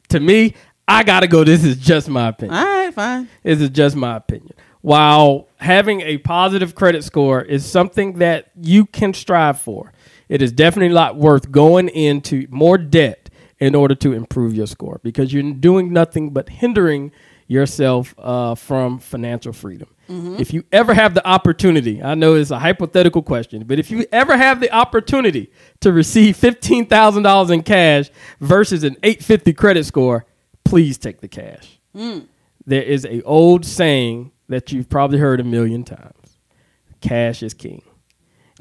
Speaker 1: to me i gotta go this is just my opinion
Speaker 2: All right, fine.
Speaker 1: This is just my opinion. While having a positive credit score is something that you can strive for, it is definitely not worth going into more debt in order to improve your score because you're doing nothing but hindering yourself uh, from financial freedom. If you ever have the opportunity, I know it's a hypothetical question, but if you ever have the opportunity to receive fifteen thousand dollars in cash versus an eight fifty credit score, please take the cash there is a old saying that you've probably heard a million times cash is king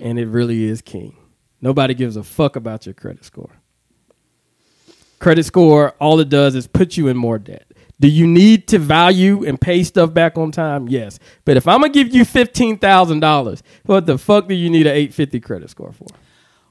Speaker 1: and it really is king nobody gives a fuck about your credit score credit score all it does is put you in more debt do you need to value and pay stuff back on time yes but if i'm gonna give you $15000 what the fuck do you need an 850 credit score for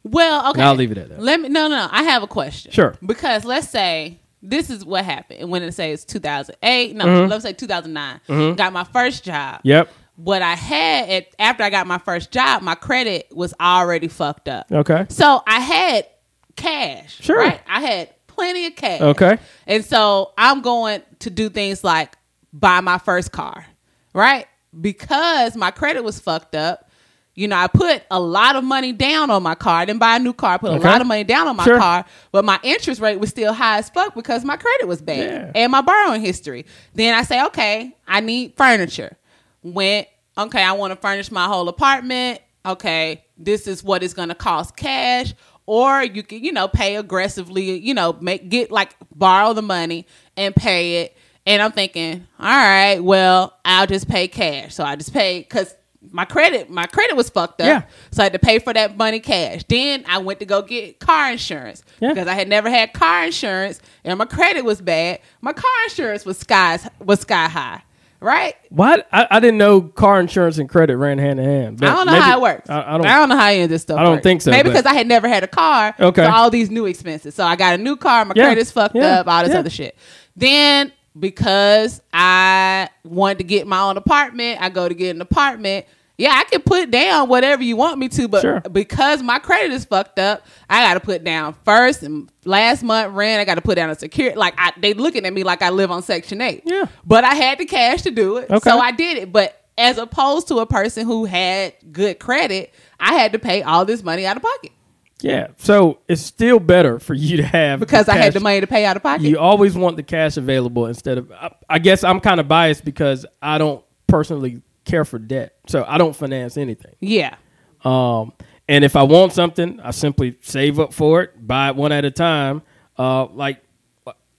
Speaker 2: Well, okay.
Speaker 1: I'll leave it at that.
Speaker 2: Let me no, no, no. I have a question.
Speaker 1: Sure.
Speaker 2: Because let's say this is what happened when it says 2008. No, let's say 2009. Got my first job.
Speaker 1: Mm-hmm. yep
Speaker 2: What I had at, after I got my first job, my credit was already fucked up.
Speaker 1: okay
Speaker 2: So I had cash.
Speaker 1: Sure.
Speaker 2: Right? I had plenty of cash.
Speaker 1: Okay.
Speaker 2: And so I'm going to do things like buy my first car, right? Because my credit was fucked up. You know, I put a lot of money down on my car. I didn't buy a new car. I put
Speaker 1: Okay.
Speaker 2: a lot of money down on my
Speaker 1: Sure.
Speaker 2: car, but my interest rate was still high as fuck because my credit was bad
Speaker 1: Yeah.
Speaker 2: and my borrowing history. Then I say, okay, I need furniture. Went, okay, I want to furnish my whole apartment. Okay, this is what it's going to cost cash. Or you can, you know, pay aggressively, you know, make get like borrow the money and pay it. And I'm thinking, all right, well, I'll just pay cash. So I just pay because my credit, my credit was fucked up.
Speaker 1: Yeah.
Speaker 2: So I had to pay for that money cash. Then I went to go get car insurance
Speaker 1: Yeah.
Speaker 2: because I had never had car insurance and my credit was bad. My car insurance was skies was sky high, right?
Speaker 1: why I, I didn't know car insurance and credit ran hand in hand but
Speaker 2: I don't know
Speaker 1: maybe-
Speaker 2: how it works.
Speaker 1: I, I don't
Speaker 2: know how any of this stuff.
Speaker 1: I don't
Speaker 2: works.
Speaker 1: think so,
Speaker 2: Maybe
Speaker 1: but-
Speaker 2: because I had never had a car.
Speaker 1: Okay.
Speaker 2: So all these new expenses. So I got a new car. My
Speaker 1: Yeah.
Speaker 2: credit's fucked
Speaker 1: Yeah.
Speaker 2: up. All this
Speaker 1: Yeah.
Speaker 2: other shit. Then because I wanted to get my own apartment, I go to get an apartment. Yeah, I can put down whatever you want me to, but
Speaker 1: Sure.
Speaker 2: because my credit is fucked up, I got to put down first and last month rent. I got to put down a security. Like I, they looking at me like I live on Section Eight.
Speaker 1: Yeah.
Speaker 2: but I had the cash to do it,
Speaker 1: Okay.
Speaker 2: so I did it. But as opposed to a person who had good credit, I had to pay all this money out of pocket
Speaker 1: Yeah, so it's still better for you to have
Speaker 2: because I had the
Speaker 1: cash.
Speaker 2: money to pay out of pocket.
Speaker 1: You always want the cash available instead of. I, I guess I'm kind of biased because I don't personally care for debt, so I don't finance anything.
Speaker 2: yeah.
Speaker 1: Um, and if I want something, I simply save up for it, buy it one at a time. Uh, like,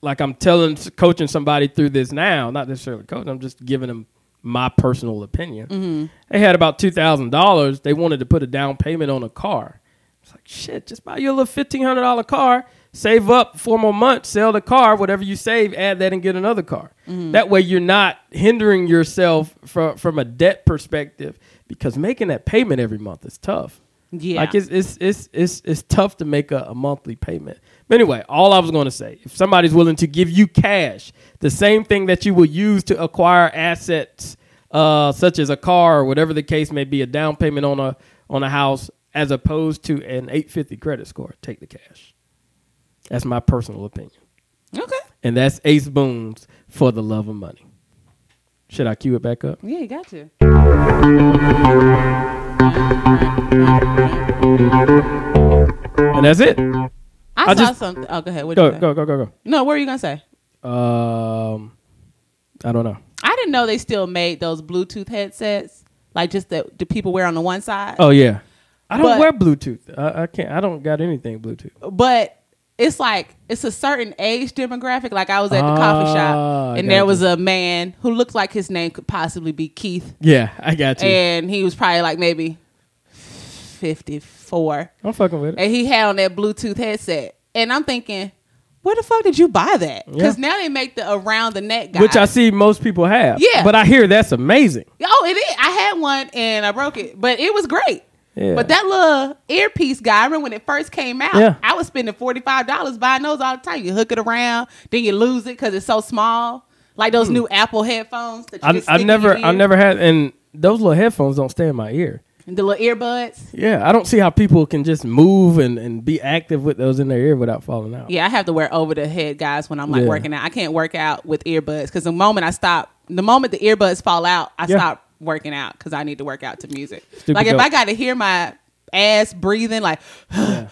Speaker 1: like I'm telling, coaching somebody through this now. Not necessarily coaching. I'm just giving them my personal opinion.
Speaker 2: Mm-hmm.
Speaker 1: They had about two thousand dollars. They wanted to put a down payment on a car. It's like shit. Just buy you a little fifteen hundred dollar car. Save up four more months, sell the car, whatever you save, add that and get another car. That way you're not hindering yourself from from a debt perspective because making that payment every month is tough.
Speaker 2: Yeah.
Speaker 1: Like it's it's it's it's, it's tough to make a, a monthly payment. But anyway, all I was going to say, if somebody's willing to give you cash, the same thing that you will use to acquire assets, uh, such as a car or whatever the case may be, a down payment on a on a house, as opposed to an 850 credit score, take the cash. That's my personal opinion,
Speaker 2: Okay.
Speaker 1: and that's Ace Boone's for the love of money. Should I cue it back up?
Speaker 2: Yeah, you got to.
Speaker 1: And that's it.
Speaker 2: I,
Speaker 1: I
Speaker 2: saw
Speaker 1: just-
Speaker 2: something. Oh, go ahead. What
Speaker 1: Go
Speaker 2: you say?
Speaker 1: go go go go.
Speaker 2: No, what were you gonna say?
Speaker 1: Um, I don't know.
Speaker 2: I didn't know they still made those Bluetooth headsets, like just that the people wear on the one side.
Speaker 1: Oh yeah. I don't
Speaker 2: But-
Speaker 1: wear Bluetooth. I, I can't. I don't got anything Bluetooth.
Speaker 2: but it's like it's a certain age demographic. Like I was at the coffee
Speaker 1: Ah,
Speaker 2: shop, and there
Speaker 1: gotcha.
Speaker 2: was a man who looked like his name could possibly be Keith,
Speaker 1: Yeah, I got you.
Speaker 2: and he was probably like maybe fifty-four,
Speaker 1: I'm fucking with it.
Speaker 2: and he had on that Bluetooth headset, and I'm thinking. Where the fuck did you buy that? Because
Speaker 1: Yeah.
Speaker 2: now they make the around the neck guy.
Speaker 1: Which I see most people have.
Speaker 2: Yeah.
Speaker 1: But I hear that's amazing.
Speaker 2: Oh, it is. I had one and I broke it, but it was great.
Speaker 1: Yeah.
Speaker 2: But that little earpiece guy, I remember when it first came out,
Speaker 1: Yeah.
Speaker 2: I was spending forty five dollars buying those all the time. You hook it around, then you lose it because it's so small, like those new Apple headphones. That you
Speaker 1: I,
Speaker 2: just stick
Speaker 1: Hmm. I've
Speaker 2: in
Speaker 1: never,
Speaker 2: your ear.
Speaker 1: I've never had, and those little headphones don't stay in my ear.
Speaker 2: the little earbuds.
Speaker 1: Yeah, I don't see how people can just move and, and be active with those in their ear without falling out.
Speaker 2: Yeah, I have to wear over the head guys when I'm like
Speaker 1: Yeah.
Speaker 2: working out. I can't work out with earbuds because the moment I stop, the moment the earbuds fall out, I
Speaker 1: Yeah.
Speaker 2: stop working out because I need to work out to music.
Speaker 1: Stupid
Speaker 2: like if
Speaker 1: dope.
Speaker 2: I got to hear my ass breathing, like, and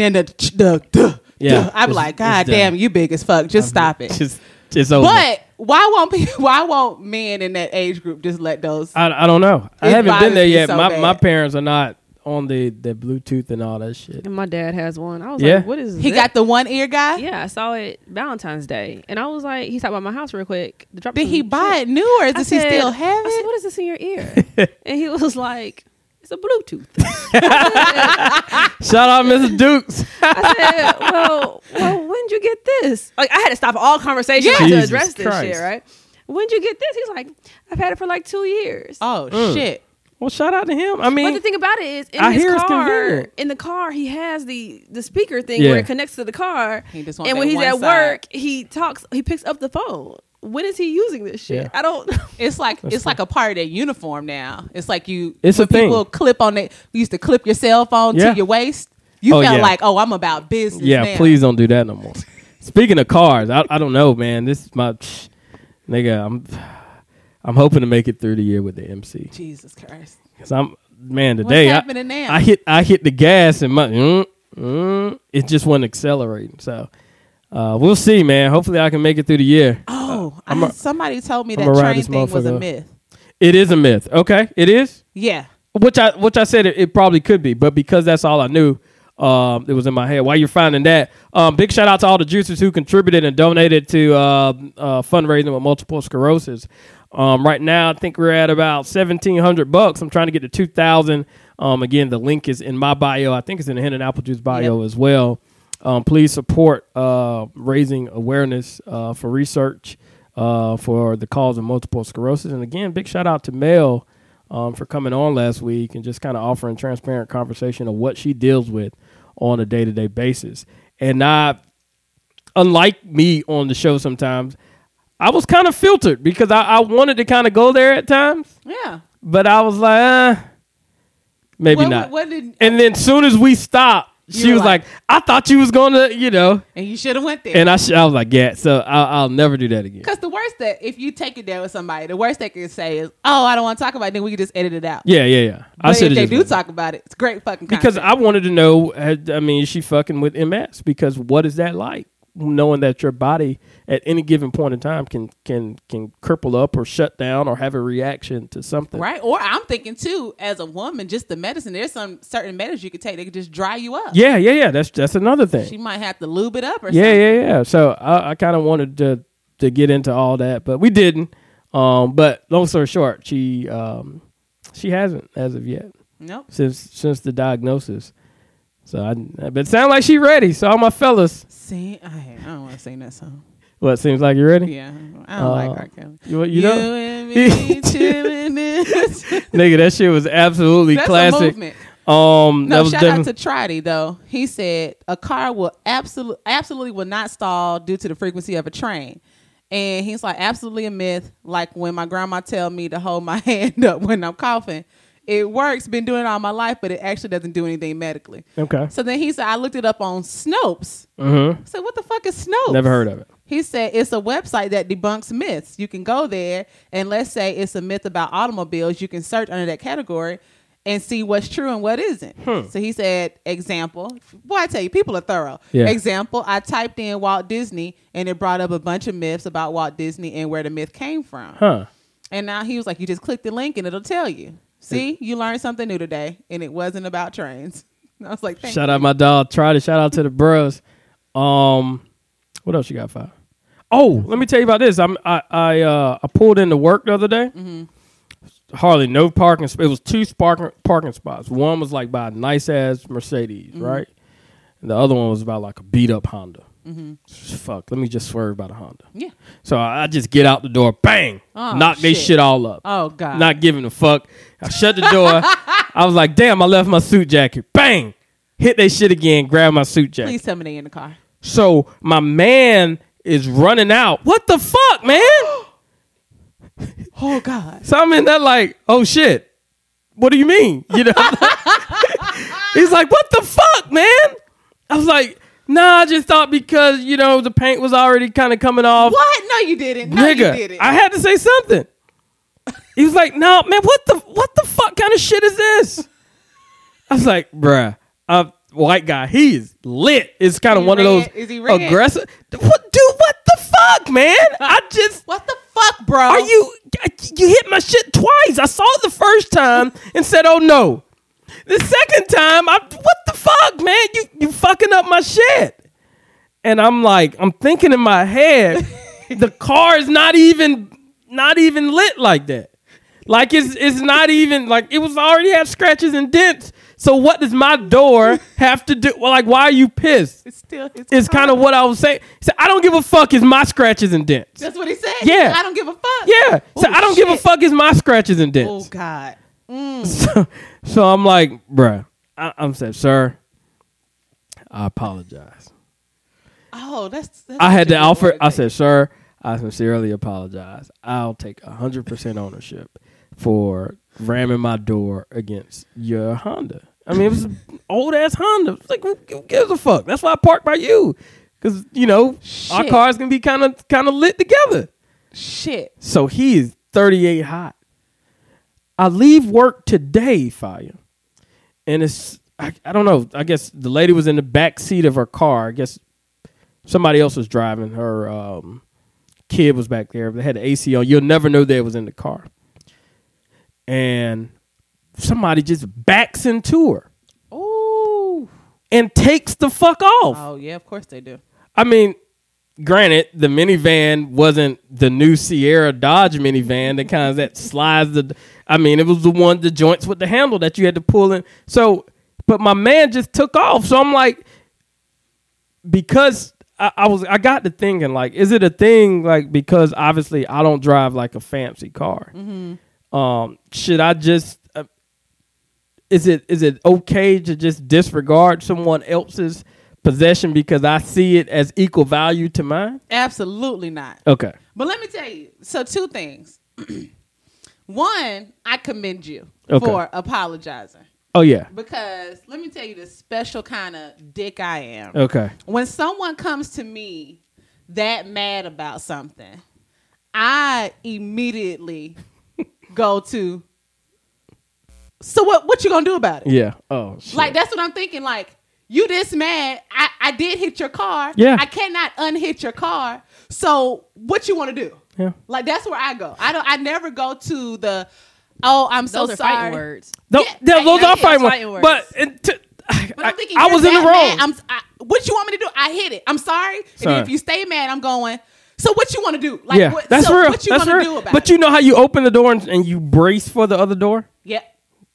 Speaker 2: then the the, the
Speaker 1: Yeah.
Speaker 2: yeah, I'm
Speaker 1: It's-
Speaker 2: like,
Speaker 1: it's
Speaker 2: God
Speaker 1: done.
Speaker 2: damn, you big as fuck. Just stop it.
Speaker 1: Just, just over.
Speaker 2: but why won't people, why won't men in that age group just let those?
Speaker 1: I, I don't know. I
Speaker 2: It
Speaker 1: haven't
Speaker 2: bothers
Speaker 1: been there
Speaker 2: me
Speaker 1: yet.
Speaker 2: so
Speaker 1: my
Speaker 2: bad.
Speaker 1: my parents are not on the the Bluetooth and all that shit.
Speaker 5: And my dad has one. I was
Speaker 1: Yeah.
Speaker 5: like, what is
Speaker 2: he
Speaker 5: that?
Speaker 2: got the one ear guy.
Speaker 5: Yeah, I saw it Valentine's Day, and I was like, he stopped by my house real quick. To drop
Speaker 2: Did
Speaker 5: some
Speaker 2: he buy
Speaker 5: Mm, shit.
Speaker 2: it new or
Speaker 5: I
Speaker 2: does he
Speaker 5: said-
Speaker 2: still have
Speaker 5: I said,
Speaker 2: it?
Speaker 5: what is this in your ear? and he was like, it's a Bluetooth.
Speaker 1: Shout out, Mrs. Dukes.
Speaker 5: I said, well, well, when'd you get this? Like, I had to stop all conversations
Speaker 1: Yeah.
Speaker 5: to
Speaker 1: Jesus
Speaker 5: address this
Speaker 1: Christ.
Speaker 5: shit, right? When'd you get this? He's like, I've had it for like two years.
Speaker 2: Oh shit!
Speaker 1: Well, shout out to him. I mean,
Speaker 5: But the thing about it is, in
Speaker 1: I
Speaker 5: his
Speaker 1: hear it's
Speaker 5: car,
Speaker 1: convenient.
Speaker 5: in the car, he has the the speaker thing
Speaker 1: Yeah.
Speaker 5: where it connects to the car.
Speaker 2: He just want
Speaker 5: and when
Speaker 2: that
Speaker 5: he's
Speaker 2: one
Speaker 5: at
Speaker 2: side.
Speaker 5: work, he talks. He picks up the phone. When is he using this shit?
Speaker 1: Yeah.
Speaker 5: I don't.
Speaker 2: It's like it's like a part of their uniform now. It's like you.
Speaker 1: It's
Speaker 2: when
Speaker 1: a thing.
Speaker 2: People clip on it. You used to clip your cell phone
Speaker 1: Yeah.
Speaker 2: to your waist. You
Speaker 1: Oh,
Speaker 2: felt
Speaker 1: yeah.
Speaker 2: like, oh, I'm about business.
Speaker 1: Yeah,
Speaker 2: now.
Speaker 1: please don't do that no more. Speaking of cars, I, I don't know, man. This is my nigga. I'm I'm hoping to make it through the year with the MC
Speaker 2: Jesus Christ.
Speaker 1: because I'm man today. I,
Speaker 2: happening now?
Speaker 1: I hit I hit the gas and my mm, mm, it just wasn't accelerating. So uh, we'll see, man. Hopefully, I can make it through the year.
Speaker 2: Oh, I,
Speaker 1: Uh, I'm a-
Speaker 2: somebody told me
Speaker 1: I'm
Speaker 2: that
Speaker 1: a ride
Speaker 2: train
Speaker 1: this
Speaker 2: thing was
Speaker 1: motherfucker
Speaker 2: a
Speaker 1: up.
Speaker 2: myth.
Speaker 1: It is a myth. Okay, it is.
Speaker 2: Yeah.
Speaker 1: which I which I said it, it probably could be, but because that's all I knew, um, it was in my head. While you're finding that, um, big shout out to all the juicers who contributed and donated to uh, uh, fundraising with multiple sclerosis. Um, right now, I think we're at about seventeen hundred bucks. I'm trying to get to two thousand. Um, again, the link is in my bio. I think it's in the Hen and Apple Juice bio as well. Um, please support uh, raising awareness uh, for research uh, for the cause of multiple sclerosis. And again, big shout out to Mel um, for coming on last week and just kind of offering transparent conversation of what she deals with on a day to day basis. And I, unlike me on the show sometimes, I was kind of filtered because I, I wanted to kind of go there at times,
Speaker 2: Yeah.
Speaker 1: but I was like, eh, maybe
Speaker 2: what,
Speaker 1: not.
Speaker 2: What did,
Speaker 1: and then soon as we stopped, she
Speaker 2: were
Speaker 1: was like,
Speaker 2: like-
Speaker 1: I thought you was going to, you know.
Speaker 2: and you should have went there.
Speaker 1: And I, sh- I was like, yeah, so I'll, I'll never do that again.
Speaker 2: Because the worst that if you take it there with somebody, the worst they can say is, "Oh, I don't want to talk about it." Then we can just edit it out.
Speaker 1: Yeah, yeah, yeah. I
Speaker 2: but if
Speaker 1: should
Speaker 2: they
Speaker 1: have
Speaker 2: do talk about it, it's great fucking content.
Speaker 1: because I wanted to know. had- I mean, is she fucking with MS? Because what is that like? Knowing that your body at any given point in time can can can cripple up or shut down or have a reaction to something.
Speaker 2: Right. Or I'm thinking too, as a woman, just the medicine, there's some certain medicines you could take that could just dry you up.
Speaker 1: Yeah, yeah, yeah. That's that's another thing.
Speaker 2: She might have to lube it up or
Speaker 1: yeah,
Speaker 2: something.
Speaker 1: yeah, yeah. So I, I kind of wanted to to get into all that, but we didn't. Um, but long story short, she um, she hasn't as of yet
Speaker 2: Nope.
Speaker 1: since since the diagnosis. So I, but it sounds like she ready. So all my fellas,
Speaker 2: See, I, I don't want to sing that song.
Speaker 1: what seems like you ready?
Speaker 2: Yeah, I don't
Speaker 1: Uh,
Speaker 2: like R. Kelly.
Speaker 1: You, you
Speaker 2: You
Speaker 1: know,
Speaker 2: and me chilling in-
Speaker 1: nigga, that shit was absolutely
Speaker 2: That's a
Speaker 1: classic.
Speaker 2: movement.
Speaker 1: Um, that
Speaker 2: No,
Speaker 1: was
Speaker 2: shout
Speaker 1: definitely.
Speaker 2: out to Trotty though. He said a car will absolutely absolutely will not stall due to the frequency of a train. And he's like, absolutely a myth. Like when my grandma tell me to hold my hand up when I'm coughing. It works, been doing it all my life, but it actually doesn't do anything medically.
Speaker 1: okay.
Speaker 2: So then he said, I looked it up on Snopes.
Speaker 1: Mm-hmm.
Speaker 2: I said, what the fuck is Snopes?
Speaker 1: Never heard of it.
Speaker 2: He said it's a website that debunks myths. You can go there and let's say it's a myth about automobiles. You can search under that category and see what's true and what isn't.
Speaker 1: Hmm.
Speaker 2: So he said, example. Boy, I tell you, people are thorough.
Speaker 1: Yeah.
Speaker 2: Example, I typed in Walt Disney and it brought up a bunch of myths about Walt Disney and where the myth came from.
Speaker 1: Huh.
Speaker 2: And now he was like, you just click the link and it'll tell you. See, you learned something new today and it wasn't about trains. And I was like, Thank
Speaker 1: Shout out my dog Trotty. Shout out to the bros. Um, what else you got? Five. Oh, let me tell you about this. I'm I I uh I pulled into work the other day.
Speaker 2: Mm-hmm.
Speaker 1: Hardly no parking. sp- It was two parking parking spots. One was like by a nice ass Mercedes,
Speaker 2: Mm-hmm.
Speaker 1: right? And the other one was about like a beat up Honda.
Speaker 2: Mm-hmm.
Speaker 1: Fuck. Let me just swerve about a Honda.
Speaker 2: Yeah.
Speaker 1: So I, I just get out the door, bang,
Speaker 2: Oh,
Speaker 1: knock they
Speaker 2: shit.
Speaker 1: shit all up.
Speaker 2: Oh, God.
Speaker 1: Not giving a fuck. I shut the door. I was like, damn, I left my suit jacket. Bang. Hit they shit again, grab my suit jacket.
Speaker 2: Please tell me they in the car.
Speaker 1: So my man is running out. What the fuck, man?
Speaker 2: Oh, God.
Speaker 1: So I'm in there like, oh shit. What do you mean? You know? He's like, what the fuck, man? I was like, nah, I just thought because, you know, the paint was already kind of coming off.
Speaker 2: What? No, you didn't. No,
Speaker 1: nigga,
Speaker 2: you didn't.
Speaker 1: I had to say something. He was like, "No, man, what the what the fuck kind of shit is this?" I was like, "Bruh, a white guy, he is lit. It's kind of
Speaker 2: He
Speaker 1: one of
Speaker 2: red?
Speaker 1: those
Speaker 2: Is he red?
Speaker 1: aggressive. What, dude? What the fuck, man? I just
Speaker 2: what the fuck, bro?
Speaker 1: are you you hit my shit twice. I saw it the first time and said, "Oh no." The second time, I what the fuck, man? You you fucking up my shit. And I'm like, I'm thinking in my head, the car is not even not even lit like that. Like it's it's not even like it was already had scratches and dents. So what does my door have to do? Well, like why are you pissed?
Speaker 2: It's still. It's,
Speaker 1: Is kind of what I was saying. So I don't give a fuck. Is my scratches and dents?
Speaker 2: That's what he said.
Speaker 1: Yeah.
Speaker 2: I don't give a fuck.
Speaker 1: Yeah. So
Speaker 2: Oh,
Speaker 1: I don't give a
Speaker 2: shit.
Speaker 1: fuck. It's my scratches and
Speaker 2: Oh
Speaker 1: dents.
Speaker 2: God.
Speaker 1: so, so I'm like, bruh, I, I'm said, sir, I apologize.
Speaker 2: Oh, that's. that's
Speaker 1: I had
Speaker 2: what
Speaker 1: to
Speaker 2: you
Speaker 1: offer.
Speaker 2: wanted
Speaker 1: I
Speaker 2: to do.
Speaker 1: said, sir, I sincerely apologize. I'll take 100% ownership for ramming my door against your Honda. I mean, it was an old ass Honda. It's like, who, who gives a fuck? That's why I parked by you. Because, you know, our
Speaker 2: Shit.
Speaker 1: cars can be kind of kind of lit together.
Speaker 2: "Shit."
Speaker 1: So he is 38 hot. I leave work today, Fire. And it's, I, I don't know. I guess the lady was in the back seat of her car. I guess somebody else was driving. Her um, kid was back there. They had the AC on. You'll never know they was in the car. And somebody just backs into her
Speaker 2: Ooh.
Speaker 1: and takes the fuck off.
Speaker 2: Oh yeah, of course they do.
Speaker 1: I mean, granted, the minivan wasn't the new Sierra Dodge minivan that kind of that slides the. I mean, it was the one the joints with the handle that you had to pull in. So, but my man just took off. So I'm like, because I, I was, I got to thinking like, is it a thing like because obviously I don't drive like a fancy car. Um, should I just? Uh, is it is it okay to just disregard someone else's possession because I see it as equal value to mine?
Speaker 2: Absolutely not.
Speaker 1: Okay.
Speaker 2: But let me tell you. So two things. One, I commend you
Speaker 1: Okay.
Speaker 2: for apologizing
Speaker 1: Oh yeah.
Speaker 2: because let me tell you the special kind of dick I am.
Speaker 1: Okay.
Speaker 2: when someone comes to me that mad about something, I immediately go to. So what? What you gonna do about it?
Speaker 1: Yeah. Oh. Shit.
Speaker 2: Like that's what I'm thinking. Like you this mad? I I did hit your car.
Speaker 1: Yeah.
Speaker 2: I cannot unhit your car. So what you want to do?
Speaker 1: Yeah.
Speaker 2: Like that's where I go. I don't. I never go to the. Oh, I'm so
Speaker 5: Those are
Speaker 2: sorry.
Speaker 5: fighting words.
Speaker 1: Tho-
Speaker 2: yeah,
Speaker 1: tho-
Speaker 2: I-
Speaker 1: those
Speaker 2: I
Speaker 1: are
Speaker 2: get
Speaker 1: fighting
Speaker 5: those fighting
Speaker 1: words.
Speaker 5: words.
Speaker 1: But it t- I,
Speaker 2: But I'm thinking,
Speaker 1: I- I
Speaker 2: you're
Speaker 1: was in the
Speaker 2: that
Speaker 1: wrong.
Speaker 2: mad. I'm, I, what you want me to do? I hit it. I'm sorry. And
Speaker 1: Sorry.
Speaker 2: then if you stay mad, I'm going. So what you want to do? Like,
Speaker 1: yeah.
Speaker 2: what,
Speaker 1: that's
Speaker 2: so
Speaker 1: real.
Speaker 2: What you
Speaker 1: that's
Speaker 2: want
Speaker 1: real.
Speaker 2: to do about
Speaker 1: but
Speaker 2: it?
Speaker 1: you know how you open the door and, and you brace for the other door?
Speaker 2: yeah.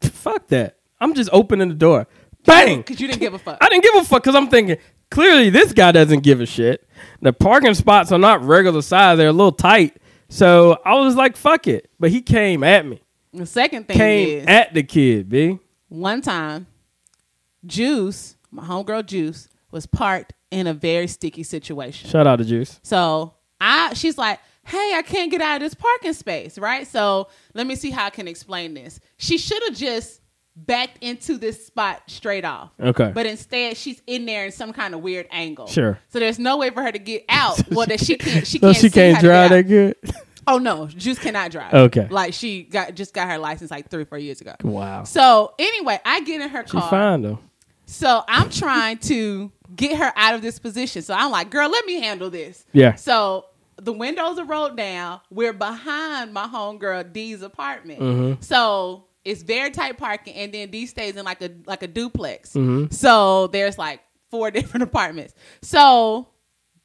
Speaker 1: Fuck that. I'm just opening the door. Bang!
Speaker 2: Because you didn't give a fuck.
Speaker 1: I didn't give a fuck because I'm thinking clearly this guy doesn't give a shit. The parking spots are not regular size; they're a little tight. So I was like, "Fuck it," but he came at me,
Speaker 2: The second thing
Speaker 1: came
Speaker 2: is,
Speaker 1: at the kid, b.
Speaker 2: one time, Juice, my homegirl Juice, was parked in a very sticky situation.
Speaker 1: Shout out to Juice.
Speaker 2: So I, she's like, "Hey, I can't get out of this parking space, right? So let me see how I can explain this." She should have just backed into this spot straight off.
Speaker 1: Okay.
Speaker 2: But instead, she's in there in some kind of weird angle.
Speaker 1: Sure.
Speaker 2: So there's no way for her to get out. well, that she can't. She
Speaker 1: So
Speaker 2: can't.
Speaker 1: she
Speaker 2: see
Speaker 1: can't
Speaker 2: how to get
Speaker 1: drive
Speaker 2: out.
Speaker 1: that good.
Speaker 2: Oh no, Juice cannot drive.
Speaker 1: Okay.
Speaker 2: Like she got just got her license like three, four years ago.
Speaker 1: Wow, she
Speaker 2: So anyway, I get in her car.
Speaker 1: fine though.
Speaker 2: So I'm trying to get her out of this position. So I'm like, girl, let me handle this.
Speaker 1: Yeah.
Speaker 2: So the windows are rolled down. We're behind my homegirl Dee's apartment.
Speaker 1: Mm-hmm.
Speaker 2: So it's very tight parking, and then Dee stays in like a like a duplex.
Speaker 1: Mm-hmm.
Speaker 2: So there's like four different apartments. So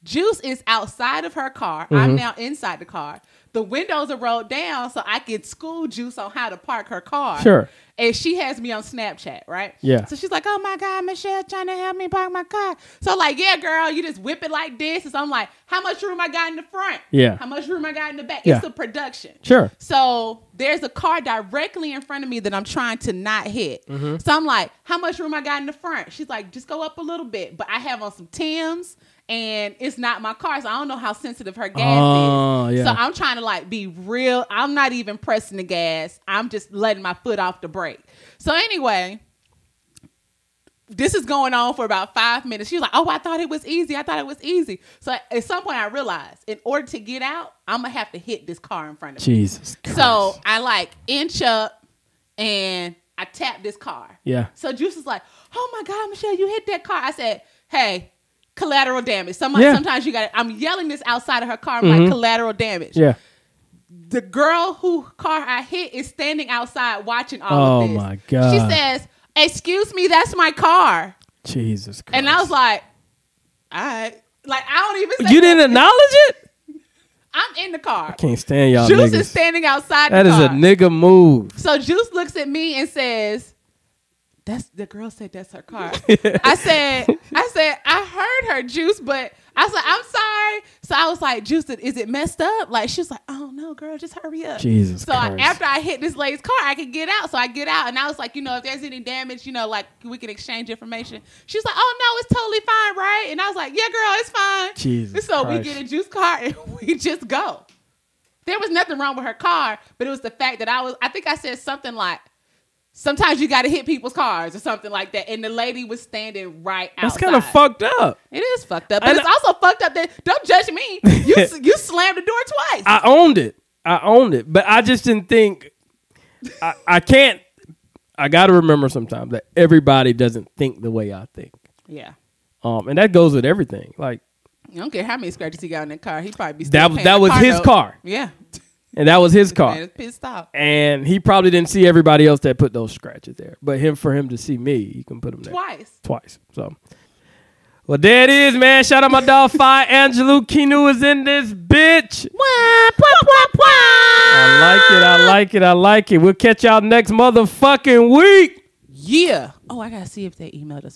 Speaker 2: Juice is outside of her car.
Speaker 1: Mm-hmm.
Speaker 2: I'm now inside the car. The windows are rolled down so I can school Juice on how to park her car.
Speaker 1: Sure.
Speaker 2: And she has me on Snapchat, right?
Speaker 1: Yeah.
Speaker 2: So she's like, oh my God, Michelle trying to help me park my car. So, like, yeah, girl, you just whip it like this. And so I'm like, how much room I got in the front?
Speaker 1: Yeah.
Speaker 2: How much room I got in the back? It's
Speaker 1: Yeah.
Speaker 2: a production.
Speaker 1: Sure.
Speaker 2: So there's a car directly in front of me that I'm trying to not hit.
Speaker 1: Mm-hmm.
Speaker 2: So I'm like, how much room I got in the front? She's like, just go up a little bit. But I have on some Tim's and it's not my car. So I don't know how sensitive her gas
Speaker 1: Oh,
Speaker 2: is.
Speaker 1: yeah.
Speaker 2: So I'm trying to like be real. I'm not even pressing the gas. I'm just letting my foot off the brake. So anyway, this is going on for about five minutes. She's like, "Oh, I thought it was easy. I thought it was easy." So at some point, I realized in order to get out, I'm gonna have to hit this car in front of me.
Speaker 1: Jesus.
Speaker 2: So
Speaker 1: Christ.
Speaker 2: I like inch up and I tap this car.
Speaker 1: yeah,
Speaker 2: So Juice is like, "Oh my God, Michelle, you hit that car!" I said, "Hey, collateral damage." Sometimes,
Speaker 1: Yeah. Mm-hmm.
Speaker 2: sometimes you got. I'm yelling this outside of her car. I'm like, "Collateral damage."
Speaker 1: yeah.
Speaker 2: the girl who car I hit is standing outside watching
Speaker 1: Oh,
Speaker 2: all of this.
Speaker 1: my God.
Speaker 2: She says, "Excuse me, that's my car,"
Speaker 1: Jesus. Christ.
Speaker 2: and I was like, "All right." Like I don't even. Say
Speaker 1: you
Speaker 2: nothing.
Speaker 1: didn't acknowledge it.
Speaker 2: I'm in the car.
Speaker 1: Can't stand y'all
Speaker 2: Juice
Speaker 1: niggas.
Speaker 2: is standing outside.
Speaker 1: that
Speaker 2: the
Speaker 1: is a
Speaker 2: car.
Speaker 1: nigga move.
Speaker 2: So Juice looks at me and says, "That's the girl said that's her car." I said, "I said I heard her Juice, but I said I'm sorry." So I was like, "Juice, is it messed up?" Like she was like, "Oh no, girl, just hurry up."
Speaker 1: Jesus.
Speaker 2: So I,
Speaker 1: Christ.
Speaker 2: after I hit this lady's car, I could get out. So I get out, and I was like, you know, if there's any damage, you know, like we can exchange information. She's like, oh no, it's totally fine, right? And I was like, yeah, girl, it's fine.
Speaker 1: Jesus
Speaker 2: So
Speaker 1: Christ.
Speaker 2: we get a juice car and we just go. There was nothing wrong with her car, but it was the fact that I was. I think I said something like. Sometimes you got to hit people's cars or something like that, and the lady was standing right outside.
Speaker 1: that's kind of fucked up.
Speaker 2: It is fucked up, but
Speaker 1: And
Speaker 2: it's also fucked up that don't judge me. You s- you slammed the door twice.
Speaker 1: I owned it. I owned it, but I just didn't think. I, I can't. I got to remember sometimes that everybody doesn't think the way I think,
Speaker 2: yeah,
Speaker 1: um, and that goes with everything. Like,
Speaker 2: I don't care how many scratches he got in that car. He probably be still
Speaker 1: That-
Speaker 2: paying
Speaker 1: that
Speaker 2: the
Speaker 1: was his
Speaker 2: note.
Speaker 1: car.
Speaker 2: Yeah,
Speaker 1: and that was his
Speaker 2: Man,
Speaker 1: car,
Speaker 2: it's pissed off.
Speaker 1: and he probably didn't see everybody else that put those scratches there. But him for him to see me, you can put him there
Speaker 2: Twice.
Speaker 1: twice. So, well, there it is, man. Shout out my dog Fire Angelou. Kinu is in this bitch. I like it. I like it. I like it. We'll catch y'all next motherfucking week.
Speaker 2: Yeah. Oh, I gotta see if they emailed us back.